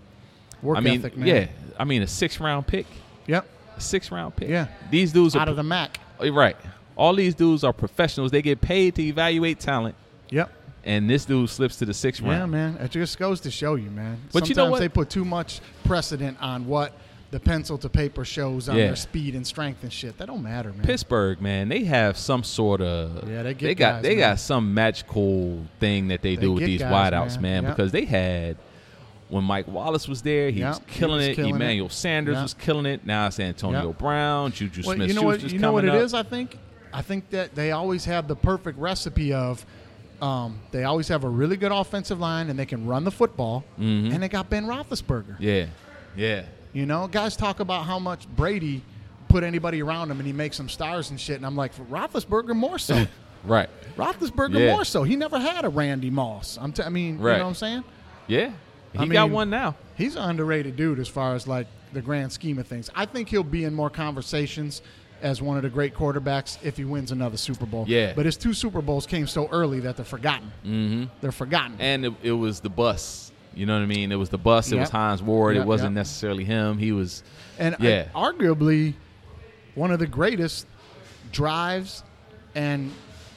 Speaker 1: Work
Speaker 2: I mean,
Speaker 1: ethic, man.
Speaker 2: yeah, I mean a six round pick,
Speaker 1: yep.
Speaker 2: a six round pick.
Speaker 1: Yeah.
Speaker 2: these dudes
Speaker 1: Out
Speaker 2: are
Speaker 1: of the MAC.
Speaker 2: the- right. All these dudes are professionals. They get paid to evaluate talent,
Speaker 1: Yep.
Speaker 2: and this dude slips to the sixth
Speaker 1: Yeah,
Speaker 2: round.
Speaker 1: man. It just goes to show you, man.
Speaker 2: But
Speaker 1: Sometimes
Speaker 2: you know what?
Speaker 1: they put too much precedent on what the pencil to paper shows on
Speaker 2: Yeah.
Speaker 1: their speed and strength and shit. That don't matter, man.
Speaker 2: Pittsburgh, man, they have some sort of
Speaker 1: Yeah, they get
Speaker 2: got
Speaker 1: guys,
Speaker 2: they
Speaker 1: man.
Speaker 2: got some magical thing that they,
Speaker 1: They
Speaker 2: do with
Speaker 1: get
Speaker 2: these
Speaker 1: guys,
Speaker 2: wideouts,
Speaker 1: man.
Speaker 2: man,
Speaker 1: Yep.
Speaker 2: because they had when Mike Wallace was there, he
Speaker 1: Yep,
Speaker 2: was
Speaker 1: he
Speaker 2: killing
Speaker 1: was
Speaker 2: it.
Speaker 1: killing it.
Speaker 2: Emmanuel Sanders
Speaker 1: Yep.
Speaker 2: was killing it. Now it's Antonio
Speaker 1: Yep.
Speaker 2: Brown, Juju
Speaker 1: Well,
Speaker 2: Smith
Speaker 1: you know what?
Speaker 2: Schuster's
Speaker 1: You know what
Speaker 2: coming
Speaker 1: it
Speaker 2: up.
Speaker 1: is. I think. I think that they always have the perfect recipe of. Um, they always have a really good offensive line, and they can run the football. And they got Ben Roethlisberger.
Speaker 2: Mm-hmm. Yeah, yeah,
Speaker 1: You know, guys talk about how much Brady put anybody around him, and he makes them stars and shit. And I'm like, for Roethlisberger more
Speaker 2: [LAUGHS]
Speaker 1: so.
Speaker 2: right,
Speaker 1: Roethlisberger
Speaker 2: Yeah.
Speaker 1: more so. He never had a Randy Moss. I'm t- I mean, you
Speaker 2: Right.
Speaker 1: know what I'm saying?
Speaker 2: yeah. He
Speaker 1: I
Speaker 2: got
Speaker 1: mean-
Speaker 2: one now.
Speaker 1: He's an underrated dude as far as like the grand scheme of things. I think he'll be in more conversations as one of the great quarterbacks if he wins another Super Bowl.
Speaker 2: Yeah.
Speaker 1: But his two Super Bowls came so early that they're forgotten. Mm-hmm. They're forgotten.
Speaker 2: and it, it was the bus. You know what I mean? It was the bus. It was
Speaker 1: Yep.
Speaker 2: Heinz Ward.
Speaker 1: Yep,
Speaker 2: it wasn't
Speaker 1: yep.
Speaker 2: necessarily him. He was.
Speaker 1: And
Speaker 2: Yeah.
Speaker 1: I- arguably one of the greatest drives and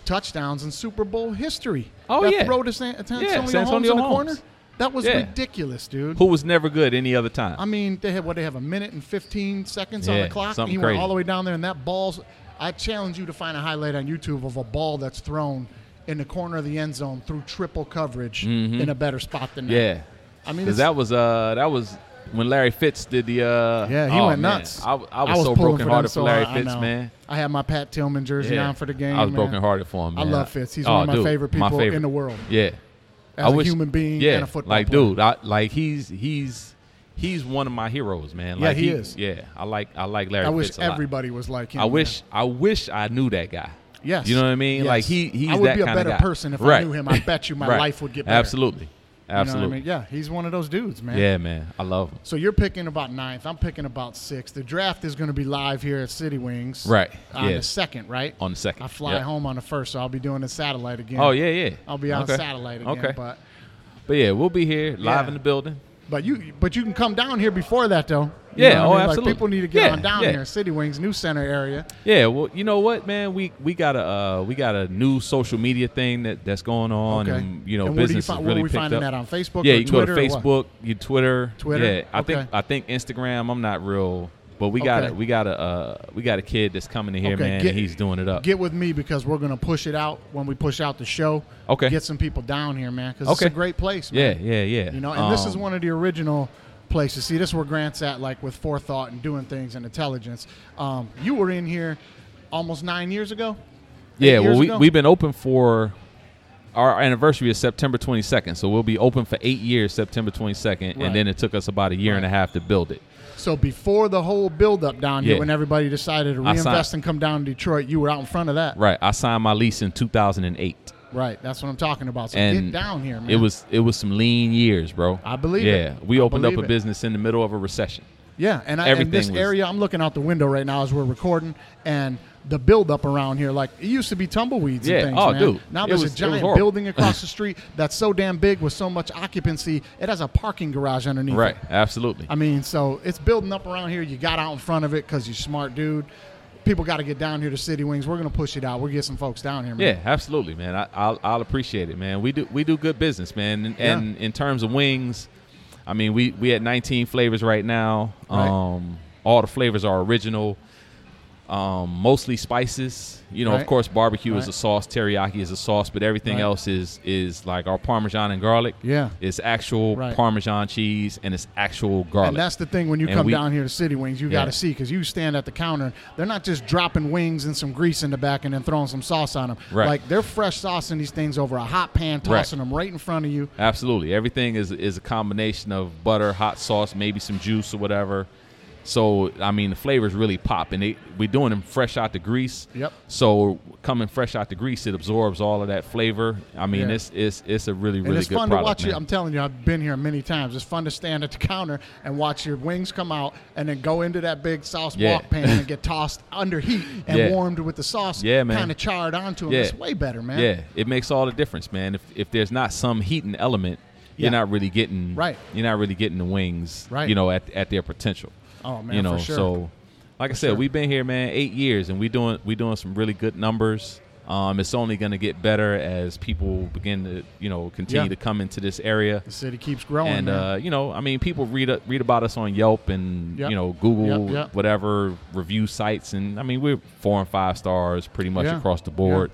Speaker 1: touchdowns in Super Bowl history.
Speaker 2: Oh,
Speaker 1: that
Speaker 2: yeah.
Speaker 1: throw to San, to Antonio Holmes
Speaker 2: Santonio
Speaker 1: in the
Speaker 2: Holmes.
Speaker 1: corner. That was
Speaker 2: Yeah.
Speaker 1: ridiculous, dude.
Speaker 2: Who was never good any other time?
Speaker 1: I mean, they had what they have a minute and fifteen seconds on the
Speaker 2: Yeah,
Speaker 1: clock.
Speaker 2: something
Speaker 1: he went
Speaker 2: crazy.
Speaker 1: all the way down there, and that ball's. I challenge you to find a highlight on YouTube of a ball that's thrown in the corner of the end zone through triple coverage in a better spot than that.
Speaker 2: Mm-hmm. Yeah,
Speaker 1: I mean,
Speaker 2: because
Speaker 1: it's-
Speaker 2: that was uh that was when Larry Fitz did the uh
Speaker 1: Yeah, he
Speaker 2: oh,
Speaker 1: went
Speaker 2: man.
Speaker 1: nuts.
Speaker 2: I, w- I was,
Speaker 1: pulling
Speaker 2: so broken hearted
Speaker 1: them
Speaker 2: for Larry
Speaker 1: so hard. I
Speaker 2: Fitz,
Speaker 1: know.
Speaker 2: man.
Speaker 1: I had my Pat Tillman jersey
Speaker 2: Yeah.
Speaker 1: on for the game.
Speaker 2: I was
Speaker 1: man.
Speaker 2: broken hearted for him.
Speaker 1: I
Speaker 2: man. Oh,
Speaker 1: love Fitz. He's one
Speaker 2: one
Speaker 1: of my favorite people in the world.
Speaker 2: Yeah,
Speaker 1: As
Speaker 2: I
Speaker 1: a
Speaker 2: wish-
Speaker 1: human being
Speaker 2: yeah,
Speaker 1: and a football
Speaker 2: like
Speaker 1: player.
Speaker 2: dude, I like he's he's he's one of my heroes, man.
Speaker 1: Yeah,
Speaker 2: Like,
Speaker 1: he is.
Speaker 2: Yeah, I like I like Larry.
Speaker 1: I wish
Speaker 2: Fitz a lot.
Speaker 1: everybody was like him.
Speaker 2: I
Speaker 1: man.
Speaker 2: wish I wish I knew that guy.
Speaker 1: Yes.
Speaker 2: you know what I mean.
Speaker 1: Yes.
Speaker 2: Like he he's
Speaker 1: I would
Speaker 2: that
Speaker 1: be a
Speaker 2: kinda
Speaker 1: better
Speaker 2: guy.
Speaker 1: person if I
Speaker 2: Right.
Speaker 1: knew him. I bet you my
Speaker 2: [LAUGHS] Right.
Speaker 1: life would get better.
Speaker 2: Absolutely,
Speaker 1: You know what I
Speaker 2: absolutely.
Speaker 1: mean? Yeah, he's one of those dudes, man.
Speaker 2: Yeah, man, I love him.
Speaker 1: So you're picking about ninth. I'm picking about sixth. The draft is going to be live here at City Wings.
Speaker 2: Right.
Speaker 1: On
Speaker 2: Yeah.
Speaker 1: the second, right?
Speaker 2: On the second.
Speaker 1: I fly
Speaker 2: Yeah.
Speaker 1: home on the first, so I'll be doing the satellite again.
Speaker 2: Oh yeah, yeah.
Speaker 1: I'll be on
Speaker 2: Okay.
Speaker 1: satellite again.
Speaker 2: Okay,
Speaker 1: But
Speaker 2: But yeah, we'll be here live
Speaker 1: Yeah.
Speaker 2: in the building.
Speaker 1: but you but you can come down here before that though. You
Speaker 2: Yeah,
Speaker 1: know what
Speaker 2: oh,
Speaker 1: I mean? Like,
Speaker 2: absolutely.
Speaker 1: people need to get
Speaker 2: Yeah,
Speaker 1: on down
Speaker 2: yeah.
Speaker 1: here, City Wings, New Center area.
Speaker 2: Yeah, well, you know what, man, we we got a uh, we got a new social media thing that, that's going on,
Speaker 1: Okay.
Speaker 2: and you know,
Speaker 1: And where do you
Speaker 2: business
Speaker 1: find
Speaker 2: is
Speaker 1: where
Speaker 2: really
Speaker 1: are we
Speaker 2: picked
Speaker 1: finding
Speaker 2: up.
Speaker 1: that on Facebook?
Speaker 2: yeah,
Speaker 1: or
Speaker 2: you can
Speaker 1: Twitter
Speaker 2: go to
Speaker 1: or what?
Speaker 2: Facebook, you Twitter,
Speaker 1: Twitter?
Speaker 2: Yeah, I
Speaker 1: Okay.
Speaker 2: think I think Instagram. I'm not real, but we got
Speaker 1: Okay.
Speaker 2: a, we got a uh, we got a kid that's coming in here,
Speaker 1: Okay,
Speaker 2: man,
Speaker 1: get-
Speaker 2: and he's doing it up.
Speaker 1: Get with me because we're gonna push it out when we push out the show.
Speaker 2: Okay.
Speaker 1: Get some people down here, man, because
Speaker 2: Okay.
Speaker 1: it's a great place. Man.
Speaker 2: yeah, yeah, yeah.
Speaker 1: You know, and this is
Speaker 2: Um,
Speaker 1: one of the original places. See, this is where Grant's at, like with forethought and doing things and intelligence. Um, you were in here almost nine years ago.
Speaker 2: Yeah,
Speaker 1: years
Speaker 2: well, we
Speaker 1: ago?
Speaker 2: we've been open for our anniversary is September 22nd, so we'll be open for eight years, September 22nd,
Speaker 1: Right.
Speaker 2: and then it took us about a year and a
Speaker 1: Right.
Speaker 2: half to build it.
Speaker 1: So before the whole buildup down here,
Speaker 2: Yeah.
Speaker 1: when everybody decided to
Speaker 2: I signed-
Speaker 1: reinvest and come down to Detroit, you were out in front of that.
Speaker 2: Right, I signed my lease in 2008.
Speaker 1: Right, That's what I'm talking about. So
Speaker 2: and
Speaker 1: get down here, man.
Speaker 2: It was it was some lean years, bro.
Speaker 1: I believe
Speaker 2: yeah,
Speaker 1: it.
Speaker 2: we
Speaker 1: I
Speaker 2: opened up
Speaker 1: believe
Speaker 2: a
Speaker 1: it.
Speaker 2: business in the middle of a recession.
Speaker 1: yeah, and I, and
Speaker 2: everything
Speaker 1: this
Speaker 2: was-
Speaker 1: area, I'm looking out the window right now as we're recording, and the buildup around here. Like it used to be tumbleweeds
Speaker 2: Yeah.
Speaker 1: and things.
Speaker 2: Oh,
Speaker 1: man.
Speaker 2: dude.
Speaker 1: Now
Speaker 2: It
Speaker 1: there's
Speaker 2: was-
Speaker 1: a
Speaker 2: it was
Speaker 1: giant
Speaker 2: horrible.
Speaker 1: building across the
Speaker 2: [LAUGHS]
Speaker 1: street that's so damn big with so much occupancy. It has a parking garage underneath. it.
Speaker 2: Right. Absolutely.
Speaker 1: I mean, so it's building up around here. You got out in front of it because you're smart, dude. People got to get down here to City Wings. We're gonna push it out. We'll get some folks down here, man.
Speaker 2: Yeah, absolutely, man. I, I'll, I'll appreciate it, man. We do we do good business, man. And,
Speaker 1: Yeah.
Speaker 2: and in terms of wings, I mean, we we at 19 flavors right now.
Speaker 1: Right.
Speaker 2: Um, all the flavors are original. Um, mostly spices. You know,
Speaker 1: Right.
Speaker 2: of course, barbecue is
Speaker 1: Right.
Speaker 2: a sauce, teriyaki is a sauce, but everything
Speaker 1: Right.
Speaker 2: else is is like our parmesan and garlic.
Speaker 1: Yeah.
Speaker 2: it's actual
Speaker 1: Right.
Speaker 2: parmesan cheese and it's actual garlic.
Speaker 1: And that's the thing when you
Speaker 2: And
Speaker 1: come
Speaker 2: we-
Speaker 1: down here to City Wings, you got
Speaker 2: Yeah.
Speaker 1: to see because you stand at the counter. and They're not just dropping wings and some grease in the back and then throwing some sauce on them.
Speaker 2: Right.
Speaker 1: Like they're fresh saucing these things over a hot pan,
Speaker 2: Right.
Speaker 1: tossing them right in front of you.
Speaker 2: Absolutely. Everything is is a combination of butter, hot sauce, maybe some juice or whatever. So I mean, the flavors really pop, and they, we're doing them fresh out the grease.
Speaker 1: Yep.
Speaker 2: So coming fresh out the grease, it absorbs all of that flavor. I mean,
Speaker 1: Yeah.
Speaker 2: it's it's it's a really
Speaker 1: And
Speaker 2: really
Speaker 1: it's
Speaker 2: good
Speaker 1: fun to
Speaker 2: product.
Speaker 1: watch
Speaker 2: man.
Speaker 1: it. I'm telling you, I've been here many times. It's fun to stand at the counter and watch your wings come out and then go into that big sauce
Speaker 2: Yeah.
Speaker 1: walk pan
Speaker 2: [LAUGHS]
Speaker 1: and get tossed under heat and
Speaker 2: Yeah.
Speaker 1: warmed with the sauce.
Speaker 2: Yeah, man.
Speaker 1: Kind of charred onto them.
Speaker 2: Yeah.
Speaker 1: It's way better, man.
Speaker 2: Yeah, it makes all the difference, man. If if there's not some heating element,
Speaker 1: Yeah.
Speaker 2: you're not really getting
Speaker 1: Right.
Speaker 2: You're not really getting the wings,
Speaker 1: Right.
Speaker 2: You know, at at their potential.
Speaker 1: Oh, man,
Speaker 2: you
Speaker 1: for
Speaker 2: know.
Speaker 1: sure.
Speaker 2: So, like I said,
Speaker 1: sure.
Speaker 2: we've been here, man, eight years, and we doing we doing some really good numbers. Um, it's only going to get better as people begin to you know continue
Speaker 1: Yeah.
Speaker 2: to come into this area.
Speaker 1: The city keeps growing.
Speaker 2: And
Speaker 1: man.
Speaker 2: uh, you know, I mean, people read read about us on Yelp and
Speaker 1: Yep.
Speaker 2: you know Google,
Speaker 1: Yep, yep.
Speaker 2: whatever review sites, and I mean, we're four and five stars pretty much
Speaker 1: Yeah.
Speaker 2: across the board.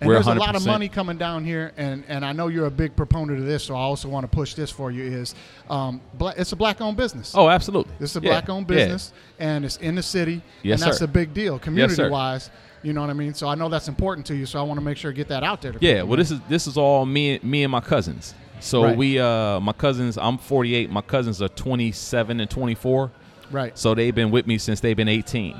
Speaker 1: And
Speaker 2: We're
Speaker 1: there's a lot of
Speaker 2: 100%
Speaker 1: money coming down here, and, and I know you're a big proponent of this, so I also want to push this for you. Is um, bla it's a black-owned business.
Speaker 2: Oh, absolutely.
Speaker 1: This is a
Speaker 2: Yeah,
Speaker 1: black-owned
Speaker 2: yeah.
Speaker 1: business, and it's in the city,
Speaker 2: Yes,
Speaker 1: and that's
Speaker 2: sir.
Speaker 1: a big deal
Speaker 2: Yes, sir.
Speaker 1: community-wise. you know what I mean? So I know that's important to you, so I want to make sure I get that out there. To
Speaker 2: Yeah.
Speaker 1: people.
Speaker 2: Well, this is this is all me and me and my cousins. So
Speaker 1: Right.
Speaker 2: we, uh, my cousins, I'm 48. My cousins are 27 and 24.
Speaker 1: right.
Speaker 2: So they've been with me since they've been 18.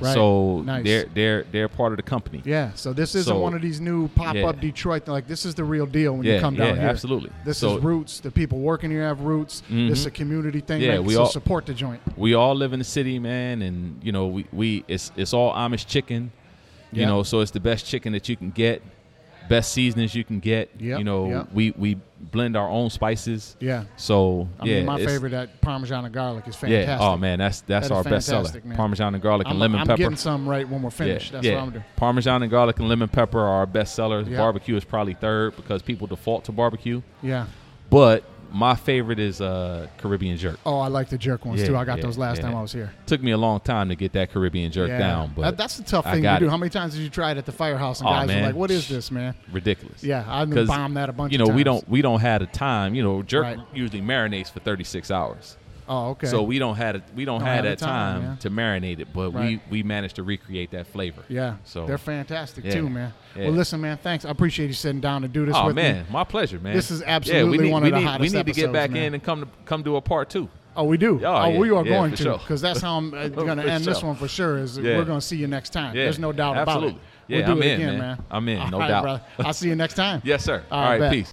Speaker 1: Right.
Speaker 2: So
Speaker 1: Nice.
Speaker 2: they're they're they're part of the company.
Speaker 1: Yeah. So this isn't
Speaker 2: So-
Speaker 1: one of these new pop-up
Speaker 2: Yeah.
Speaker 1: Detroit. Like this is the real deal when you
Speaker 2: Yeah,
Speaker 1: come down
Speaker 2: yeah,
Speaker 1: here.
Speaker 2: absolutely.
Speaker 1: This
Speaker 2: So- Mm-hmm.
Speaker 1: is roots. The people working here have roots. This is a community thing.
Speaker 2: Yeah,
Speaker 1: man,
Speaker 2: we
Speaker 1: so
Speaker 2: all-
Speaker 1: support the joint.
Speaker 2: We all live in the city, man, and you know we, we it's it's all Amish chicken. You
Speaker 1: Yeah.
Speaker 2: know, so it's the best chicken that you can get, best seasonings you can get.
Speaker 1: Yep,
Speaker 2: You know,
Speaker 1: yep.
Speaker 2: we we blend our own spices.
Speaker 1: Yeah.
Speaker 2: So
Speaker 1: I
Speaker 2: yeah,
Speaker 1: mean, my
Speaker 2: it's-
Speaker 1: favorite that Parmesan and garlic is fantastic.
Speaker 2: Yeah. Oh man, that's that's
Speaker 1: That is
Speaker 2: our best seller.
Speaker 1: fantastic, man.
Speaker 2: Parmesan and garlic
Speaker 1: I'm,
Speaker 2: and lemon
Speaker 1: I'm
Speaker 2: pepper.
Speaker 1: getting some right when we're finished. That's what I'm doing.
Speaker 2: Parmesan and garlic and lemon pepper are our best sellers.
Speaker 1: Yeah.
Speaker 2: Barbecue is probably third because people default to barbecue.
Speaker 1: Yeah.
Speaker 2: But my favorite is uh, Caribbean jerk.
Speaker 1: Oh, I like the jerk ones
Speaker 2: Yeah,
Speaker 1: too. I got
Speaker 2: yeah,
Speaker 1: those last
Speaker 2: yeah.
Speaker 1: time I was here.
Speaker 2: Took me a long time to get that Caribbean jerk
Speaker 1: Yeah.
Speaker 2: down, but
Speaker 1: That- that's the tough
Speaker 2: I
Speaker 1: thing to
Speaker 2: got
Speaker 1: do.
Speaker 2: it.
Speaker 1: How many times did you try it at the firehouse and
Speaker 2: Aw,
Speaker 1: guys were
Speaker 2: man.
Speaker 1: like, "What is this, man?"
Speaker 2: ridiculous.
Speaker 1: Yeah, I done
Speaker 2: [LAUGHS] 'Cause,
Speaker 1: bombed that a bunch.
Speaker 2: You know,
Speaker 1: of times.
Speaker 2: we don't we don't have the time. You know, jerk
Speaker 1: Right.
Speaker 2: usually marinates for 36 hours.
Speaker 1: Oh, okay.
Speaker 2: So we don't have we don't, have, that time,
Speaker 1: yeah.
Speaker 2: to marinate it, but
Speaker 1: Right.
Speaker 2: we we managed to recreate that flavor.
Speaker 1: yeah,
Speaker 2: So
Speaker 1: they're fantastic
Speaker 2: Yeah,
Speaker 1: too, man.
Speaker 2: yeah.
Speaker 1: Well, listen, man. Thanks. I appreciate you sitting down to do this
Speaker 2: Oh
Speaker 1: with
Speaker 2: man,
Speaker 1: me.
Speaker 2: my pleasure, man.
Speaker 1: This is
Speaker 2: we
Speaker 1: absolutely
Speaker 2: need,
Speaker 1: one of
Speaker 2: we
Speaker 1: the
Speaker 2: need,
Speaker 1: hottest
Speaker 2: We need to get
Speaker 1: episodes,
Speaker 2: back
Speaker 1: man.
Speaker 2: in and come to come do a part two.
Speaker 1: Oh, we do.
Speaker 2: Oh, yeah.
Speaker 1: we are
Speaker 2: Yeah,
Speaker 1: going
Speaker 2: for
Speaker 1: to
Speaker 2: sure.
Speaker 1: because that's how I'm
Speaker 2: [LAUGHS]
Speaker 1: going to
Speaker 2: For
Speaker 1: end this
Speaker 2: sure.
Speaker 1: one for sure. Is
Speaker 2: Yeah.
Speaker 1: we're going to see you next time.
Speaker 2: Yeah.
Speaker 1: There's no doubt about
Speaker 2: Absolutely.
Speaker 1: it.
Speaker 2: Yeah,
Speaker 1: we'll do
Speaker 2: I'm
Speaker 1: it
Speaker 2: in,
Speaker 1: again, man.
Speaker 2: man. I'm in, no
Speaker 1: All right,
Speaker 2: doubt.
Speaker 1: brother. I'll see you next time.
Speaker 2: [LAUGHS] Yes, sir.
Speaker 1: All
Speaker 2: All
Speaker 1: right,
Speaker 2: right,
Speaker 1: bet.
Speaker 2: peace.